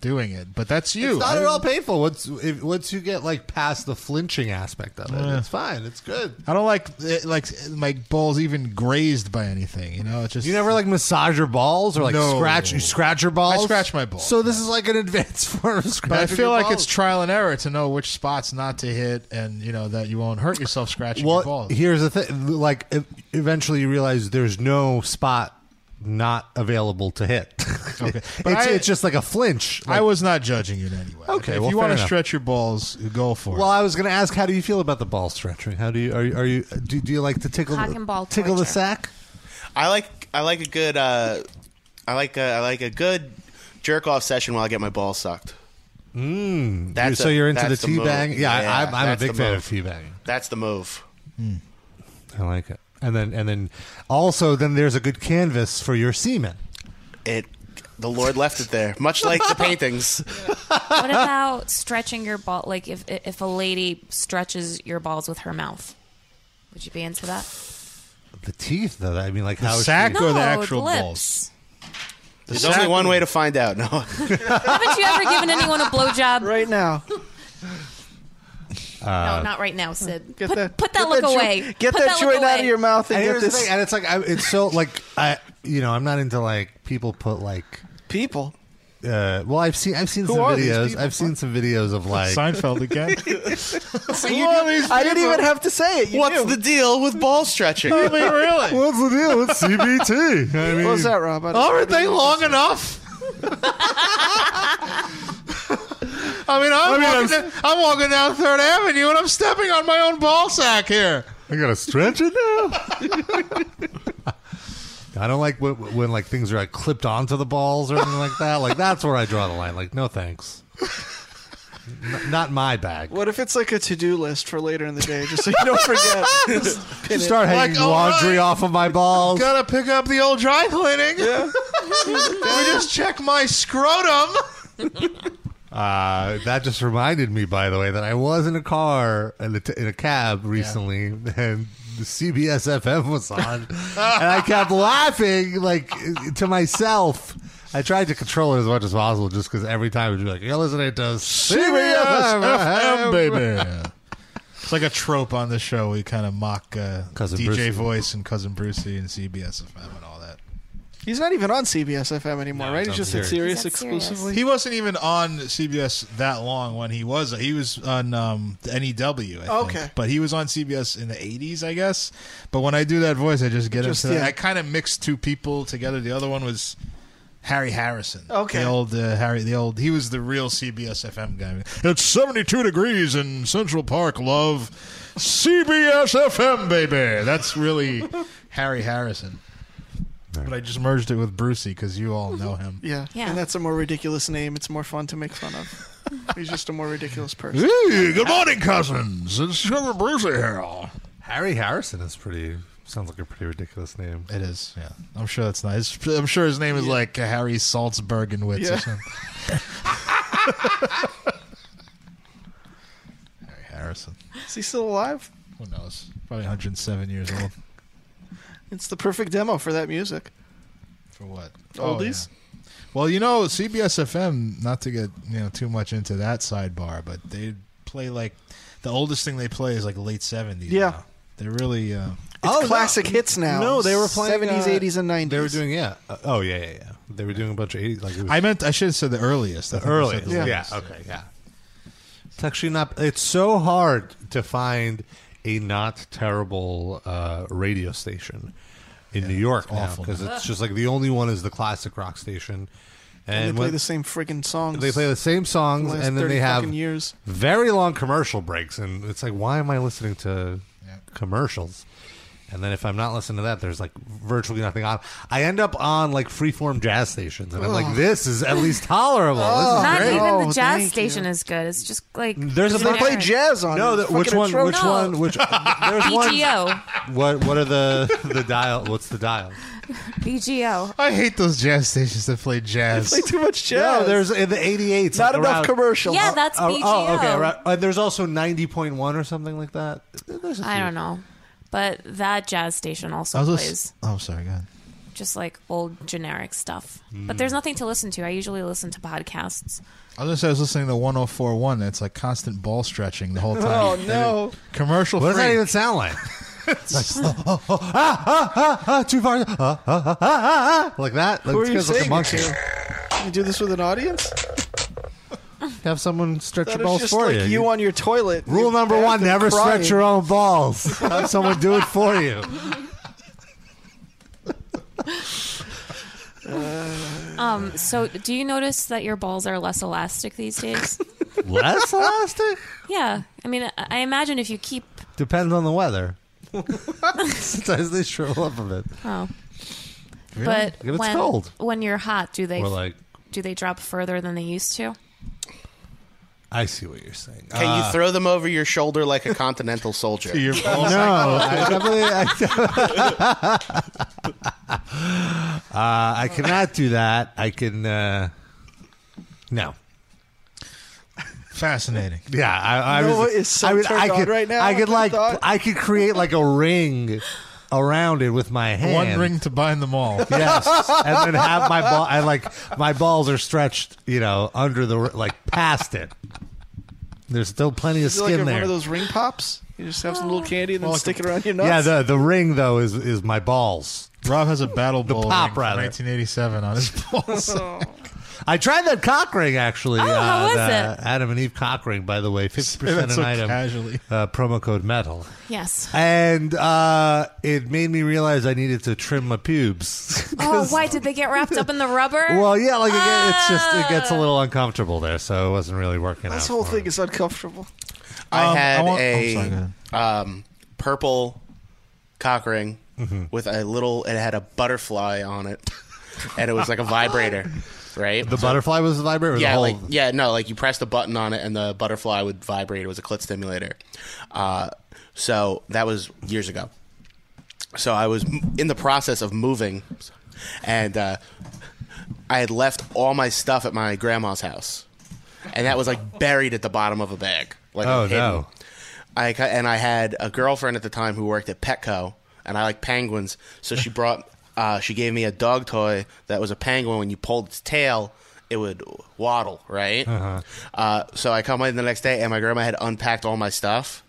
Speaker 8: doing it. But that's you.
Speaker 3: It's not
Speaker 8: I
Speaker 3: at all
Speaker 8: don't-
Speaker 3: painful once if, once you get like past the flinching aspect of it.
Speaker 8: Yeah.
Speaker 3: It's fine. It's good.
Speaker 8: I don't like it, like my balls even grazed by anything. You know, it's just
Speaker 3: You never like massage your balls or like
Speaker 8: No.
Speaker 3: scratch. You scratch your balls.
Speaker 8: I scratch my balls.
Speaker 3: So this is like an advanced form of scratching.
Speaker 8: But I feel
Speaker 3: your
Speaker 8: like
Speaker 3: balls.
Speaker 8: it's trial and error to know which spots not to hit, and you know that you won't hurt yourself scratching your
Speaker 3: well.
Speaker 8: balls.
Speaker 3: Here's the thing. Like e- eventually you realize there's no spot not available to hit. okay,
Speaker 8: But
Speaker 3: it's,
Speaker 8: I-
Speaker 3: it's just like a flinch.
Speaker 8: I was not judging it anyway.
Speaker 3: Okay,
Speaker 8: if
Speaker 3: well,
Speaker 8: you
Speaker 3: fair
Speaker 8: want to
Speaker 3: enough.
Speaker 8: stretch your balls, go for
Speaker 3: Well, I was going to ask, how do you feel about the ball stretching? How do you are you, are you do, do you like to tickle
Speaker 6: Cock and ball
Speaker 3: tickle the
Speaker 6: torture.
Speaker 3: sack?
Speaker 7: I like I like a good uh, I like a, I like a good jerk off session while I get my balls sucked.
Speaker 3: Mm.
Speaker 7: That's
Speaker 3: so
Speaker 7: a-
Speaker 3: you're into the
Speaker 7: that's
Speaker 3: tea
Speaker 7: move.
Speaker 3: bang? Yeah, I, I'm, I'm a
Speaker 7: that's
Speaker 3: big
Speaker 7: the
Speaker 3: fan
Speaker 7: move.
Speaker 3: of tea bang.
Speaker 7: That's the move.
Speaker 3: I like it. And then and then also then there's a good canvas for your semen.
Speaker 7: It the Lord left it there, much like the paintings.
Speaker 6: what about stretching your ball? Like if if a lady stretches your balls with her mouth, would you be into that?
Speaker 3: The teeth, though. I mean, like
Speaker 8: The
Speaker 3: how is
Speaker 8: sack
Speaker 3: she-
Speaker 8: or the
Speaker 6: No,
Speaker 8: actual
Speaker 6: lips.
Speaker 8: balls?
Speaker 7: There's only one way to find out. No,
Speaker 6: Haven't you ever given anyone a blowjob?
Speaker 4: Right now.
Speaker 6: No,
Speaker 3: Uh,
Speaker 6: not right now, Sid.
Speaker 4: Get
Speaker 6: put,
Speaker 4: that-
Speaker 6: put that
Speaker 4: get
Speaker 6: look
Speaker 4: that joint-
Speaker 6: away.
Speaker 4: get
Speaker 6: put
Speaker 4: that joint
Speaker 6: look
Speaker 4: out
Speaker 6: away.
Speaker 4: of your mouth and
Speaker 3: and
Speaker 4: get
Speaker 3: here's the
Speaker 4: this
Speaker 3: thing, and it's like I, it's so like I you know I'm not into like people put like
Speaker 4: people.
Speaker 3: Uh, well, I've seen I've seen
Speaker 4: Who
Speaker 3: some
Speaker 4: are these
Speaker 3: videos.
Speaker 4: people?
Speaker 3: I've seen some videos of like
Speaker 8: Seinfeld again.
Speaker 4: See, you- I didn't even have to say it. You
Speaker 7: what's
Speaker 4: knew.
Speaker 7: the deal with ball stretching?
Speaker 8: I mean, really?
Speaker 3: What's the deal with CBT? I mean,
Speaker 4: What was that, Rob? I don't-
Speaker 8: Aren't they long enough? I mean, I'm, walking down, I'm walking down Third Avenue and I'm stepping on my own ball sack here.
Speaker 3: I gotta stretch it now. I don't like when, when like things are like clipped onto the balls or anything like that. Like that's where I draw the line. Like no thanks, N- not my bag.
Speaker 4: What if it's like a to-do list for later in the day, just so you don't forget? Just pin it. "Oh,
Speaker 3: Start hanging
Speaker 8: Like, all
Speaker 3: laundry
Speaker 8: right.
Speaker 3: off of my balls.
Speaker 8: Gotta pick up the old dry cleaning. we just check my scrotum.
Speaker 3: Uh, that just reminded me, by the way, that I was in a car in a, t- in a cab recently, and the CBS FM was on, and I kept laughing like to myself. I tried to control it as much as possible, just because every time it'd be like, "You're listening to CBS
Speaker 8: FM,
Speaker 3: FM,
Speaker 8: baby. It's like a trope on the show. We kind of mock uh,
Speaker 3: Cousin
Speaker 8: DJ
Speaker 3: Brucey.
Speaker 8: Voice and Cousin Brucey and CBS FM and all that.
Speaker 4: He's not even on CBS FM anymore, right? He's
Speaker 3: on
Speaker 4: just in
Speaker 6: Sirius.
Speaker 4: Sirius
Speaker 6: He's on Sirius.
Speaker 4: exclusively.
Speaker 8: He wasn't even on CBS that long when he was. He was on um, NEW. I think.
Speaker 4: Okay.
Speaker 8: but he was on CBS in the '80s, I guess. But when I do that voice, I just get
Speaker 4: Just,
Speaker 8: into. that.
Speaker 4: yeah.
Speaker 8: I kind of mix two people together. The other one was Harry Harrison.
Speaker 4: Okay.
Speaker 8: the old uh, Harry. The old. He was the real CBS FM guy. It's 72 degrees in Central Park. Love CBS FM, baby. That's really Harry Harrison. But I just merged it with Brucey because you all know him.
Speaker 4: Yeah.
Speaker 6: Yeah.
Speaker 4: and that's a more ridiculous name. It's more fun to make fun of. He's just a more ridiculous person.
Speaker 8: Hey, good morning, cousins. It's Trevor Brucey here.
Speaker 3: Harry Harrison is pretty. Sounds like a pretty ridiculous name.
Speaker 8: It is, yeah. I'm sure that's not. His, I'm sure his name is like Harry Salzbergenwitz
Speaker 4: Yeah.
Speaker 8: or something. Harry Harrison.
Speaker 4: Is he still alive?
Speaker 8: Who knows? Probably 107 years old.
Speaker 4: It's the perfect demo for that music.
Speaker 8: For what?
Speaker 3: Oh,
Speaker 4: Oldies?
Speaker 8: Oh, yeah. Well, you know, CBS FM. Not to get you know too much into that sidebar, but they play like the oldest thing they play is like late 70s.
Speaker 4: Yeah.
Speaker 8: now. They're really. Uh,
Speaker 4: It's
Speaker 3: Oh, no.
Speaker 4: classic hits now.
Speaker 3: No, they were playing
Speaker 4: seventies,
Speaker 3: uh,
Speaker 4: eighties, and nineties.
Speaker 3: They were doing yeah. Uh, oh yeah, yeah, yeah. They were doing a bunch of 80s. Like it was
Speaker 8: I meant I should have said the earliest. I think I
Speaker 3: early.
Speaker 8: said the
Speaker 3: Yeah.
Speaker 8: latest.
Speaker 3: Okay. Yeah. It's actually not. It's so hard to find a not terrible uh, radio station in New York
Speaker 4: it's
Speaker 3: now
Speaker 4: awful.
Speaker 3: because it's just like the only one is the classic rock station.
Speaker 4: And they
Speaker 3: And
Speaker 4: play
Speaker 3: when-
Speaker 4: the same friggin' songs.
Speaker 3: they play the same songs
Speaker 4: the last
Speaker 3: and then
Speaker 4: 30
Speaker 3: they have
Speaker 4: fucking years.
Speaker 3: very long commercial breaks and it's like why am i listening to commercials and then if i'm not listening to that there's like virtually nothing on i end up on like freeform jazz stations and i'm like
Speaker 6: Ugh.
Speaker 3: this is at least
Speaker 4: Oh,
Speaker 3: tolerable This is
Speaker 6: Not
Speaker 3: great.
Speaker 6: even the jazz station is good. It's just like
Speaker 3: there's a
Speaker 6: generic.
Speaker 3: bunch- no the- which one which
Speaker 6: No.
Speaker 3: one which there's one
Speaker 6: BGO.
Speaker 3: what what are the the dial what's the dial
Speaker 6: BGO.
Speaker 5: I hate those jazz stations that play jazz.
Speaker 3: They play too much jazz. No, there's in the 88s.
Speaker 5: Not
Speaker 3: like, around-
Speaker 6: Yeah, that's
Speaker 3: Oh,
Speaker 6: BGO.
Speaker 3: Oh, okay. Right. Uh, there's also 90.1 or something like that.
Speaker 6: I don't know, but that jazz station also
Speaker 5: I was
Speaker 6: plays
Speaker 5: just, oh, I'm sorry. Go ahead.
Speaker 6: just like old generic stuff. But
Speaker 5: Mm.
Speaker 6: there's nothing to listen to. I usually listen to podcasts.
Speaker 5: I was just I was listening to 104.1. and It's like constant ball stretching the whole time.
Speaker 6: Oh,
Speaker 5: And
Speaker 6: no.
Speaker 5: it- Commercial.
Speaker 3: What does that
Speaker 5: free.
Speaker 3: even sound like?
Speaker 5: It's like, oh,
Speaker 3: oh, oh, ah, ah, ah, ah, too far. Ah, ah, ah, ah, ah, like that.
Speaker 4: Who
Speaker 3: Like,
Speaker 4: are
Speaker 3: it
Speaker 4: you
Speaker 3: feels like a
Speaker 4: saying
Speaker 3: monkey.
Speaker 4: it to? You do this with an audience?
Speaker 3: Have someone stretch
Speaker 4: That
Speaker 3: your
Speaker 4: is
Speaker 3: balls
Speaker 4: just
Speaker 3: for
Speaker 4: like
Speaker 3: you.
Speaker 4: you. on your toilet.
Speaker 3: Rule number one: never
Speaker 4: crying.
Speaker 3: stretch your own balls. Have someone do it for you.
Speaker 6: Um, so do you notice that your balls are less elastic these days?
Speaker 3: Less elastic
Speaker 6: yeah, I mean, I- I imagine if you keep
Speaker 3: depends on the weather. Sometimes they shrivel up a bit.
Speaker 6: oh,
Speaker 3: Really?
Speaker 6: but
Speaker 3: If it's
Speaker 6: when
Speaker 3: cold.
Speaker 6: when you're hot, do they
Speaker 3: Or like-
Speaker 6: do they drop further than they used to?
Speaker 3: I see what you're saying.
Speaker 7: Can you throw them over your shoulder like a continental soldier?
Speaker 3: Uh, your balls? No, I definitely. I, uh, I cannot do that. I can. Uh, no.
Speaker 5: fascinating.
Speaker 3: Yeah, I, I
Speaker 5: You know
Speaker 3: was.
Speaker 5: what is so
Speaker 3: I, mean,
Speaker 5: turned
Speaker 3: I
Speaker 5: on
Speaker 3: could,
Speaker 5: right now
Speaker 3: I
Speaker 5: at
Speaker 3: could
Speaker 5: the
Speaker 3: like.
Speaker 5: thought?
Speaker 3: I could create like a ring around it with my hand.
Speaker 5: One ring to bind them all.
Speaker 3: Yes, and then have my ball. I like my balls are stretched, you know, under the r- like past it. There's still plenty of
Speaker 4: Is it like
Speaker 3: skin
Speaker 4: one
Speaker 3: there.
Speaker 4: of those ring pops? You just have some little candy and then stick it around your nuts.
Speaker 3: yeah, the the ring though is is my balls.
Speaker 5: Rob has a battle
Speaker 3: the
Speaker 5: bowl
Speaker 3: pop
Speaker 5: ring from
Speaker 3: rather.
Speaker 5: 1987 on his balls.
Speaker 3: I tried that cock ring actually. Oh,
Speaker 5: how was
Speaker 6: it?
Speaker 3: Adam and Eve cock ring, by the way, fifty
Speaker 5: that
Speaker 3: percent an
Speaker 5: so
Speaker 3: item.
Speaker 5: casually.
Speaker 3: Uh, promo code metal.
Speaker 6: Yes.
Speaker 3: And uh, it made me realize I needed to trim my pubes.
Speaker 6: Oh, why did they get wrapped up in the rubber?
Speaker 3: well, yeah, like again, it's just it gets a little uncomfortable there, so it wasn't really working
Speaker 4: This
Speaker 3: out.
Speaker 4: whole thing is uncomfortable.
Speaker 7: I
Speaker 4: Um,
Speaker 7: had
Speaker 4: I
Speaker 3: oh,
Speaker 4: want-
Speaker 7: a
Speaker 4: I'm sorry,
Speaker 7: um, purple cock ring
Speaker 3: Mm-hmm.
Speaker 7: with a little. It had a butterfly on it, and it was like a vibrator, right?
Speaker 3: The butterfly was the vibrator. or the
Speaker 7: yeah,
Speaker 3: whole-
Speaker 7: like yeah, no, like you pressed a button on it and the butterfly would vibrate. It was a clit stimulator. Uh, so that was years ago. So I was m- in the process of moving, and uh, I had left all my stuff at my grandma's house, and that was like buried at the bottom of a bag. Like
Speaker 3: Oh,
Speaker 7: hidden.
Speaker 3: no.
Speaker 7: I ca- and I had a girlfriend at the time who worked at Petco, and I like penguins, so she brought. Uh, she gave me a dog toy that was a penguin. When you pulled its tail, it would waddle, right?
Speaker 3: Uh-huh.
Speaker 7: uh so I come in the next day, and my grandma had unpacked all my stuff,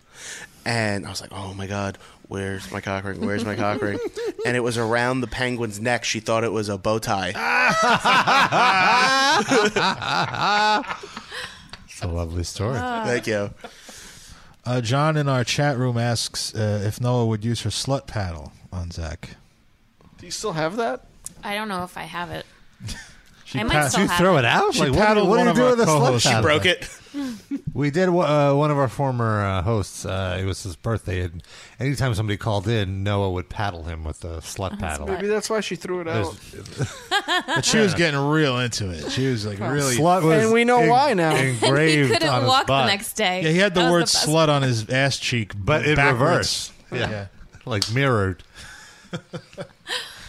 Speaker 7: and I was like, "Oh my god, where's my cock ring? Where's my cock ring?" And it was around the penguin's neck. She thought it was a bow tie.
Speaker 3: It's a lovely story.
Speaker 7: Thank you.
Speaker 5: Uh, John in our chat room asks uh, if Noah would use her slut paddle on Zach.
Speaker 4: Do you still have that?
Speaker 6: I don't know if I have it.
Speaker 5: She
Speaker 6: I might
Speaker 5: pa-
Speaker 6: still
Speaker 5: you
Speaker 6: have
Speaker 5: throw
Speaker 3: it out?
Speaker 5: She
Speaker 3: Like, what-
Speaker 5: paddled
Speaker 3: what do
Speaker 5: one
Speaker 3: you
Speaker 5: of
Speaker 3: do
Speaker 5: our
Speaker 3: with a slut
Speaker 5: co-hosts.
Speaker 3: paddle? She broke
Speaker 7: it.
Speaker 3: We did uh, one of our former uh, hosts. Uh, it was his birthday, and anytime somebody called in, Noah would paddle him with the slut paddle.
Speaker 4: Maybe Oh, that's why she threw it out.
Speaker 5: But she was getting real into it. She was like really.
Speaker 4: Slut was And we know en- why now.
Speaker 5: Engraved
Speaker 6: He couldn't
Speaker 5: on his
Speaker 6: walk the
Speaker 5: butt.
Speaker 6: next day.
Speaker 5: Yeah, he had the
Speaker 6: That was
Speaker 5: word
Speaker 6: the best.
Speaker 5: "slut" on his ass cheek,
Speaker 3: but in
Speaker 5: backwards.
Speaker 3: reverse. Oh, Yeah. like mirrored.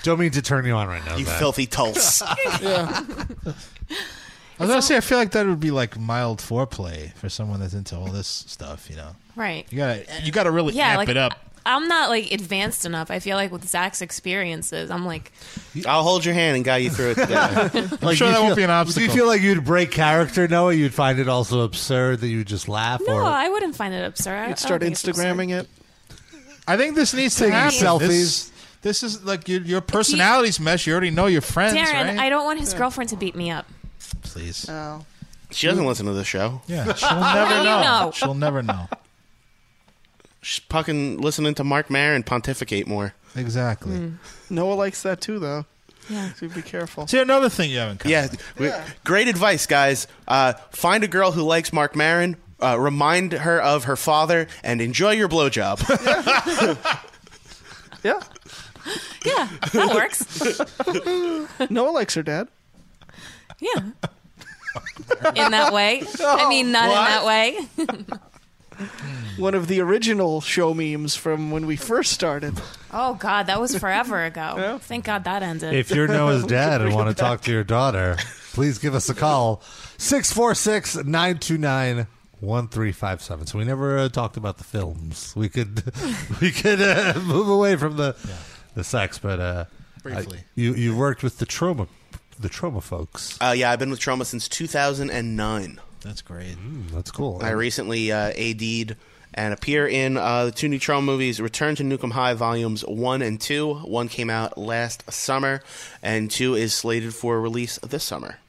Speaker 3: Don't mean to turn you on right now,
Speaker 7: You
Speaker 3: Zach.
Speaker 7: filthy tulse.
Speaker 4: yeah.
Speaker 5: I was gonna say, I feel like that would be like mild foreplay for someone that's into all this stuff. You know,
Speaker 6: Right.
Speaker 5: you gotta you gotta really
Speaker 6: yeah,
Speaker 5: amp
Speaker 6: like
Speaker 5: it up.
Speaker 6: I- I'm not like advanced enough. I feel like with Zach's experiences, I'm like
Speaker 7: I'll hold your hand and guide you through it. Together.
Speaker 3: Like,
Speaker 5: sure
Speaker 3: you
Speaker 5: that
Speaker 3: feel-
Speaker 5: won't be an obstacle.
Speaker 3: Do you feel like you'd break character, Noah? You'd find it also absurd that you would just laugh
Speaker 6: No,
Speaker 3: or
Speaker 6: I wouldn't find it absurd. I- I
Speaker 4: You'd
Speaker 6: don't
Speaker 4: start
Speaker 6: think it's absurd.
Speaker 4: Instagramming it.
Speaker 5: I think this needs to
Speaker 3: Taking
Speaker 5: happen.
Speaker 3: selfies.
Speaker 5: This, this is like your your personalities mesh. You already know your friends,
Speaker 6: Darren,
Speaker 5: right?
Speaker 6: I don't want his girlfriend to beat me up.
Speaker 5: Please.
Speaker 4: Oh.
Speaker 7: She doesn't listen to this show.
Speaker 5: Yeah,
Speaker 6: she'll How never do you know. know?
Speaker 5: She'll never know.
Speaker 7: sh- fucking listening to Mark Maron pontificate more.
Speaker 5: Exactly.
Speaker 4: Hmm. Noah likes that too, though. Yeah. So be careful.
Speaker 5: See another thing you haven't.
Speaker 7: Yeah, we- great advice, guys. Uh, find a girl who likes Mark Maron. Uh, remind her of her father and enjoy your blowjob.
Speaker 6: Yeah, that works.
Speaker 4: Noah likes her dad.
Speaker 6: Yeah. In that way. I mean, not in that way.
Speaker 3: Hmm.
Speaker 4: One of the original show memes from when we first started.
Speaker 6: Oh, God, that was forever ago. Thank God that ended.
Speaker 3: If you're Noah's dad and want to talk to your daughter, please give us a call 646 929 1357. So we never uh, talked about the films. We could we could uh, move away from the the sex, but uh,
Speaker 7: Briefly.
Speaker 3: uh, you you worked with the trauma the trauma folks.
Speaker 7: Uh, yeah, I've been with Trauma since 2009.
Speaker 8: That's great.
Speaker 3: Mm, that's cool.
Speaker 7: I recently uh, AD'd and appear in uh, the two new Trauma movies, Return to Nukem High Volumes 1 and 2. One came out last summer, and 2 is slated for release this summer.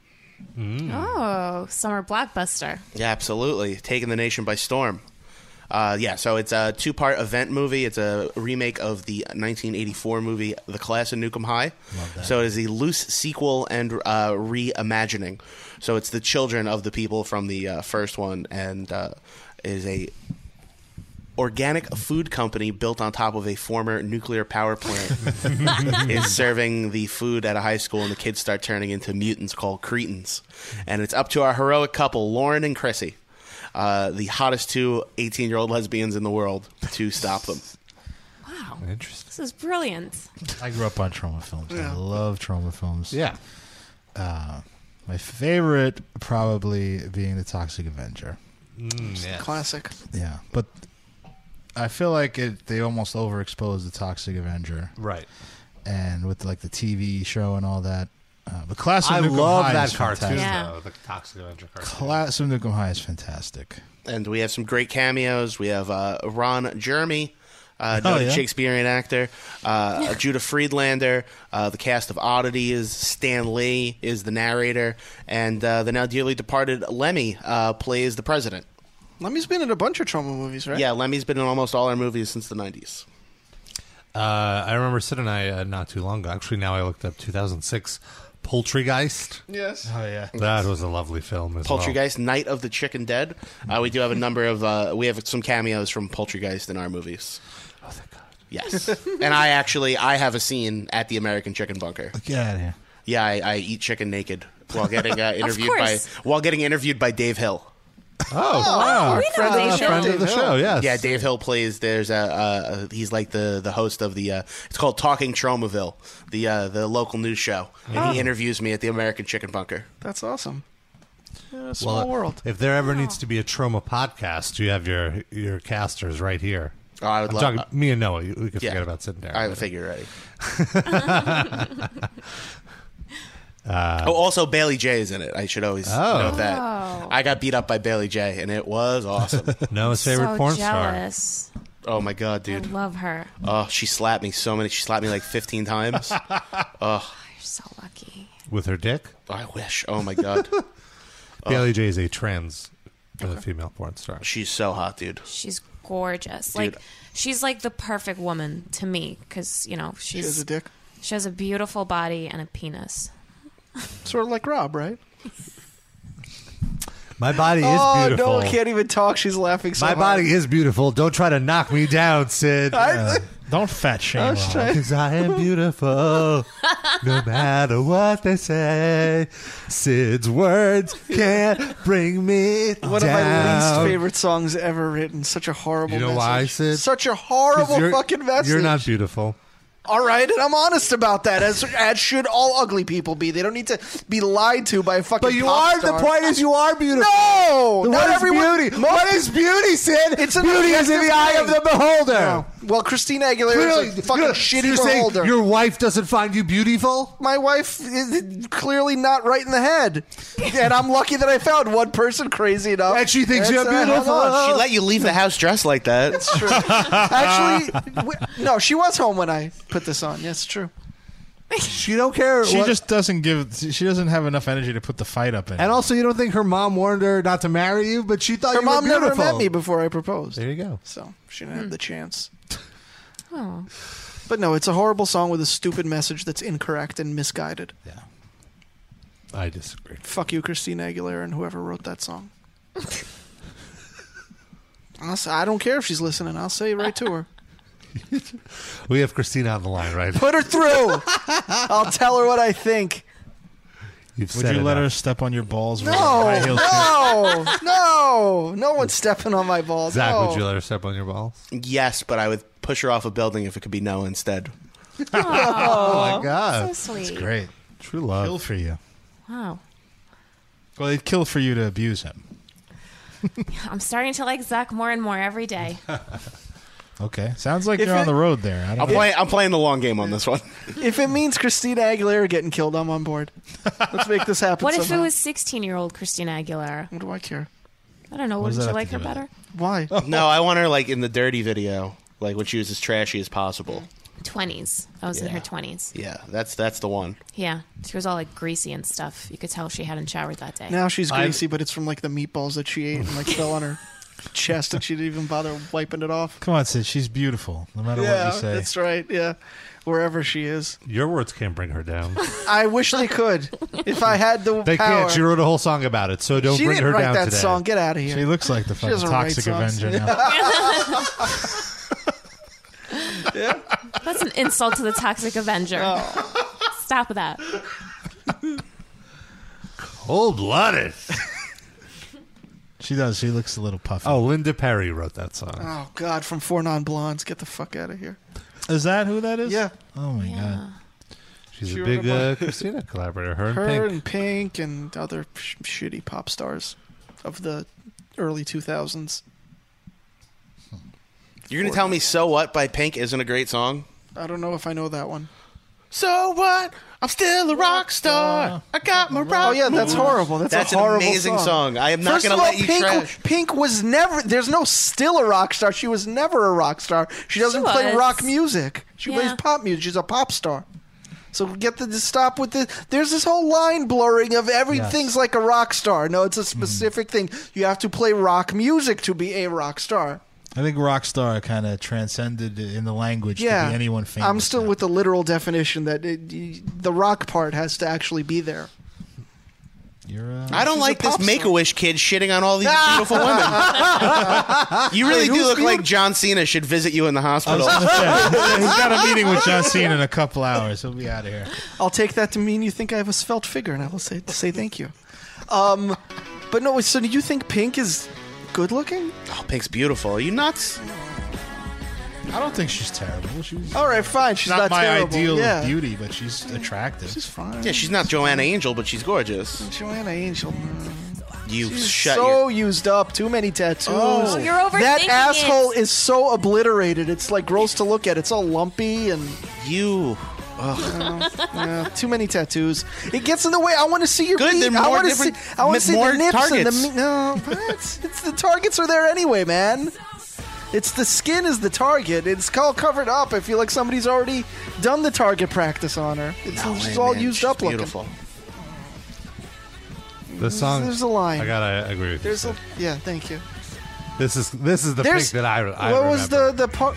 Speaker 6: Oh, summer blockbuster.
Speaker 7: Yeah, absolutely. Taking the nation by storm. Uh, yeah, so it's a two part event movie. It's a remake of the 1984 movie The Class of Nukem High.
Speaker 13: Love that.
Speaker 7: So it is a loose sequel and uh, reimagining. So it's the children of the people from the uh, first one and uh, is a organic food company built on top of a former nuclear power plant is serving the food at a high school and the kids start turning into mutants called cretins and it's up to our heroic couple lauren and chrissy uh, the hottest two 18 year old lesbians in the world to stop them
Speaker 6: Wow.
Speaker 3: Interesting.
Speaker 6: This is brilliant.
Speaker 8: I grew up on trauma films.
Speaker 6: Yeah.
Speaker 8: I love trauma films.
Speaker 3: Yeah.
Speaker 8: Uh, my favorite probably being the Toxic Avenger.
Speaker 3: Hmm,
Speaker 4: Classic.
Speaker 8: Yeah, but I feel like it. They almost overexposed the Toxic Avenger,
Speaker 3: right?
Speaker 8: And with like the TV show and all that. Uh, but Class of
Speaker 3: I
Speaker 8: Nukem
Speaker 3: love
Speaker 8: High
Speaker 3: that
Speaker 8: is
Speaker 3: cartoon
Speaker 8: fantastic.
Speaker 3: though, the Toxic Avenger cartoon.
Speaker 8: Class of Nukem High is fantastic.
Speaker 7: and we have some great cameos we have uh, ron jeremy uh,
Speaker 8: Oh,
Speaker 7: noted
Speaker 8: yeah.
Speaker 7: Shakespearean actor, uh, Judah Friedlander, uh, the cast of Oddity is Stan Lee is the narrator, and uh, the now dearly departed Lemmy uh, plays the president.
Speaker 4: Lemmy's been in a bunch of trauma movies, right?
Speaker 7: Yeah, Lemmy's been in almost all our movies since the 90s.
Speaker 3: Uh, I remember Sid and I uh, not too long ago. Actually, now I looked up 2006 Poultrygeist.
Speaker 4: Yes.
Speaker 8: Oh yeah.
Speaker 3: That was a lovely film as well.
Speaker 7: Poltergeist, Night of the Chicken Dead. Uh, we do have a number of, uh, we have some cameos from Poltergeist in our movies. Oh, thank God. Yes. and I actually, I have a scene at the American Chicken Bunker.
Speaker 8: Get out of here.
Speaker 7: Yeah, I, I eat chicken naked while getting uh,
Speaker 8: Of
Speaker 7: interviewed by,
Speaker 8: course.
Speaker 7: while getting interviewed by Dave Hill.
Speaker 3: Oh, Oh, wow. we know Friend of the Dave show. friend of the show, yes.
Speaker 7: Yeah, Dave Hill plays. There's a uh, he's like the the host of the. Uh, it's called Talking Tromaville, the uh, the local news show, and
Speaker 4: Oh.
Speaker 7: he interviews me at the American Chicken Bunker.
Speaker 4: That's awesome. Yeah, small
Speaker 3: Well,
Speaker 4: world.
Speaker 3: If there ever needs to be a trauma podcast, you have your your casters right here.
Speaker 7: Oh, I would
Speaker 3: I'm
Speaker 7: love-
Speaker 3: talking- me and Noah. you- We could
Speaker 7: Yeah.
Speaker 3: forget about sitting there.
Speaker 7: I figure already.
Speaker 3: uh,
Speaker 7: oh, also Bailey J is in it. I should always
Speaker 3: Oh.
Speaker 7: note that.
Speaker 6: Oh.
Speaker 7: I got beat up by Bailey J, and it was awesome.
Speaker 3: Noah's
Speaker 6: favorite So porn star. jealous.
Speaker 7: Oh my god, dude!
Speaker 6: I love her.
Speaker 7: Oh, she slapped me so many. She slapped me like fifteen times. oh,
Speaker 6: You're so lucky.
Speaker 3: with her dick.
Speaker 7: I wish. Oh my god,
Speaker 4: Oh.
Speaker 3: Bailey J is a trans uh, female porn star.
Speaker 7: she's so hot, dude.
Speaker 6: She's gorgeous.
Speaker 7: Dude.
Speaker 6: Like she's like the perfect woman to me because you know she's
Speaker 4: has a dick?
Speaker 6: She has a beautiful body and a penis.
Speaker 4: Sort of like Rob, right?
Speaker 3: My body is
Speaker 4: oh,
Speaker 3: beautiful.
Speaker 4: Noah can't even talk. She's laughing so
Speaker 3: My
Speaker 4: hard.
Speaker 3: body is beautiful. Don't try to knock me down, Sid.
Speaker 4: I-
Speaker 8: Don't fat
Speaker 4: I
Speaker 8: shame.
Speaker 4: was
Speaker 8: Rob.
Speaker 4: trying-
Speaker 3: Because I am beautiful, no matter what they say. Sid's words can't bring me
Speaker 4: One
Speaker 3: down.
Speaker 4: of my least favorite songs ever written. Such a horrible
Speaker 3: You know
Speaker 4: message.
Speaker 3: why, Sid?
Speaker 4: Such a
Speaker 3: 'Cause
Speaker 4: horrible
Speaker 3: you're-
Speaker 4: fucking message.
Speaker 3: You're not beautiful.
Speaker 4: All right, and I'm honest about that, as, as should all ugly people be. They don't need to be lied to by a fucking.
Speaker 3: But you
Speaker 4: pop
Speaker 3: are.
Speaker 4: star.
Speaker 3: The point is, you are beautiful.
Speaker 4: No,
Speaker 3: Then
Speaker 4: not
Speaker 3: what is
Speaker 4: everyone-
Speaker 3: beauty?
Speaker 4: Most-
Speaker 3: what is beauty, Sid?
Speaker 4: It's an
Speaker 3: beauty is in
Speaker 4: objective
Speaker 3: the eye of
Speaker 4: thing.
Speaker 3: the beholder.
Speaker 4: No. Well, Christina Aguilera
Speaker 3: Really?
Speaker 4: is a fucking shitty
Speaker 3: You're saying
Speaker 4: beholder.
Speaker 3: your wife doesn't find you beautiful?
Speaker 4: My wife is clearly not right in the head, and I'm lucky that I found one person crazy enough. And
Speaker 3: she thinks you're
Speaker 7: Come on, She let you leave the house dressed like that. That's
Speaker 4: true. Actually, w- no, she was home when I put this on. Yes, it's true.
Speaker 3: She don't care.
Speaker 8: She
Speaker 3: what-
Speaker 8: just doesn't give. She doesn't have enough energy to put the fight up in.
Speaker 3: And also, you don't think her mom warned her not to marry you, but she thought
Speaker 4: Her
Speaker 3: you were
Speaker 4: mom never
Speaker 3: beautiful.
Speaker 4: met me before I proposed.
Speaker 3: There you go.
Speaker 4: So she
Speaker 3: Hmm.
Speaker 4: didn't have the chance.
Speaker 6: Oh.
Speaker 4: But no, it's a horrible song with a stupid message that's incorrect and misguided. Yeah.
Speaker 3: I disagree.
Speaker 4: Fuck you, Christina Aguilera, and whoever wrote that song. I'll say, I don't care if she's listening. I'll say it right to her.
Speaker 3: We have Christina on the line right now.
Speaker 4: Put her through. I'll tell her what I think.
Speaker 3: You've
Speaker 8: Would
Speaker 3: said
Speaker 8: you
Speaker 3: it
Speaker 8: let
Speaker 3: out.
Speaker 8: her step on your balls? with
Speaker 4: No,
Speaker 8: high heel
Speaker 4: no, no, no one's stepping on my balls.
Speaker 7: Zach,
Speaker 4: no.
Speaker 7: would you
Speaker 3: let her step on your balls?
Speaker 7: Yes, but I would push her off a building if it could be no instead.
Speaker 6: Aw,
Speaker 7: Oh
Speaker 3: Oh
Speaker 8: my God.
Speaker 6: So sweet.
Speaker 8: That's great.
Speaker 3: True love.
Speaker 8: Kill for you.
Speaker 6: Wow.
Speaker 8: Well, it'd kill for you to abuse him.
Speaker 6: I'm starting to like Zach more and more every day.
Speaker 8: Okay. Sounds like
Speaker 4: If
Speaker 8: you're
Speaker 4: it-
Speaker 8: on the road there. I
Speaker 7: I'm
Speaker 8: don't know.
Speaker 7: playing. I'm playing the long game on this one.
Speaker 4: If it means Christina Aguilera getting killed, I'm on board. Let's make this happen.
Speaker 6: What if it
Speaker 4: somehow.
Speaker 6: was 16 year old Christina Aguilera?
Speaker 4: What do I care?
Speaker 6: I don't know.
Speaker 7: What does
Speaker 6: Wouldn't
Speaker 7: that
Speaker 6: you
Speaker 7: have
Speaker 6: like
Speaker 7: to
Speaker 6: her
Speaker 7: do with
Speaker 6: better?
Speaker 4: Why?
Speaker 7: No, I want her like in the dirty video, like when she was as trashy as possible.
Speaker 6: 20s. I was in her 20s.
Speaker 7: Yeah, that's that's the one.
Speaker 6: Yeah. She was all like greasy and stuff. You could tell she hadn't showered that day.
Speaker 4: Now she's
Speaker 7: I've-
Speaker 4: greasy, but it's from like the meatballs that she ate and like fell on her chest, and she didn't even bother wiping it off.
Speaker 8: Come on, Sid. She's beautiful, no matter
Speaker 4: yeah,
Speaker 8: what you say.
Speaker 4: that's right. Yeah, wherever she is,
Speaker 3: Your words can't bring her down.
Speaker 4: I wish they could. If I had the
Speaker 3: They
Speaker 4: power,
Speaker 3: can't. She wrote a whole song about it, so don't
Speaker 4: She
Speaker 3: bring
Speaker 4: didn't
Speaker 3: her
Speaker 4: write
Speaker 3: down
Speaker 4: that
Speaker 3: today.
Speaker 4: song. Get outta here.
Speaker 8: She looks like the
Speaker 4: She
Speaker 8: fucking
Speaker 4: doesn't write
Speaker 8: toxic
Speaker 4: songs.
Speaker 8: Avenger now.
Speaker 6: That's an insult to the Toxic Avenger.
Speaker 7: Oh.
Speaker 6: Stop that.
Speaker 3: Cold blooded.
Speaker 8: she does. She looks a little puffy.
Speaker 3: Oh, Linda Perry wrote that song.
Speaker 4: oh God, from Four Non Blondes, get the fuck out of here.
Speaker 8: Is that who that is?
Speaker 4: Yeah.
Speaker 8: Oh my god.
Speaker 3: She's
Speaker 4: She
Speaker 3: a
Speaker 4: wrote
Speaker 3: big
Speaker 4: a
Speaker 3: uh,
Speaker 4: bunch.
Speaker 3: Christina collaborator. Her,
Speaker 4: Her and
Speaker 3: and Pink.
Speaker 4: Pink and other sh- shitty pop stars of the early 2000s.
Speaker 7: You're gonna tell me "So What" by Pink isn't a great song?
Speaker 4: I don't know if I know that one.
Speaker 7: So what? I'm still a rock star. I got my rock.
Speaker 4: Oh yeah, that's
Speaker 7: moves.
Speaker 4: horrible. That's,
Speaker 7: That's
Speaker 4: a horrible
Speaker 7: an amazing song. I am not
Speaker 4: First
Speaker 7: gonna
Speaker 4: of all,
Speaker 7: let you
Speaker 4: Pink,
Speaker 7: trash.
Speaker 4: Pink was never. There's no still a rock star. She was never a rock star. She doesn't
Speaker 6: She
Speaker 4: play
Speaker 6: was.
Speaker 4: rock music. She plays
Speaker 6: Yeah.
Speaker 4: pop music. She's a pop star. So get the just stop with the. There's this whole line blurring of everything's like a rock star. No, it's a specific thing. You have to play rock music to be a rock star.
Speaker 8: I think Rockstar kind of transcended in the language
Speaker 4: yeah,
Speaker 8: to be anyone famous.
Speaker 4: I'm still with the literal definition that it, y- the rock part has to actually be there.
Speaker 8: You're, uh,
Speaker 7: I don't
Speaker 4: She's a
Speaker 7: like this
Speaker 4: pop
Speaker 7: Make a Wish kid shitting on all these beautiful women. you really
Speaker 8: Wait,
Speaker 7: do
Speaker 8: who's
Speaker 7: look like
Speaker 8: beaut-
Speaker 7: John Cena should visit you in the
Speaker 8: I was
Speaker 7: hospital.
Speaker 8: gonna say, he's got a meeting with John Cena in a couple hours. He'll be out of here.
Speaker 4: I'll take that to mean you think I have a svelte figure, and I will say say thank you. Um, but no, so do you think Pink is good looking?
Speaker 7: Oh, Pink's beautiful. Are you nuts?
Speaker 8: I don't think she's terrible. She's
Speaker 4: All right, fine. She's
Speaker 8: not,
Speaker 4: not,
Speaker 8: my
Speaker 4: terrible.
Speaker 8: ideal
Speaker 4: yeah.
Speaker 8: of beauty, but she's attractive. She's
Speaker 4: fine.
Speaker 7: Yeah, she's not Joanna Angel, but she's gorgeous.
Speaker 4: Joanna Angel.
Speaker 7: You
Speaker 4: She's
Speaker 7: shut your
Speaker 4: so used up. Too many tattoos.
Speaker 7: Oh.
Speaker 6: You're overthinking
Speaker 4: That
Speaker 6: it.
Speaker 4: asshole is so obliterated. It's like gross to look at. It's all lumpy and
Speaker 7: you.
Speaker 4: yeah, too many tattoos. It gets in the way. I want to see your
Speaker 7: Good,
Speaker 4: Feet.
Speaker 7: there are
Speaker 4: I
Speaker 7: more
Speaker 4: want to see.
Speaker 7: different-
Speaker 4: I want to see
Speaker 7: more
Speaker 4: the nips
Speaker 7: targets.
Speaker 4: and the meat. No, what? it's the targets are there anyway, man. It's the skin is the target. It's all covered up. I feel like somebody's already done the target practice on her. It's
Speaker 7: No
Speaker 4: she's
Speaker 7: way,
Speaker 4: all
Speaker 7: man.
Speaker 4: used
Speaker 7: She's
Speaker 4: up
Speaker 7: beautiful.
Speaker 4: looking.
Speaker 3: The song.
Speaker 4: there's a line.
Speaker 3: I gotta agree with
Speaker 4: There's
Speaker 3: you.
Speaker 4: a yeah. Thank you.
Speaker 3: this is this is the Pink
Speaker 4: There's-
Speaker 3: that I, I
Speaker 4: what
Speaker 3: remember.
Speaker 4: was the the part?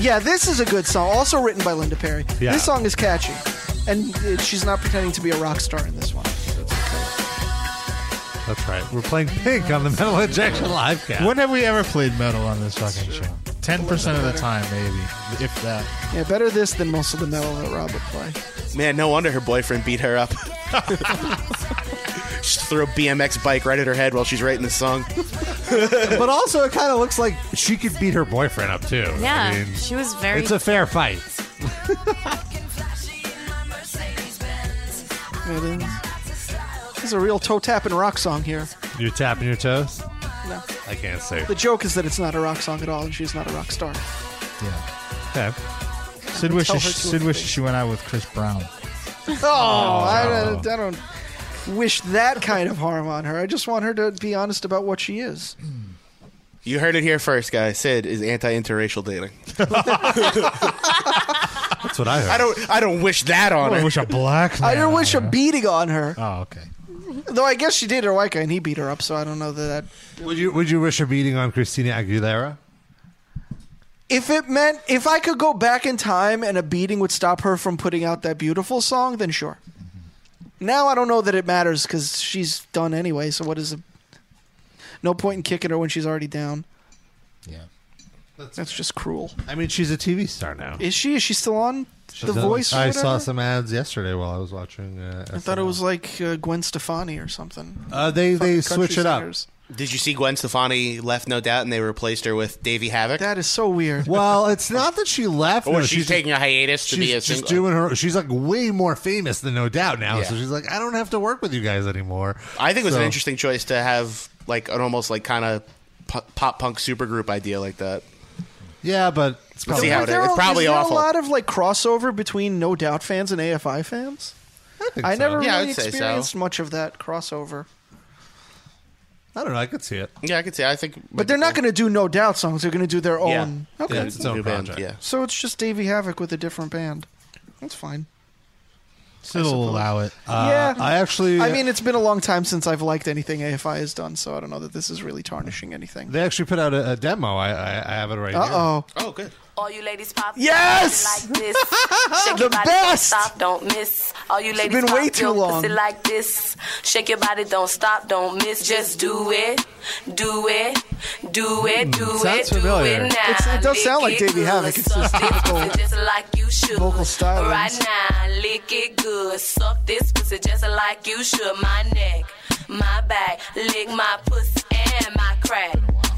Speaker 4: Yeah, this is a good song. Also written by Linda Perry.
Speaker 3: Yeah.
Speaker 4: This song is catchy, and uh, she's not pretending to be a rock star in this one.
Speaker 3: That's right. We're playing Pink on the Metal Injection live cast.
Speaker 8: When have we ever played metal on this fucking show? Ten percent of the time, maybe, if that.
Speaker 4: Yeah, better this than most of the metal that Rob would play.
Speaker 7: Man, no wonder her boyfriend beat her up. Just threw a BMX bike right at her head while she's writing this song.
Speaker 3: but also, it kind of looks like she could beat her boyfriend up too. I
Speaker 6: Yeah,
Speaker 3: mean,
Speaker 6: she was very-
Speaker 3: It's a fair fight.
Speaker 4: It is. It's a real toe tap and rock song here.
Speaker 3: You're tapping your toes.
Speaker 4: No.
Speaker 3: I can't say.
Speaker 4: The joke is that it's not a rock song at all, and she's not a rock star.
Speaker 3: Okay.
Speaker 8: Sid
Speaker 4: Tell her
Speaker 8: wishes.
Speaker 4: to
Speaker 8: Sid
Speaker 4: her
Speaker 8: wishes
Speaker 4: face.
Speaker 8: she went out with Chris Brown.
Speaker 4: Oh, I,
Speaker 3: Oh.
Speaker 4: don't- I don't wish that kind of harm on her. I just want her to be honest about what she is.
Speaker 7: You heard it here first, guys. Sid is anti interracial dating.
Speaker 3: That's what I heard.
Speaker 7: I don't. I don't wish that on
Speaker 3: I
Speaker 7: her.
Speaker 3: wish a black
Speaker 4: I didn't wish a beating on her.
Speaker 8: Oh, okay.
Speaker 4: Though I guess she did her white guy and he beat her up, so I don't know that.
Speaker 3: Would you Would you wish a beating on Christina Aguilera?
Speaker 4: If it meant if I could go back in time and a beating would stop her from putting out that beautiful song, then sure. Now I don't know that it matters because she's done anyway. So what is a no point in kicking her when she's already down? Yeah, that's, just cruel.
Speaker 3: I mean, she's a TV star now.
Speaker 4: Is she? Is she still on
Speaker 3: She's
Speaker 4: The
Speaker 3: done-
Speaker 4: Voice? Or
Speaker 3: I saw
Speaker 4: whatever?
Speaker 3: some ads yesterday while I was watching. Uh,
Speaker 4: I thought it was like uh, Gwen Stefani or something.
Speaker 3: Uh, they
Speaker 4: Fucking
Speaker 3: they
Speaker 4: country
Speaker 3: switch it up.
Speaker 4: singers.
Speaker 7: Did you see Gwen Stefani left No Doubt and they replaced her with Davey Havoc?
Speaker 4: That is so weird.
Speaker 3: Well, it's not that she left.
Speaker 7: Or
Speaker 3: no,
Speaker 7: she's, taking a hiatus to
Speaker 3: she's
Speaker 7: be a
Speaker 3: just
Speaker 7: single.
Speaker 3: doing her. She's like way more famous than No Doubt now.
Speaker 7: Yeah.
Speaker 3: So she's like, I don't have to work with you guys anymore.
Speaker 7: I think it was
Speaker 3: So-
Speaker 7: an interesting choice to have like an almost like kind of pop punk supergroup idea like that.
Speaker 3: Yeah, but it's
Speaker 7: Let's see how it is. It's probably
Speaker 4: is there
Speaker 7: awful.
Speaker 4: a lot of like crossover between No Doubt fans and AFI fans? I,
Speaker 3: think so.
Speaker 4: never
Speaker 7: Yeah, I
Speaker 4: really
Speaker 7: would say so.
Speaker 4: experienced much of that crossover.
Speaker 3: I don't know. I could see it.
Speaker 7: Yeah, I could see. I think.
Speaker 4: But they're not going to do No Doubt songs. They're going to do their
Speaker 7: Yeah.
Speaker 4: own.
Speaker 7: Yeah,
Speaker 4: Okay.
Speaker 7: it's its own New band, project. yeah.
Speaker 4: So it's just Davey Havoc with a different band. That's fine.
Speaker 8: Still allow it.
Speaker 3: Uh,
Speaker 4: yeah. I
Speaker 8: mean.
Speaker 4: mean, it's been a long time since I've liked anything AFI has done, so I don't know that this is really tarnishing anything.
Speaker 3: They actually put out a, a demo. I, I I have it right
Speaker 4: Uh
Speaker 3: here.
Speaker 4: oh.
Speaker 7: Oh, good.
Speaker 13: All you ladies pop.
Speaker 4: Yes!
Speaker 13: Like this. Shake your
Speaker 4: The
Speaker 13: body, don't
Speaker 4: best!
Speaker 13: stop, don't miss. All you
Speaker 4: It's
Speaker 13: ladies
Speaker 4: been
Speaker 13: pop
Speaker 4: way too
Speaker 13: your
Speaker 4: long.
Speaker 13: pussy like this. Shake your body, don't stop, don't miss. Just do it, do it, do it, do
Speaker 4: Hmm,
Speaker 13: it,
Speaker 4: sounds
Speaker 13: do
Speaker 4: familiar.
Speaker 13: it now.
Speaker 4: It's- it does sound like
Speaker 13: Lick
Speaker 4: Davey
Speaker 13: it
Speaker 4: Havoc.
Speaker 13: good,
Speaker 4: It's just
Speaker 13: suck this
Speaker 4: vocal-
Speaker 13: pussy just like you should.
Speaker 4: vocal stylings.
Speaker 13: Right now, lick it good, suck this pussy just like you should. My neck, my back, lick my pussy and my crack.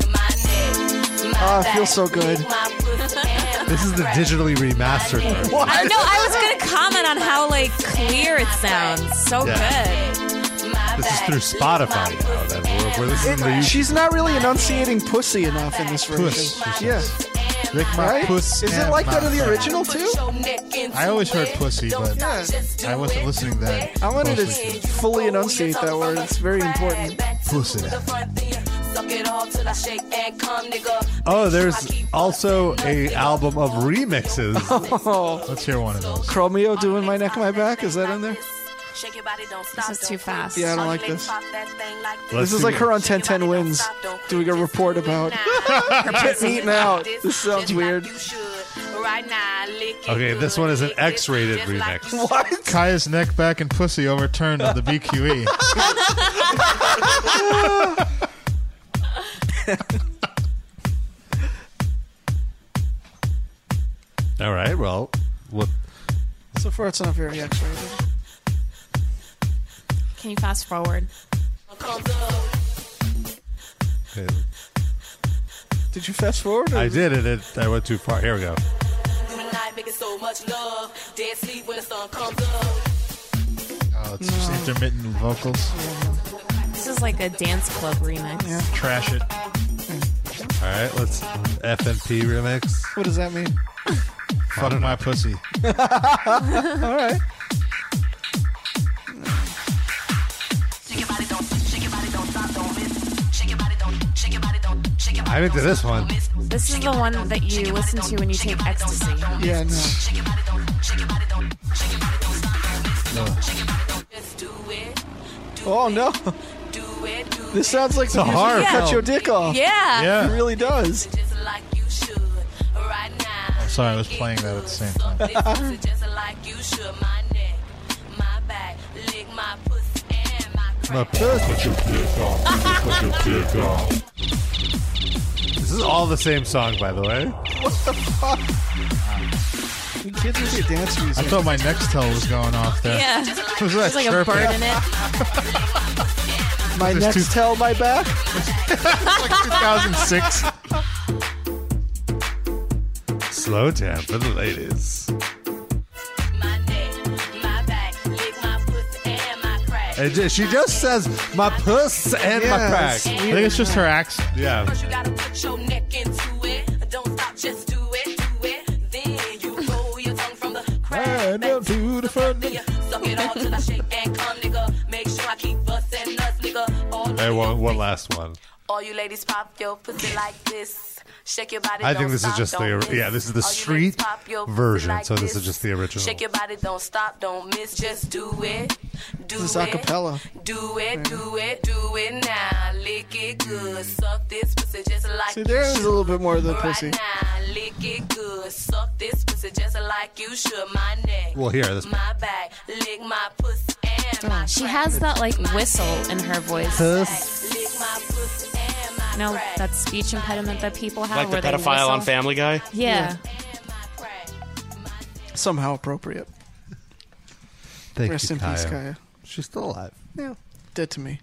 Speaker 13: My neck, my
Speaker 4: Ah, it
Speaker 13: back,
Speaker 4: feels so good.
Speaker 13: lick my pussy and
Speaker 3: This is the digitally remastered version.
Speaker 6: I know. I was gonna comment on how like clear it sounds. So
Speaker 3: Yeah.
Speaker 6: good.
Speaker 3: This is through Spotify now. That we're, we're listening to you-
Speaker 4: She's not really enunciating pussy enough in this version.
Speaker 8: Puss, she
Speaker 4: Yeah.
Speaker 8: Lick my
Speaker 4: Right?
Speaker 8: puss
Speaker 4: Is it
Speaker 8: and
Speaker 4: like that
Speaker 8: my
Speaker 4: in the
Speaker 8: crack.
Speaker 4: original too?
Speaker 8: I always heard pussy, but I wasn't listening to that.
Speaker 4: I wanted to
Speaker 8: closely.
Speaker 4: fully enunciate that word. It's very important.
Speaker 8: pussy.
Speaker 13: Suck it all till I shake and come, nigga.
Speaker 3: Oh, there's also a album of remixes.
Speaker 8: Let's hear one of those.
Speaker 4: Oh. Chromeo doing my neck, my back. Is that in there?
Speaker 13: Shake your body, don't stop. This is too fast.
Speaker 4: Yeah, I don't like this.
Speaker 13: Let's
Speaker 4: this is
Speaker 13: do
Speaker 4: like
Speaker 13: it.
Speaker 4: her on 1010 wins doing a report about her pit eating out. This sounds weird.
Speaker 13: Right now, lick it
Speaker 3: Okay, this one is an X-rated remix.
Speaker 4: What?
Speaker 8: Kaya's neck, back, and pussy overturned on the E. BQE. Oh,
Speaker 3: All right. Well, what?
Speaker 4: So far, it's not very X rated.
Speaker 6: Can you fast forward?
Speaker 4: Did you fast forward? or-
Speaker 3: I did it. it I went too far. Here we go.
Speaker 13: Tonight, making so much love. Dead sleep when the sun comes up.
Speaker 8: Oh, it's just intermittent vocals.
Speaker 6: This is like a dance club remix.
Speaker 8: Trash it.
Speaker 3: All right. Let's FNP remix.
Speaker 4: What does that mean?
Speaker 8: Fuck my pussy.
Speaker 4: All right.
Speaker 3: I'm into this one.
Speaker 6: This is the one that you listen to when you take ecstasy.
Speaker 4: Yeah, no. Oh no! This sounds like
Speaker 13: It's
Speaker 4: the
Speaker 13: a
Speaker 4: music
Speaker 13: harp.
Speaker 4: that cut
Speaker 13: Yeah.
Speaker 4: your dick off.
Speaker 13: Yeah. Yeah.
Speaker 4: it really does.
Speaker 13: Just like you should. Right now.
Speaker 8: I'm Oh, sorry, I was playing that at the same time.
Speaker 13: This pussy just like you should. My neck, my back, lick my pussy and my
Speaker 3: My pussy. This is all the same song, by the way.
Speaker 4: What the fuck? You kids with your dance
Speaker 8: I
Speaker 4: music.
Speaker 8: thought my Nextel was going off there.
Speaker 4: Yeah.
Speaker 8: What was that
Speaker 4: There's like a
Speaker 8: chirping?
Speaker 4: bird in it. my next
Speaker 8: There's two-
Speaker 4: tell my back.
Speaker 8: like 2006.
Speaker 3: Slow down for the ladies.
Speaker 13: my back, lick my pussy and my crack.
Speaker 3: And ju- she just says my puss and my
Speaker 13: Yeah,
Speaker 3: crack.
Speaker 13: it's I think it's just her
Speaker 8: accent.
Speaker 3: Yeah.
Speaker 13: First you gotta put your neck into it. Don't stop, just do it, do it. Then you roll your tongue from the crack. back to the front of your- Suck it all till I shake and come, nigga. Make sure I keep busting nuts, nigga. All
Speaker 3: Hey, one, one last one.
Speaker 13: All you ladies pop your pussy like this. Shake your body.
Speaker 3: I think
Speaker 13: don't
Speaker 3: this is
Speaker 13: stop,
Speaker 3: just
Speaker 13: don't
Speaker 3: the
Speaker 13: miss.
Speaker 3: yeah. This is the
Speaker 13: All you
Speaker 3: street
Speaker 13: ladies pop your pussy
Speaker 3: version,
Speaker 13: like
Speaker 3: so this
Speaker 13: this.
Speaker 3: is just the original.
Speaker 13: Shake your body, don't stop, don't miss, just do it. Do
Speaker 4: This is
Speaker 13: it.
Speaker 4: acapella.
Speaker 13: Do it, do it, do it now. Lick it good, suck this pussy just like
Speaker 4: See, there is a little bit more of the pussy.
Speaker 13: now. Lick it good, suck this pussy just like you should. My neck,
Speaker 3: Well, here this.
Speaker 13: my back, lick my pussy and my
Speaker 6: She has that like whistle in her voice. No, that speech impediment that people have.
Speaker 7: Like the
Speaker 6: where they
Speaker 7: pedophile on
Speaker 6: whistle.
Speaker 7: Family Guy.
Speaker 6: Yeah.
Speaker 4: Somehow appropriate.
Speaker 3: Thank
Speaker 4: Rest
Speaker 3: you,
Speaker 4: in peace,
Speaker 3: Kaya.
Speaker 4: Kaya.
Speaker 3: She's still alive.
Speaker 4: Yeah, dead to me.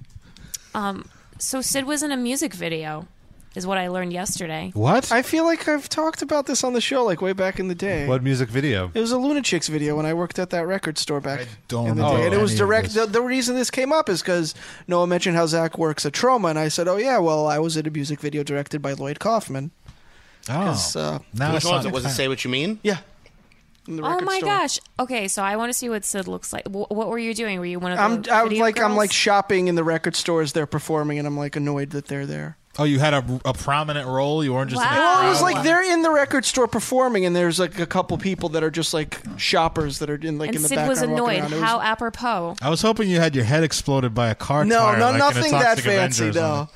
Speaker 6: Um. So Sid was in a music video, is what I learned yesterday.
Speaker 3: What?
Speaker 4: I feel like I've talked about this on the show, like way back in the day.
Speaker 3: What music video?
Speaker 4: It was a Lunatics video when I worked at that record store back
Speaker 3: don't
Speaker 4: in the
Speaker 3: remember
Speaker 4: day. And it was
Speaker 3: any of
Speaker 4: direct. The, the reason this came up is because Noah mentioned how Zach works at Trauma, and I said, "Oh yeah, well, I was at a music video directed by Lloyd Kaufman." uh,
Speaker 7: Oh.
Speaker 4: now
Speaker 7: Which
Speaker 4: it's
Speaker 7: one was
Speaker 4: not-
Speaker 7: it? Was it Say What You Mean?
Speaker 4: Yeah. in the
Speaker 6: Oh
Speaker 4: record
Speaker 6: my
Speaker 4: store.
Speaker 6: gosh. Okay, so I want to see what Sid looks like. Wh- what were you doing? Were you one of the
Speaker 4: I'm, I'm
Speaker 6: video
Speaker 4: like I'm
Speaker 6: girls?
Speaker 4: like shopping in the record store as they're performing, and I'm like annoyed that they're there.
Speaker 8: Oh, you had a, a prominent role. You weren't just. in a
Speaker 4: Well, it was
Speaker 8: crowd?
Speaker 4: like they're in the record store performing, and there's like a couple people that are just like shoppers that are in like
Speaker 6: and
Speaker 4: in the
Speaker 6: Sid
Speaker 4: background.
Speaker 6: was
Speaker 4: walking
Speaker 6: annoyed.
Speaker 4: around. It was-
Speaker 6: How apropos.
Speaker 8: I was hoping you had your head exploded by a car
Speaker 4: No,
Speaker 8: tire.
Speaker 4: no,
Speaker 8: like
Speaker 4: nothing
Speaker 8: in a
Speaker 4: that
Speaker 8: Toxic
Speaker 4: fancy
Speaker 8: Avengers
Speaker 4: though.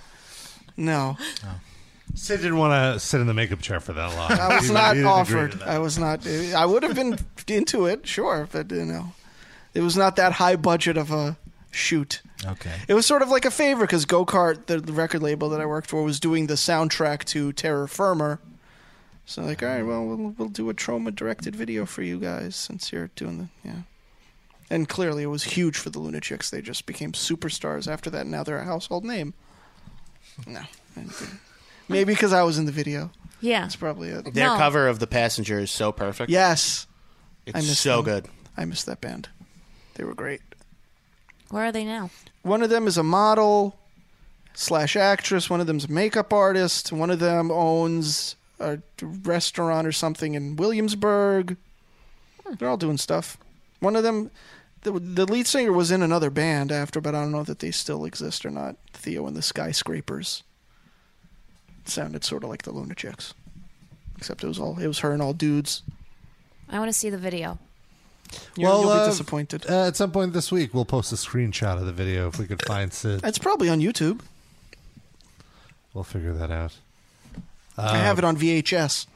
Speaker 4: No,
Speaker 3: Sid didn't want to sit in the makeup chair for that long.
Speaker 4: I was
Speaker 3: Uh, He
Speaker 4: not
Speaker 3: didn't agree to
Speaker 4: offered.
Speaker 3: that.
Speaker 4: I was not. I would have been into it, sure, but you know, it was not that high budget of a shoot.
Speaker 8: Okay.
Speaker 4: It was sort of like a favor because Go Kart, the, the record label that I worked for, was doing the soundtrack to Terror Firmer. So like, all right, well, we'll, we'll do a trauma directed video for you guys since you're doing the yeah. And clearly, it was huge for the Lunatics. They just became superstars after that. Now they're a household name. No, I didn't think- maybe because I was in the video.
Speaker 6: Yeah,
Speaker 4: that's probably it.
Speaker 7: Their cover of The Passenger is so perfect.
Speaker 4: Yes. I
Speaker 7: It's
Speaker 4: miss
Speaker 7: so
Speaker 4: them.
Speaker 7: good.
Speaker 4: I miss that band. They were great.
Speaker 6: Where are they now?
Speaker 4: One of them is a model slash actress. One of them's a makeup artist. One of them owns a restaurant or something in Williamsburg.
Speaker 6: Hmm.
Speaker 4: They're all doing stuff. One of them, the, the lead singer was in another band after, but I don't know that they still exist or not. Theo and the Skyscrapers. It sounded sort of like the Lunatics, except it was all it was her and all dudes.
Speaker 6: I want to see the video.
Speaker 4: You'll- you'll be
Speaker 3: uh,
Speaker 4: disappointed.
Speaker 3: Uh, at some point this week, we'll post a screenshot of the video if we could find Sid.
Speaker 4: It's probably on YouTube.
Speaker 3: We'll figure that out. Uh,
Speaker 4: I
Speaker 3: Oh.
Speaker 4: have it on VHS.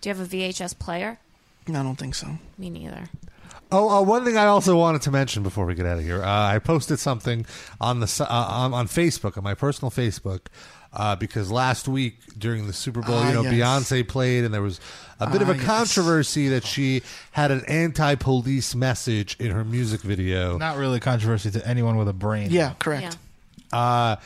Speaker 6: Do you have a VHS player?
Speaker 4: No, I don't think so.
Speaker 6: Me neither.
Speaker 3: Oh, uh, one thing I also wanted to mention before we get out of here, uh, I posted something on the s- uh, on, on Facebook on my personal Facebook uh, because last week during the Super Bowl,
Speaker 8: Ah,
Speaker 3: you know,
Speaker 8: yes.
Speaker 3: Beyonce played, and there was a bit of
Speaker 8: Ah,
Speaker 3: a
Speaker 8: yes.
Speaker 3: controversy that she had an anti-police message in her music video.
Speaker 8: Not really controversy to anyone with a brain.
Speaker 4: Yeah, correct.
Speaker 3: Uh,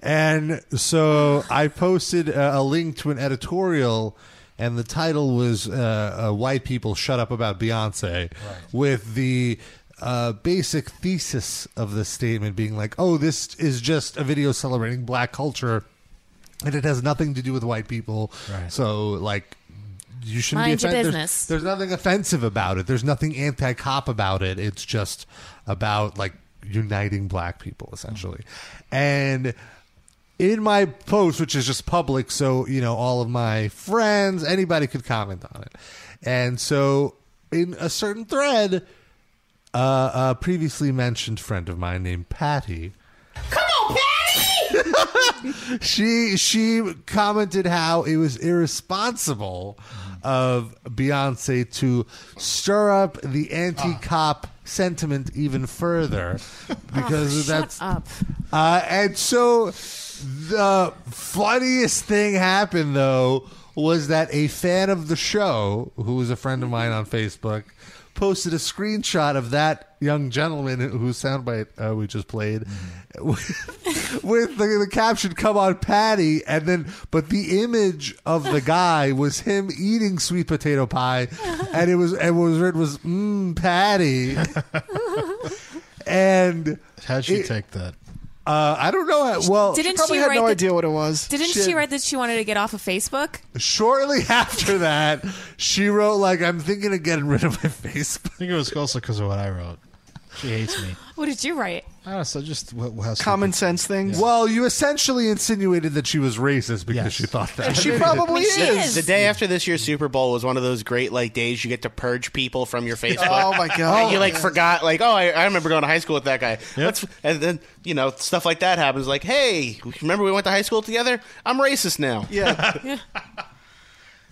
Speaker 3: and so I posted a, a link to an editorial, and the title was uh, uh, "Why People Shut Up About Beyonce," with the uh, basic thesis of the statement being like, "Oh, this is just a video celebrating Black culture." And it has nothing to do with white people, so like you shouldn't
Speaker 6: Mind
Speaker 3: be
Speaker 6: your
Speaker 3: offended. There's-
Speaker 6: business.
Speaker 3: There's, nothing offensive about it. There's nothing anti-cop about it. It's just about like uniting black people essentially. And in my post, which is just public, so you know all of my friends, anybody could comment on it. And so in a certain thread, uh, a previously mentioned friend of mine named Patty she she commented how it was irresponsible of Beyonce to stir up the
Speaker 6: Ah.
Speaker 3: anti-cop sentiment even further because
Speaker 6: Oh, shut
Speaker 3: that's
Speaker 6: up.
Speaker 3: Uh, and so the funniest thing happened though was that a fan of the show who was a friend of mine on Facebook posted a screenshot of that young gentleman whose soundbite uh, we just played with the, the caption "Come on, Patty," and then but the image of the guy was him eating sweet potato pie, and it was and what was written was "Mmm, Patty," and
Speaker 8: how'd she
Speaker 3: it-
Speaker 8: take that?
Speaker 3: Uh, I don't know. How, well,
Speaker 6: Didn't she probably she had write no the- idea
Speaker 4: what it was.
Speaker 6: Didn't she write that she wanted to get off of Facebook?
Speaker 3: Shortly after that, she wrote like, "I'm thinking of getting rid of my Facebook." I
Speaker 8: think it was also because of what I wrote. She hates me.
Speaker 6: What did you write?
Speaker 8: I don't know. So just what, how
Speaker 4: Common sense things.
Speaker 3: Well, you essentially insinuated that she was racist because she thought that.
Speaker 4: And she probably
Speaker 7: The-
Speaker 4: is.
Speaker 7: The, day after this year's Super Bowl was one of those great like days you get to purge people from your Facebook.
Speaker 4: Oh, my God.
Speaker 7: And you like
Speaker 4: Yes.
Speaker 7: forgot like oh I, I remember going to high school with that guy. Let's- and then you know stuff like that happens. Like hey remember we went to high school together? I'm racist now.
Speaker 4: Yeah.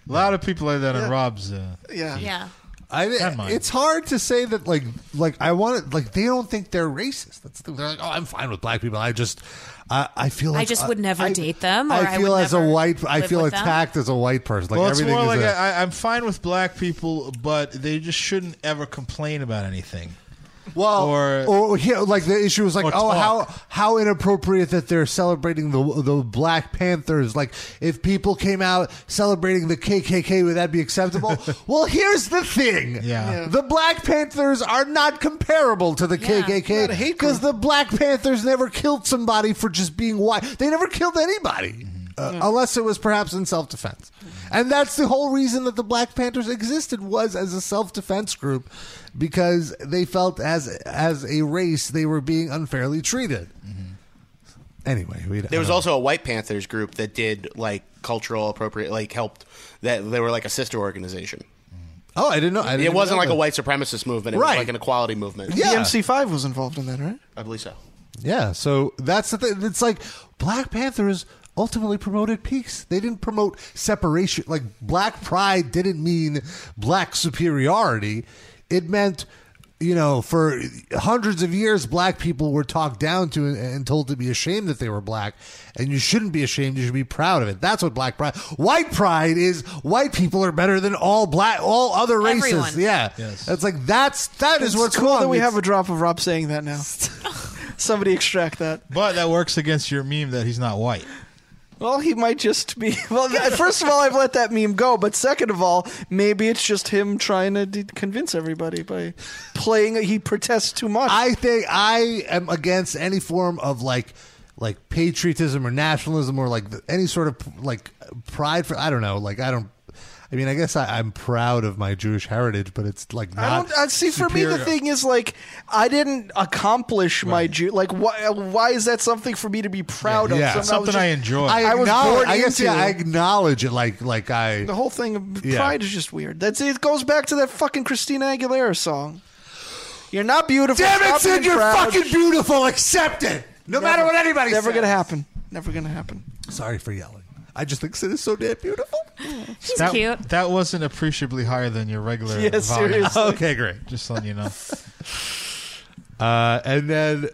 Speaker 8: A lot of people like that in Rob's. Uh,
Speaker 4: Yeah.
Speaker 6: Yeah.
Speaker 3: I,
Speaker 8: And mine.
Speaker 3: it's hard to say that like like I want it like they don't think they're racist. That's the, they're like oh I'm fine with black people. I just I, I feel like
Speaker 6: I just would never date them, or I
Speaker 3: I feel
Speaker 6: would
Speaker 3: as a
Speaker 6: never
Speaker 3: white I
Speaker 6: live
Speaker 3: feel
Speaker 6: with them.
Speaker 3: attacked as a white person. Like
Speaker 8: well, it's
Speaker 3: everything
Speaker 8: more
Speaker 3: is
Speaker 8: like
Speaker 3: a-
Speaker 8: I I, I'm fine with black people, but they just shouldn't ever complain about anything.
Speaker 3: Well,
Speaker 8: or,
Speaker 3: or yeah, like the issue was like, oh,
Speaker 8: Or talk.
Speaker 3: how how inappropriate that they're celebrating the the Black Panthers. Like, if people came out celebrating the KKK, would that be acceptable? well, here's the thing:
Speaker 8: Yeah.
Speaker 3: the Black Panthers are not comparable to the KKK because the Black Panthers never killed somebody for just being white. They never killed anybody.
Speaker 4: Mm-hmm.
Speaker 3: Uh, Unless it was perhaps in self defense. And that's the whole reason that the Black Panthers existed was as a self defense group because they felt as as a race they were being unfairly treated.
Speaker 4: Mm-hmm.
Speaker 3: Anyway, we
Speaker 7: There was also a White Panthers group that did like cultural appropriate like helped that they were like a sister organization.
Speaker 3: Oh, I didn't know. I didn't
Speaker 7: it wasn't
Speaker 3: know
Speaker 7: like
Speaker 3: that.
Speaker 7: a white supremacist movement. It was
Speaker 3: Right.
Speaker 7: like an equality movement.
Speaker 4: The MC5 was involved in that, right?
Speaker 7: I believe so.
Speaker 3: Yeah, so that's the thing. It's like Black Panthers ultimately promoted peace. They didn't promote separation. Like Black pride didn't mean black superiority. It meant, you know, for hundreds of years, black people were talked down to and, and told to be ashamed that they were black. And you shouldn't be ashamed. You should be proud of it. That's what black pride. White pride is white people are better than all black, all other races.
Speaker 4: Everyone.
Speaker 3: Yeah,
Speaker 4: Yes.
Speaker 3: it's like that's that is
Speaker 4: It's
Speaker 3: what's
Speaker 4: cool
Speaker 3: wrong.
Speaker 4: that we
Speaker 3: It's-
Speaker 4: have a drop of Rob saying that now. Somebody extract that.
Speaker 8: But that works against your meme that he's not white.
Speaker 4: Well, he might just be. Well, th- first of all, I've let that meme go. But second of all, maybe it's just him trying to de- convince everybody by playing. He protests too much.
Speaker 3: I think I am against any form of like like patriotism or nationalism or like th- any sort of like pride for I don't know like I don't I mean I guess I, I'm proud of my Jewish heritage but it's like not
Speaker 4: I don't I uh, see. For me, the
Speaker 3: superior.
Speaker 4: thing is like I didn't accomplish my Jew. Like, why? Why is that something for me to be proud of?
Speaker 3: yeah.
Speaker 4: was just-
Speaker 3: I,
Speaker 4: I was
Speaker 3: acknowledge-
Speaker 4: born
Speaker 3: I guess
Speaker 4: into.
Speaker 3: yeah, I acknowledge it like like I
Speaker 4: the whole thing of
Speaker 3: Yeah.
Speaker 4: pride is just weird. That's it. Goes back to that fucking Christina Aguilera song. You're not beautiful.
Speaker 3: Damn it,
Speaker 4: stop
Speaker 3: Sid,
Speaker 4: being
Speaker 3: you're
Speaker 4: proud.
Speaker 3: fucking beautiful. Accept it. No matter what anybody
Speaker 4: Never
Speaker 3: says.
Speaker 4: gonna happen. Never gonna happen.
Speaker 3: Sorry for yelling. I just think Sid is so damn beautiful.
Speaker 6: She's
Speaker 8: that,
Speaker 6: cute.
Speaker 8: That wasn't appreciably higher than your regular.
Speaker 3: Yeah,
Speaker 8: volume.
Speaker 3: seriously. Okay, great.
Speaker 8: Just letting you know.
Speaker 3: Uh, and then,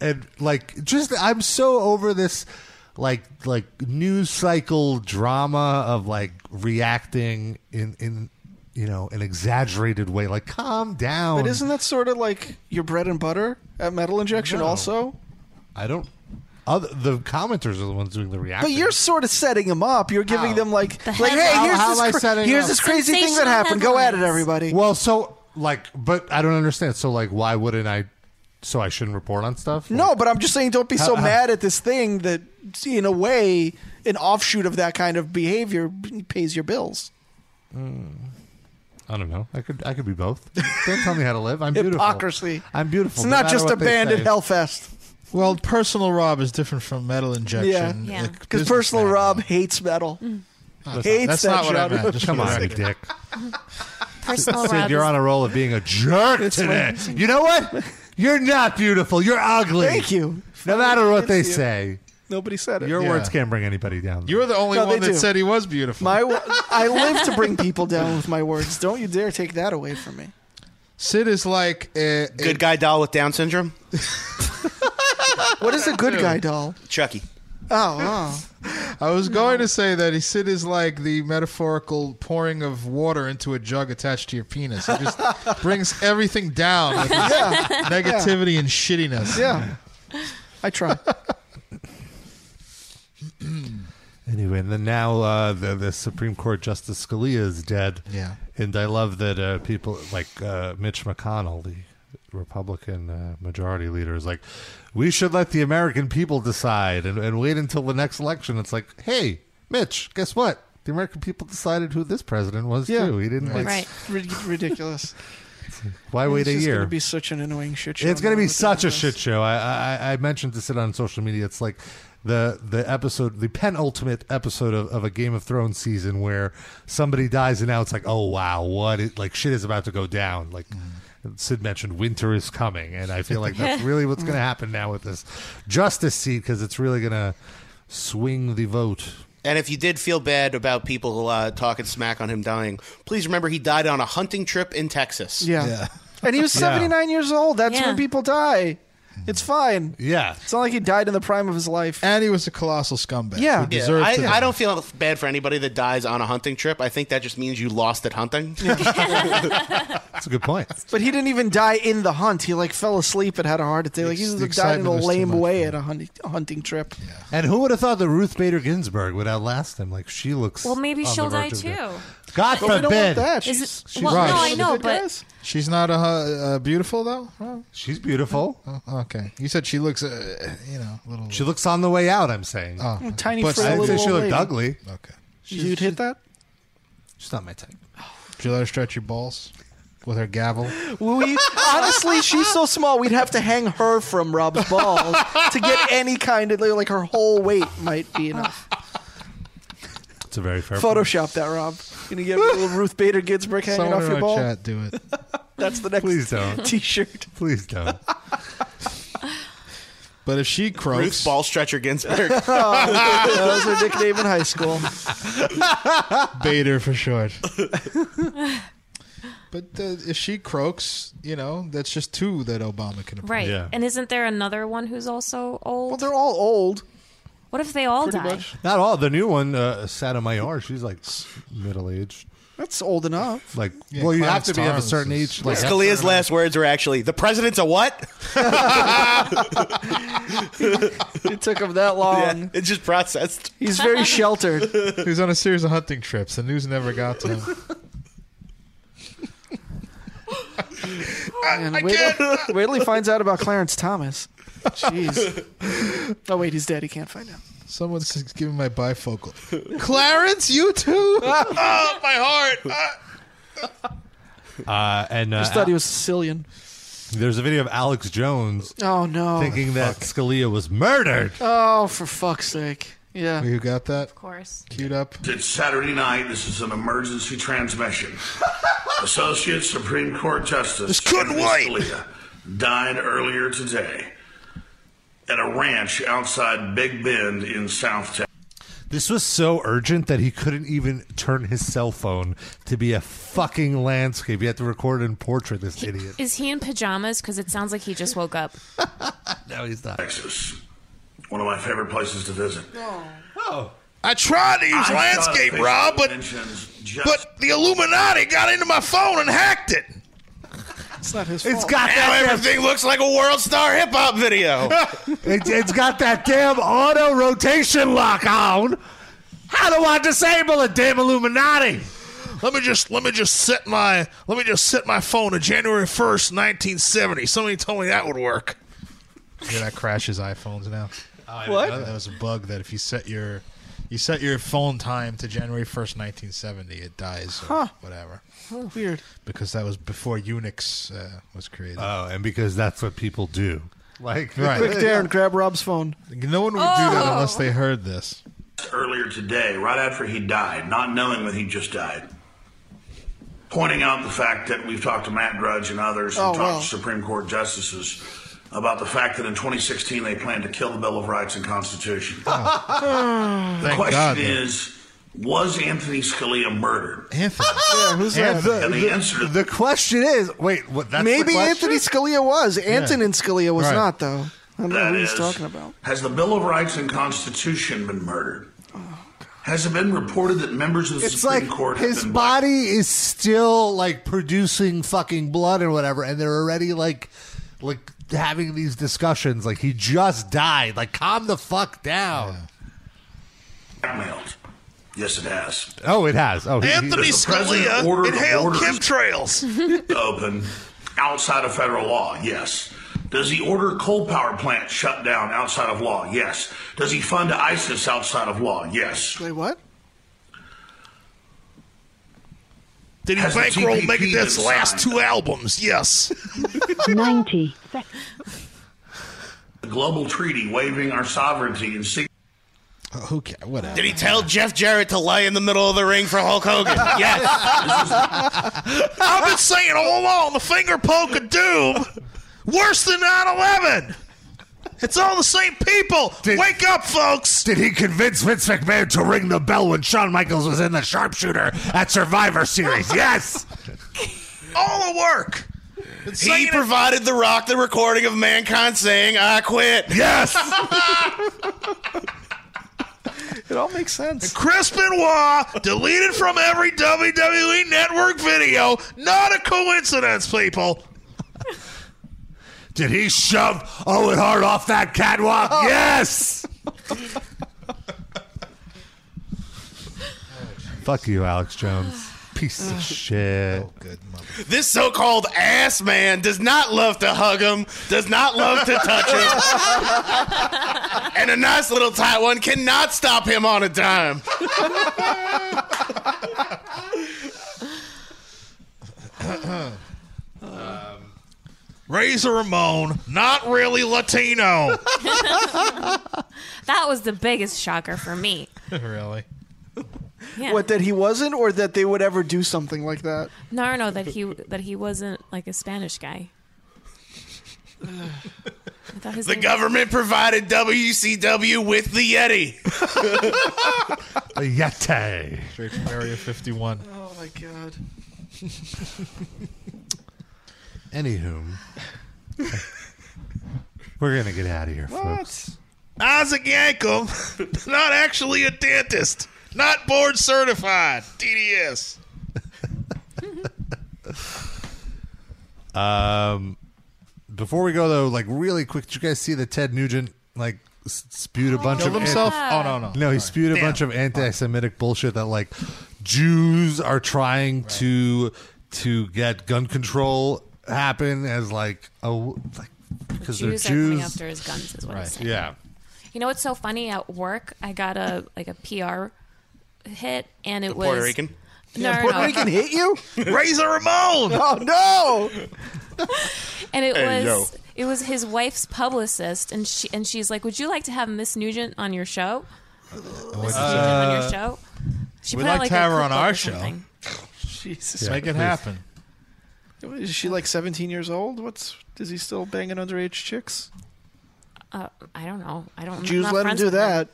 Speaker 3: and like, just I'm so over this, like, like news cycle drama of like reacting in in you know an exaggerated way. Like, calm down.
Speaker 4: But isn't that sort of like your bread and butter at Metal Injection also?
Speaker 3: I don't. Other, the commenters are the ones doing the reaction.
Speaker 4: But you're sort of setting them up. You're giving them like, like, hey,
Speaker 3: How-
Speaker 4: here's
Speaker 3: Oh. how am I
Speaker 4: this, cra-
Speaker 3: setting
Speaker 4: here's
Speaker 3: up?
Speaker 4: this crazy thing that happened. Go at it, everybody.
Speaker 3: Well, so like, but I don't understand. So like, why wouldn't I? So I shouldn't report on stuff.
Speaker 4: No, but I'm just saying, don't be
Speaker 3: How-
Speaker 4: so
Speaker 3: how-
Speaker 4: mad at this thing that, in a way, an offshoot of that kind of behavior b- pays your bills.
Speaker 3: Hmm. I don't know. I could I could be both. Don't tell me how to live. I'm beautiful.
Speaker 4: Hypocrisy.
Speaker 3: I'm beautiful.
Speaker 4: It's
Speaker 3: no
Speaker 4: not
Speaker 3: matter
Speaker 4: just
Speaker 3: what
Speaker 4: a
Speaker 3: they
Speaker 4: band at
Speaker 3: say.
Speaker 4: Hellfest.
Speaker 8: Well, personal Rob is different from metal injection.
Speaker 4: Yeah,
Speaker 8: Like,
Speaker 4: because
Speaker 8: business
Speaker 4: personal Rob hates metal.
Speaker 8: That's
Speaker 4: Hates
Speaker 8: not- that's
Speaker 4: that
Speaker 8: not what I
Speaker 4: genre.
Speaker 8: meant. Just
Speaker 3: Come
Speaker 8: for the
Speaker 3: on,
Speaker 8: record.
Speaker 3: dick.
Speaker 6: Personal
Speaker 3: Sid,
Speaker 6: Rob
Speaker 3: you're
Speaker 6: is-
Speaker 3: on a roll of being a jerk today. You know what? You're not beautiful. You're ugly.
Speaker 4: Thank you.
Speaker 3: No matter what they
Speaker 4: It's you.
Speaker 3: say,
Speaker 4: Nobody said it.
Speaker 3: your words can't bring anybody down.
Speaker 8: You were the only
Speaker 4: No,
Speaker 8: one
Speaker 4: they
Speaker 8: that
Speaker 4: do.
Speaker 8: said he was beautiful.
Speaker 4: My, wo- I live to bring people down with my words. Don't you dare take that away from me.
Speaker 8: Sid is like a,
Speaker 7: Good guy doll with Down syndrome.
Speaker 4: What is a good guy doll?
Speaker 7: Chucky.
Speaker 4: Oh, oh.
Speaker 8: Uh-huh. I was going to say that he Sid is like the metaphorical pouring of water into a jug attached to your penis. It just brings everything down with his
Speaker 4: Yeah.
Speaker 8: negativity and shittiness.
Speaker 4: Yeah. I try.
Speaker 3: Anyway, and then now uh, the, the Supreme Court Justice Scalia is dead.
Speaker 8: Yeah.
Speaker 3: And I love that uh, people like uh, Mitch McConnell, the Republican uh, majority leader, is like, we should let the American people decide and, and wait until the next election. It's like, hey, Mitch, guess what? The American people decided who this president was,
Speaker 4: Yeah.
Speaker 3: too. He didn't like.
Speaker 4: Rid- ridiculous.
Speaker 3: Why wait
Speaker 4: It's
Speaker 3: a
Speaker 4: just
Speaker 3: year?
Speaker 4: gonna be such an annoying shit show.
Speaker 3: It's going
Speaker 4: now
Speaker 3: to be
Speaker 4: with
Speaker 3: such a
Speaker 4: everything
Speaker 3: shit show. I, I I mentioned this on social media. It's like the the episode, the penultimate episode of, of a Game of Thrones season where somebody dies, and now it's like, oh wow, what? It, like shit is about to go down. Like Sid mentioned, winter is coming, and I feel like that's really what's going to happen now with this justice seat because it's really going to swing the vote.
Speaker 7: And if you did feel bad about people uh, talking smack on him dying, please remember he died on a hunting trip in Texas.
Speaker 4: Yeah. And he was
Speaker 7: Yeah.
Speaker 4: 79 years old. That's
Speaker 7: Yeah.
Speaker 4: when people die. It's fine.
Speaker 3: Yeah.
Speaker 4: It's not like he died in the prime of his life.
Speaker 8: And he was a colossal scumbag.
Speaker 4: Yeah.
Speaker 7: Yeah, I, I don't feel bad for anybody that dies on a hunting trip. I think that just means you lost at hunting.
Speaker 3: That's a good point.
Speaker 4: But he didn't even die in the hunt. He like fell asleep and had a heart attack. Like he
Speaker 8: It's-
Speaker 4: just
Speaker 8: the
Speaker 4: died in
Speaker 8: excitement
Speaker 4: a
Speaker 8: was too
Speaker 4: lame
Speaker 8: much
Speaker 4: way at a hunting, a hunting trip.
Speaker 3: And who would have thought that Ruth Bader Ginsburg would outlast him? Like she looks.
Speaker 6: Well, maybe
Speaker 3: on Oh, the
Speaker 6: she'll die
Speaker 3: verge of
Speaker 6: too.
Speaker 3: death. God
Speaker 6: But we don't want
Speaker 3: forbid.
Speaker 6: that. Is it- well, no, I know, but-
Speaker 8: she's not a, uh, beautiful though. Huh?
Speaker 3: She's beautiful.
Speaker 8: Oh, okay, you said she looks, uh, you know, a little.
Speaker 3: She looks on the way out. I'm saying.
Speaker 8: Oh,
Speaker 4: Tiny
Speaker 3: But
Speaker 4: frill
Speaker 3: I didn't say
Speaker 4: little
Speaker 3: she
Speaker 4: old
Speaker 3: looked
Speaker 4: lady.
Speaker 3: ugly.
Speaker 8: Okay.
Speaker 4: You'd hit that?
Speaker 3: She's not my type.
Speaker 8: Did you let her stretch your balls with her gavel?
Speaker 4: We, honestly, she's so small, we'd have to hang her from Rob's balls to get any kind of like her whole weight might be enough.
Speaker 3: It's a very fair. point.
Speaker 4: Photoshop that, Rob. Gonna get a little Ruth Bader Ginsburg hanging
Speaker 8: Someone
Speaker 4: off
Speaker 8: in
Speaker 4: your
Speaker 8: our
Speaker 4: ball.
Speaker 8: chat, do it.
Speaker 4: That's the next
Speaker 3: Please don't.
Speaker 4: T-shirt.
Speaker 3: Please don't.
Speaker 8: But if she croaks,
Speaker 7: Ruth Ball Stretcher Ginsburg.
Speaker 4: oh, that was her nickname in high school.
Speaker 8: Bader for short. but uh, if she croaks, you know, that's just two that Obama can approve.
Speaker 6: Right. And isn't there another one who's also old? Well,
Speaker 4: they're all old.
Speaker 6: What if they all die?
Speaker 3: Not all. The new one, uh, Sada Mayor, she's like middle aged.
Speaker 4: That's old enough.
Speaker 3: Like, well, you have to be of a certain age. Like,
Speaker 7: Scalia's last words were actually, "The president's a what?"
Speaker 4: it took him that long.
Speaker 7: it just processed.
Speaker 4: He's very sheltered.
Speaker 8: He was on a series of hunting trips. The news never got to him.
Speaker 4: And wait, till- wait till he finds out about Clarence Thomas. Jeez. Oh wait, he's dead. He can't find out.
Speaker 8: Someone's just giving my bifocal. Clarence, you too? oh, my heart.
Speaker 3: uh, and uh,
Speaker 4: Just thought he was Sicilian.
Speaker 3: There's a video of Alex Jones
Speaker 4: Oh no.
Speaker 3: thinking that Scalia was murdered.
Speaker 4: Oh, for fuck's sake! Yeah.
Speaker 8: You got that? Of
Speaker 6: course.
Speaker 8: Queued up.
Speaker 14: It's Saturday night. This is an emergency transmission. Associate Supreme Court Justice
Speaker 8: couldn't
Speaker 14: Anthony
Speaker 8: wait.
Speaker 14: Scalia died earlier today at a ranch outside Big Bend in South Texas.
Speaker 3: This was so urgent that he couldn't even turn his cell phone to be a fucking landscape. He had to record and portrait this idiot.
Speaker 6: Is he in pajamas? Because it sounds like he just woke up.
Speaker 3: No, he's not.
Speaker 14: Texas, one of my favorite places to visit.
Speaker 3: Oh.
Speaker 8: I tried to use
Speaker 14: I
Speaker 8: landscape,
Speaker 14: thought
Speaker 8: Rob,
Speaker 14: Facebook
Speaker 8: but
Speaker 14: mentions just-
Speaker 8: but the Illuminati got into my phone and hacked it.
Speaker 4: It's not his
Speaker 3: It's got
Speaker 7: Now
Speaker 3: that.
Speaker 7: everything looks like a world star hip hop video.
Speaker 3: it, it's got that damn auto rotation lock on. How do I disable it, damn Illuminati?
Speaker 8: Let me just let me just set my let me just set my phone to January first, nineteen seventy. Somebody told me that would work. Yeah, that crashes iPhones now.
Speaker 3: didn't What? know that.
Speaker 8: That was a bug that if you set your you set your phone time to January first, nineteen seventy, it dies or
Speaker 4: Huh.
Speaker 8: whatever.
Speaker 4: Oh, weird.
Speaker 8: Because that was before Unix uh, was created.
Speaker 3: Oh, and because that's what people do. Like
Speaker 8: Right.
Speaker 4: Quick, Darren, grab Rob's phone.
Speaker 8: No one would do that unless they heard this.
Speaker 14: earlier today, right after he died, not knowing that he just died, pointing out the fact that we've talked to Matt Drudge and others and
Speaker 4: Oh,
Speaker 14: talked
Speaker 4: wow.
Speaker 14: to Supreme Court justices about the fact that in 2016 they planned to kill the Bill of Rights and Constitution. the
Speaker 8: Thank
Speaker 14: question
Speaker 8: God.
Speaker 14: is, was Anthony Scalia murdered?
Speaker 8: Anthony.
Speaker 4: Yeah, who's
Speaker 3: And
Speaker 4: that?
Speaker 3: the,
Speaker 14: And the answer to
Speaker 3: the question is, wait, what? That's the
Speaker 4: Maybe
Speaker 3: question?
Speaker 4: Anthony Scalia was. Antonin Scalia was
Speaker 3: Right.
Speaker 4: not, though. I don't know
Speaker 14: that
Speaker 4: who he's
Speaker 14: is,
Speaker 4: talking about.
Speaker 14: Has the Bill of Rights and Constitution been murdered?
Speaker 4: Oh.
Speaker 14: Has it been reported that members of the
Speaker 3: It's
Speaker 14: Supreme
Speaker 3: like
Speaker 14: Court have
Speaker 3: his
Speaker 14: been
Speaker 3: body is still like producing fucking blood and whatever, and they're already like, like having these discussions. Like he just died. Like calm the fuck down.
Speaker 14: blackmailed? Yes, it has.
Speaker 3: Oh, it has. Oh, he- he-
Speaker 14: Does the president order the borders
Speaker 8: chemtrails.
Speaker 14: open outside of federal law? Yes. Does he order coal power plants shut down outside of law? Yes. Does he fund ISIS outside of law? Yes.
Speaker 4: Wait, what?
Speaker 14: Did he
Speaker 15: Has the
Speaker 14: bankroll
Speaker 15: TPP been
Speaker 14: Megadeth's last
Speaker 15: signed?
Speaker 14: two albums? Yes. 90.
Speaker 15: The global treaty waiving our sovereignty and secret.
Speaker 8: Who cares? Whatever.
Speaker 7: Did he tell Jeff Jarrett to lie in the middle of the ring for Hulk Hogan? yes.
Speaker 14: I've been saying all along the finger poke of doom, worse than 9 11. It's all the same people. Wake up, folks.
Speaker 16: Did he convince Vince McMahon to ring the bell when Shawn Michaels was in the sharpshooter at Survivor Series? Yes!
Speaker 14: All the work.
Speaker 7: he provided The Rock the recording of Mankind saying, I quit.
Speaker 14: Yes.
Speaker 4: It all makes sense.
Speaker 14: Chris Benoit deleted from every WWE network video. Not a coincidence, people.
Speaker 16: Did he shove Owen Hart off that catwalk?
Speaker 4: Oh.
Speaker 16: Yes!
Speaker 3: Fuck you, Alex Jones. Piece of shit.
Speaker 14: Oh,
Speaker 7: This so called ass man does not love to hug him, does not love to touch him. and a nice little tight one cannot stop him on a dime.
Speaker 14: Um, Razor Ramon, not really Latino.
Speaker 6: that was the biggest shocker for me.
Speaker 8: really?
Speaker 6: Yeah.
Speaker 4: What that he wasn't, or that they would ever do something like that?
Speaker 6: No, no, that he that he wasn't like a Spanish guy. I thought his
Speaker 7: The
Speaker 6: name-
Speaker 7: government provided WCW with the Yeti.
Speaker 3: Yeti.
Speaker 8: Straight from Area 51.
Speaker 4: Oh my god.
Speaker 3: Anywho, we're gonna get out of here, folks.
Speaker 14: Isaac Yankum, not actually a dentist, not board certified. DDS.
Speaker 3: Um, before we go though, like really quick, did you guys see that Ted Nugent like s- spewed a bunch
Speaker 8: Killed
Speaker 3: of
Speaker 8: himself? Oh, no, no.
Speaker 3: no, he spewed a bunch of anti-Semitic bullshit that like Jews are trying to to get gun control happen as like oh like because they're
Speaker 6: Jews are coming
Speaker 3: Jews.
Speaker 6: after his guns, is what he's saying.
Speaker 3: Yeah.
Speaker 6: You know what's so funny? At work, I got a like a PR hit, and it
Speaker 7: The
Speaker 6: was
Speaker 7: Puerto Rican?
Speaker 6: No,
Speaker 7: Yeah,
Speaker 6: no,
Speaker 7: Puerto
Speaker 6: no.
Speaker 7: Rican hit
Speaker 4: you?
Speaker 7: Razor Ramon.
Speaker 4: Oh no!
Speaker 6: and it was
Speaker 7: Hey, yo.
Speaker 6: it was his wife's publicist, and she and she's like, "Would you like to have Miss Nugent on your show? Miss Nugent
Speaker 4: Uh,
Speaker 6: on your show? She
Speaker 8: we'd
Speaker 6: put out,
Speaker 8: Uh, like to
Speaker 6: a
Speaker 8: have her on
Speaker 6: cookbook
Speaker 8: our
Speaker 6: or
Speaker 8: show.
Speaker 6: something.
Speaker 4: Jesus,
Speaker 8: Make it
Speaker 4: Christ.
Speaker 8: happen.
Speaker 4: Is she like 17 years old? What's is he still banging underage chicks?
Speaker 6: Uh, I don't know. I don't. I'm
Speaker 4: Jews
Speaker 6: not
Speaker 4: let him
Speaker 6: friends
Speaker 4: do
Speaker 6: with her.
Speaker 4: that.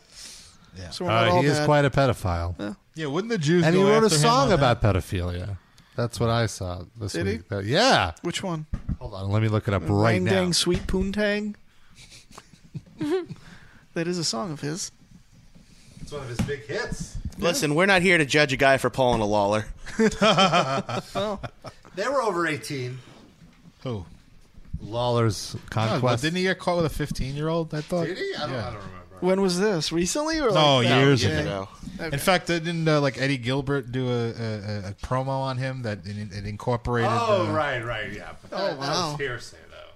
Speaker 4: Yeah. So we're not
Speaker 3: Uh,
Speaker 4: all
Speaker 3: he is
Speaker 4: bad.
Speaker 3: quite a pedophile.
Speaker 8: Yeah, wouldn't the Jews
Speaker 3: and he
Speaker 8: go
Speaker 3: wrote a
Speaker 8: after him
Speaker 3: song
Speaker 8: on that?
Speaker 3: about pedophilia. That's what I saw this
Speaker 4: Did he?
Speaker 3: week. That- yeah.
Speaker 4: Which one?
Speaker 3: Hold on, let me look it up right
Speaker 4: Bang
Speaker 3: now.
Speaker 4: Dang Sweet Poontang. that is a song of his.
Speaker 3: It's one of his big hits.
Speaker 7: Listen, we're not here to judge a guy for pulling a Lawler.
Speaker 3: They were over 18.
Speaker 8: Who?
Speaker 3: Lawler's
Speaker 8: No, but
Speaker 3: Conquest.
Speaker 8: didn't he get caught with a 15 year old? I thought. Did
Speaker 3: he? I don't,
Speaker 8: yeah.
Speaker 4: When was this? Recently or
Speaker 8: No,
Speaker 4: like
Speaker 8: years
Speaker 4: Yeah.
Speaker 8: ago.
Speaker 4: Okay.
Speaker 8: In fact, uh, didn't uh, like Eddie Gilbert do a, a, a- a promo on him that it, it incorporated?
Speaker 3: Oh,
Speaker 8: uh,
Speaker 3: right, right, yeah. But that,
Speaker 4: Oh,
Speaker 3: that
Speaker 4: wow.
Speaker 3: was hearsay, though.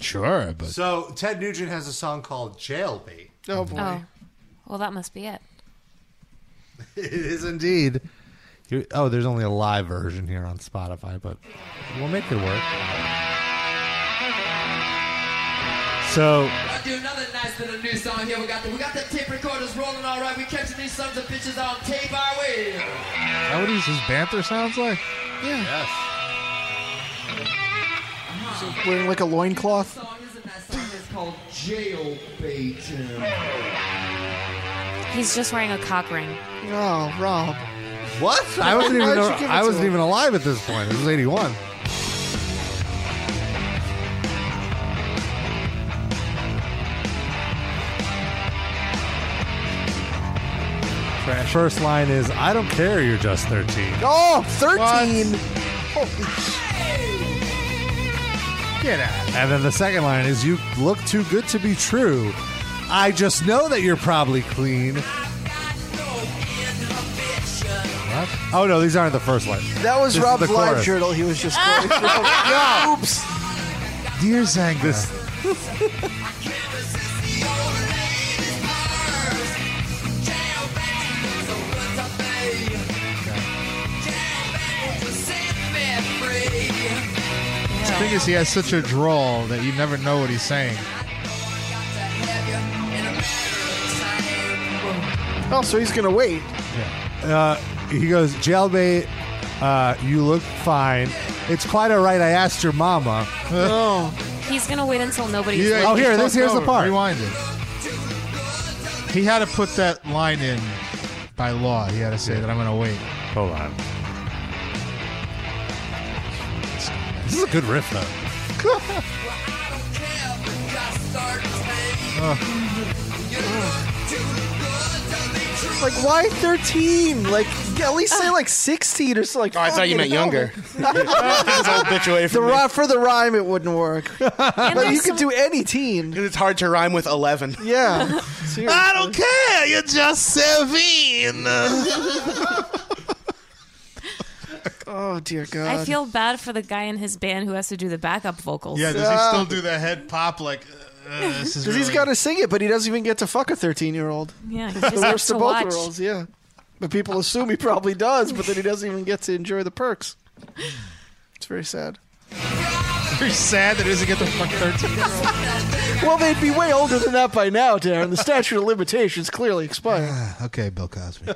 Speaker 8: Sure, but
Speaker 3: So, Ted Nugent has a song called Jailbait.
Speaker 4: Oh, boy.
Speaker 6: Oh, well, that must be it.
Speaker 3: It is indeed. Here- oh, there's only a live version here on Spotify, but we'll make it work. So,
Speaker 1: Gonna do another nice little new song here. We got the we got the tape recorders rolling all right. We catching these sons of bitches on tape our way.
Speaker 8: Is that what his, his banter sounds like?
Speaker 4: Yeah.
Speaker 3: Yes.
Speaker 4: Wearing like a loincloth.
Speaker 1: Song is a nice Uh-huh. song. It's called Jailbaiting.
Speaker 6: He's just wearing a cock ring.
Speaker 4: Oh, Rob.
Speaker 3: What? I wasn't even
Speaker 4: Why'd you give it
Speaker 3: I
Speaker 4: to
Speaker 3: wasn't
Speaker 4: him?
Speaker 3: even alive at this point. This is 81. First line is I don't care you're just 13.
Speaker 4: Oh, 13. Holy
Speaker 8: Get out.
Speaker 3: And then the second line is you look too good to be true. I just know that you're probably clean. What? Oh no, these aren't the first line.
Speaker 4: That was
Speaker 3: This is
Speaker 4: Rob's
Speaker 3: the
Speaker 4: live
Speaker 3: chorus.
Speaker 4: journal. He was just going through. Oops.
Speaker 8: Dear Zanga.
Speaker 3: This-
Speaker 8: The thing is, he has such a drawl that you never know what he's saying.
Speaker 4: Oh, so he's gonna wait.
Speaker 3: Uh, he goes, jailbait. Uh, you look fine. It's quite all right. I asked your mama.
Speaker 6: He's gonna wait until nobody's.
Speaker 8: Yeah,
Speaker 3: oh,
Speaker 8: he
Speaker 3: here,
Speaker 8: just
Speaker 3: this
Speaker 8: fucked
Speaker 3: here's the
Speaker 8: over.
Speaker 3: part.
Speaker 8: Rewind it. He had to put that line in by law. He had to say that I'm going to wait.
Speaker 3: Hold on. This is a good riff, though.
Speaker 4: Like why 13? Like at least say like 16 or something. Like, oh,
Speaker 7: I thought you meant younger. That's old bitch away
Speaker 4: the
Speaker 7: from me.
Speaker 4: rhyme for the rhyme, it wouldn't work. but you
Speaker 7: there's
Speaker 4: could do any teen.
Speaker 7: It's hard to rhyme with 11.
Speaker 4: Yeah.
Speaker 17: I don't care. You're just seventeen.
Speaker 8: Uh,
Speaker 4: uh, oh dear God.
Speaker 6: I feel bad for the guy in his band who has to do the backup vocals.
Speaker 4: Yeah, does he Yeah. still
Speaker 8: do that head pop like? uh, this
Speaker 4: Because he's got to sing it, but he doesn't even get to fuck a 13 year old.
Speaker 6: Yeah, he
Speaker 4: the
Speaker 6: just gets
Speaker 4: worst
Speaker 6: to
Speaker 4: of both
Speaker 6: watch.
Speaker 4: worlds. Yeah, but people assume he probably does, but then he doesn't even get to enjoy the perks. It's very sad.
Speaker 8: Very sad that he doesn't get to fuck 13 year old.
Speaker 4: Well, they'd be way older than that by now, Darren. The statute of limitations clearly expired.
Speaker 8: okay, Bill Cosby.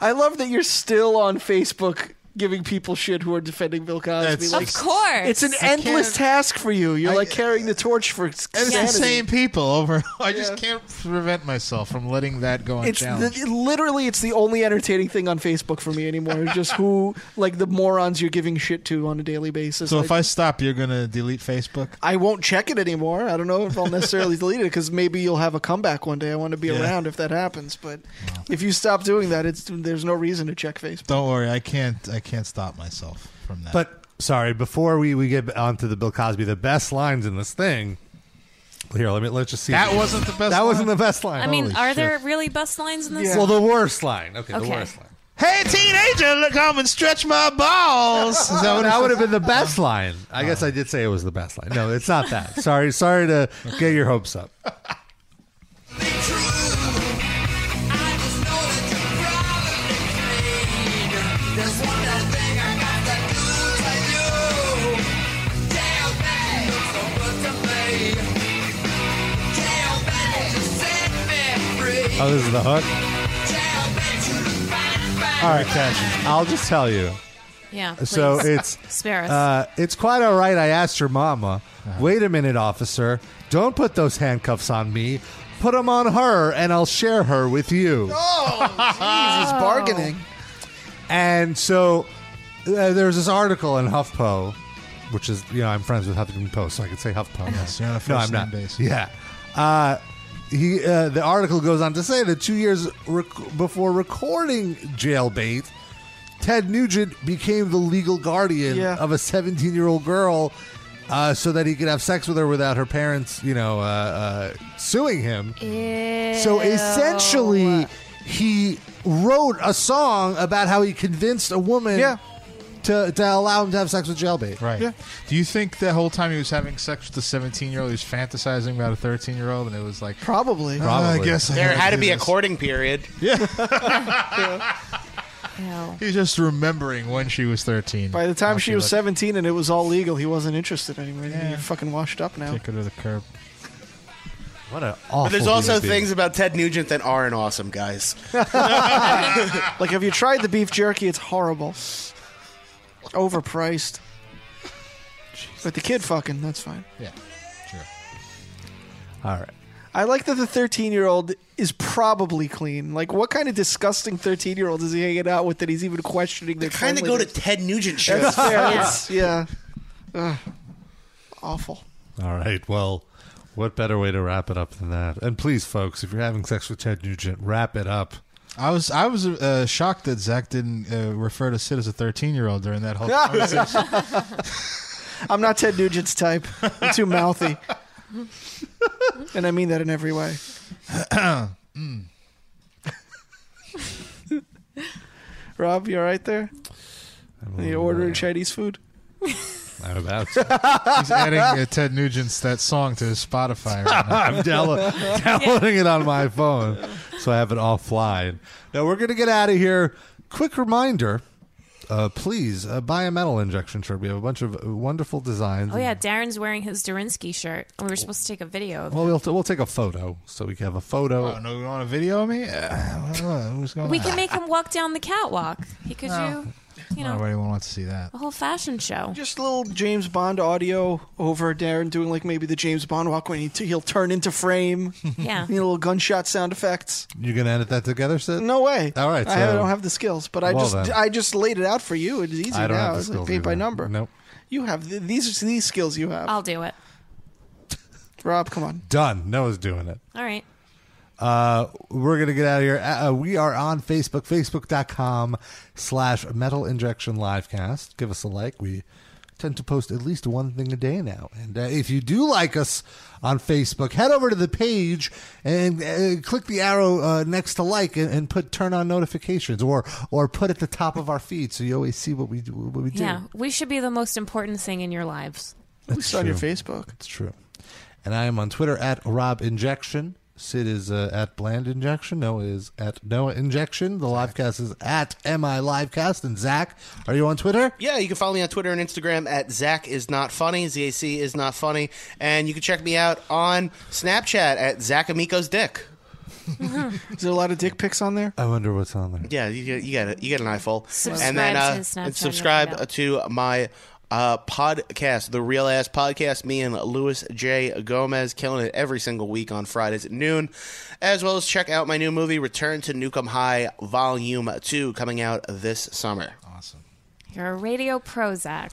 Speaker 4: I love that you're still on Facebook giving people shit who are defending Bill Cosby.
Speaker 8: That's-
Speaker 4: Like,
Speaker 8: Of course.
Speaker 4: it's an
Speaker 8: I
Speaker 4: endless
Speaker 8: can't-
Speaker 4: task for you. You're like carrying the torch for
Speaker 8: And it's
Speaker 4: insanity.
Speaker 8: the same people over. I just
Speaker 4: Yeah.
Speaker 8: can't prevent myself from letting that go
Speaker 4: It's
Speaker 8: unchallenged.
Speaker 4: the, literally it's the only entertaining thing on Facebook for me anymore. is just who like the morons you're giving shit to on a daily basis.
Speaker 8: so
Speaker 4: Like,
Speaker 8: if I stop, you're gonna delete Facebook.
Speaker 4: I won't check it anymore. I don't know if I'll necessarily delete it because maybe you'll have a comeback one day. I want to be
Speaker 8: Yeah.
Speaker 4: around if that happens. But if you stop doing that, it's there's no reason to check Facebook.
Speaker 8: Don't worry, I can't. I can't stop myself from that.
Speaker 3: But sorry, before we, we get onto the Bill Cosby, the best lines in this thing. Here, let me let's just see.
Speaker 8: That wasn't the best
Speaker 3: That wasn't
Speaker 8: line?
Speaker 3: the best line.
Speaker 6: I mean, are there really best lines in this?
Speaker 3: Well, the worst line. Okay, the
Speaker 6: Okay.
Speaker 3: worst line.
Speaker 17: Hey, teenager, look home and stretch my balls.
Speaker 3: Is that what that would have been the best line? I guess I did say it was the best line. No, it's not that. sorry, sorry to get your hopes up. Oh,
Speaker 1: There's one last thing I got to do to you. Tell me, so good to me. Tell me that you set me free.
Speaker 3: Oh, this is the hook.
Speaker 1: Tell me you find me.
Speaker 3: All right, I'll just tell you.
Speaker 6: Yeah.
Speaker 3: So
Speaker 6: please.
Speaker 3: it's
Speaker 6: spare us.
Speaker 3: Uh, it's quite all right. I asked your mama. Wait a minute, officer. Don't put those handcuffs on me. Put them on her, and I'll share her with you. Oh,
Speaker 4: Jesus, bargaining.
Speaker 3: And so uh, there's this article in HuffPo, which is you know I'm friends with Huffington Post, so I can say HuffPo.
Speaker 8: Yes, you're on a first
Speaker 3: no, I'm
Speaker 8: name
Speaker 3: not.
Speaker 8: basis.
Speaker 3: Yeah. Uh, he uh, the article goes on to say that two years rec- before recording Jailbait, Ted Nugent became the legal guardian
Speaker 4: Yeah.
Speaker 3: of a 17 year old girl. Uh, so that he could have sex with her without her parents, you know, uh, uh, suing him. So essentially, he wrote a song about how he convinced a woman to, to allow him to have sex with jailbait.
Speaker 8: Right. Do you think the whole time he was having sex with the 17 year old, he was fantasizing about a 13 year old, and it was like "Uh,
Speaker 4: probably.
Speaker 8: I guess I
Speaker 7: there
Speaker 8: gotta
Speaker 7: had to
Speaker 8: do
Speaker 7: be a
Speaker 8: this.
Speaker 7: courting period.
Speaker 4: Yeah.
Speaker 8: He's just remembering when she was 13.
Speaker 4: By the time
Speaker 8: How
Speaker 4: she was
Speaker 8: looked.
Speaker 4: 17 and it was all legal, he wasn't interested anymore.
Speaker 8: Yeah.
Speaker 4: You're fucking washed up now.
Speaker 8: Kick her to the curb.
Speaker 3: What an
Speaker 7: But there's also things about Ted Nugent that aren't awesome, guys.
Speaker 4: like, have you tried the beef jerky? It's horrible. Overpriced. But the kid fucking, that's fine.
Speaker 8: Yeah. Sure.
Speaker 3: All right.
Speaker 4: I like that the 13 year old is probably clean. Like, what kind of disgusting 13 year old is he hanging out with that he's even questioning their
Speaker 7: Kind of go to Ted Nugent shows.
Speaker 4: That's fair. It's- yeah. Ugh. Awful.
Speaker 3: All right. Well, what better way to wrap it up than that? And please, folks, if you're having sex with Ted Nugent, wrap it up.
Speaker 8: I was I was uh, shocked that Zach didn't uh, refer to Sid as a 13 year old during that whole conversation.
Speaker 4: I'm not Ted Nugent's type. I'm too mouthy. and I mean that in every way. Rob, you all right there? you ordering Chinese food?
Speaker 3: I'm about
Speaker 8: He's adding uh, Ted Nugent's that song to his Spotify. Right now.
Speaker 3: I'm downlo- downloading it on my phone, so I have it offline. Now we're gonna get out of here. Quick reminder uh, please uh, buy a metal injection shirt. We have a bunch of uh, wonderful designs.
Speaker 6: Oh yeah, Darren's wearing his Durinsky shirt. and We were supposed to take a video of
Speaker 3: Well, we'll, we'll take a photo so we can have a photo.
Speaker 5: Oh, no, you want a video of me? Uh, who's going
Speaker 6: We
Speaker 5: on?
Speaker 6: can make him walk down the catwalk. He could do, you know,
Speaker 5: Nobody wants to see that.
Speaker 6: a whole fashion show.
Speaker 4: Oh. Just a little James Bond audio over Darren doing like maybe the James Bond walk when he t- he'll turn into frame.
Speaker 6: Yeah.
Speaker 4: You know, little gunshot sound effects.
Speaker 3: You're gonna edit that together, Sid?
Speaker 4: No way.
Speaker 3: All right. So
Speaker 4: I don't have the skills, but I
Speaker 3: uh, Well,
Speaker 4: just
Speaker 3: then.
Speaker 4: I just laid it out for you. It's easy
Speaker 3: I don't
Speaker 4: now.
Speaker 3: have the
Speaker 4: it's like
Speaker 3: skills
Speaker 4: paint by
Speaker 3: either.
Speaker 4: number.
Speaker 3: Nope.
Speaker 4: You have th- these these skills you have.
Speaker 6: I'll do it.
Speaker 4: Rob, come on.
Speaker 3: Done. Noah's doing it.
Speaker 6: All right.
Speaker 3: Uh, we're going to get out of here. Uh, uh, we are on Facebook, facebook.com slash metal injection livecast. Give us a like. We tend to post at least one thing a day now. And uh, if you do like us on Facebook, head over to the page and uh, click the arrow uh, next to like and, and put turn on notifications or or put at the top of our feed so you always see what we do. What we do.
Speaker 6: Yeah, we should be the most important thing in your lives.
Speaker 3: That's
Speaker 4: on your
Speaker 3: true.
Speaker 4: Facebook.
Speaker 3: It's true. And I am on Twitter at Rob Injection. Sid is uh, at Bland Injection. Noah is at Noah Injection. The livecast is at MI Livecast. And Zach, are you on Twitter?
Speaker 7: Yeah, you can follow me on Twitter and Instagram at Zach is not funny. ZAC is not funny, and you can check me out on Snapchat at Zach Amico's dick.
Speaker 4: Is there a lot of dick pics on there?
Speaker 3: I wonder what's on there.
Speaker 7: Yeah, you get you get it. You get an eyeful.
Speaker 4: Subscribe
Speaker 7: and then
Speaker 4: to
Speaker 7: uh,
Speaker 4: his Snapchat,
Speaker 7: and
Speaker 4: you'll find
Speaker 7: subscribe to my uh, podcast, the Real Ass Podcast. Me and Louis J. Gomez killing it every single week on Fridays at noon, as well as check out my new movie, Return to Newcomb High, Volume Two, coming out this summer.
Speaker 5: Awesome.
Speaker 6: You're a radio pro, Zach.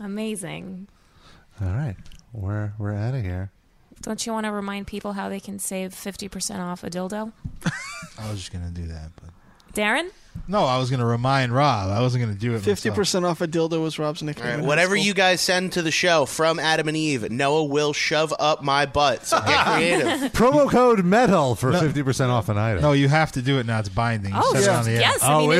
Speaker 6: Amazing.
Speaker 3: All right. We're, we're out of here.
Speaker 6: Don't you want to remind people how they can save 50% off a dildo?
Speaker 5: I was just going to do that. But
Speaker 6: Darren?
Speaker 5: No, I was going to remind Rob. I wasn't going to do it
Speaker 4: Fifty percent off a dildo was Rob's nickname. in high
Speaker 7: Whatever
Speaker 4: school.
Speaker 7: you guys send to the show from Adam and Eve, Noah will shove up my butt. So get creative.
Speaker 3: Promo code METAL for 50% off an item.
Speaker 5: No, you have to do it now. It's binding. You
Speaker 6: Oh,
Speaker 5: said it
Speaker 6: yeah.
Speaker 5: on the air.
Speaker 6: yes. I mean,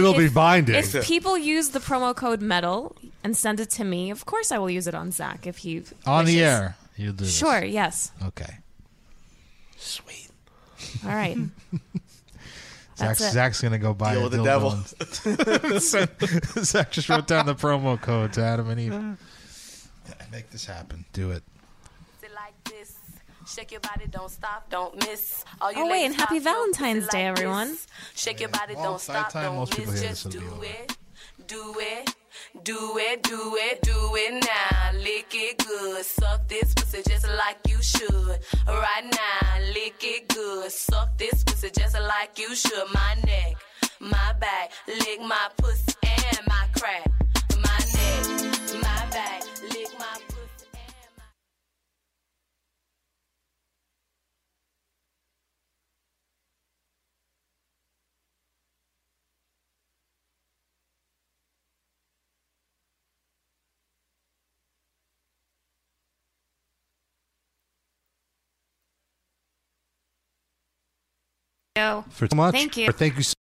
Speaker 6: if- if- If people use the promo code METAL and send it to me, of course I will use it on Zach if he.
Speaker 5: on the
Speaker 6: wishes.
Speaker 5: air, you'll do this.
Speaker 6: Sure, yes.
Speaker 5: Okay.
Speaker 6: All right.
Speaker 5: Zach's,
Speaker 6: That's it.
Speaker 5: Zach's gonna go buy a
Speaker 6: Deal with the
Speaker 5: dildo
Speaker 6: devil.
Speaker 5: and- Zach just wrote down the promo code to Adam and
Speaker 6: Uh.
Speaker 5: Eve. Make this happen. Do it.
Speaker 13: Sit like this. Shake your body, don't stop, don't miss. All
Speaker 6: Oh, wait,
Speaker 13: ladies
Speaker 6: and happy
Speaker 13: pop your
Speaker 6: Valentine's
Speaker 13: pussy
Speaker 6: Day,
Speaker 13: like this.
Speaker 6: everyone.
Speaker 13: Shake your body,
Speaker 5: Well,
Speaker 13: don't
Speaker 5: it's that
Speaker 13: stop,
Speaker 5: time most
Speaker 13: don't
Speaker 5: people
Speaker 13: miss.
Speaker 5: hear
Speaker 13: Just
Speaker 5: this,
Speaker 13: do
Speaker 5: it'll be
Speaker 13: it, do it, do it, do it, do it now. Lick it good, suck this pussy just like you should. Right now, lick it good, suck this pussy just like you should. My neck, my back, lick my pussy and my crack. My neck, my back, lick my pussy.
Speaker 6: Go.
Speaker 3: For so much.
Speaker 6: Thank you.
Speaker 3: Or thank you so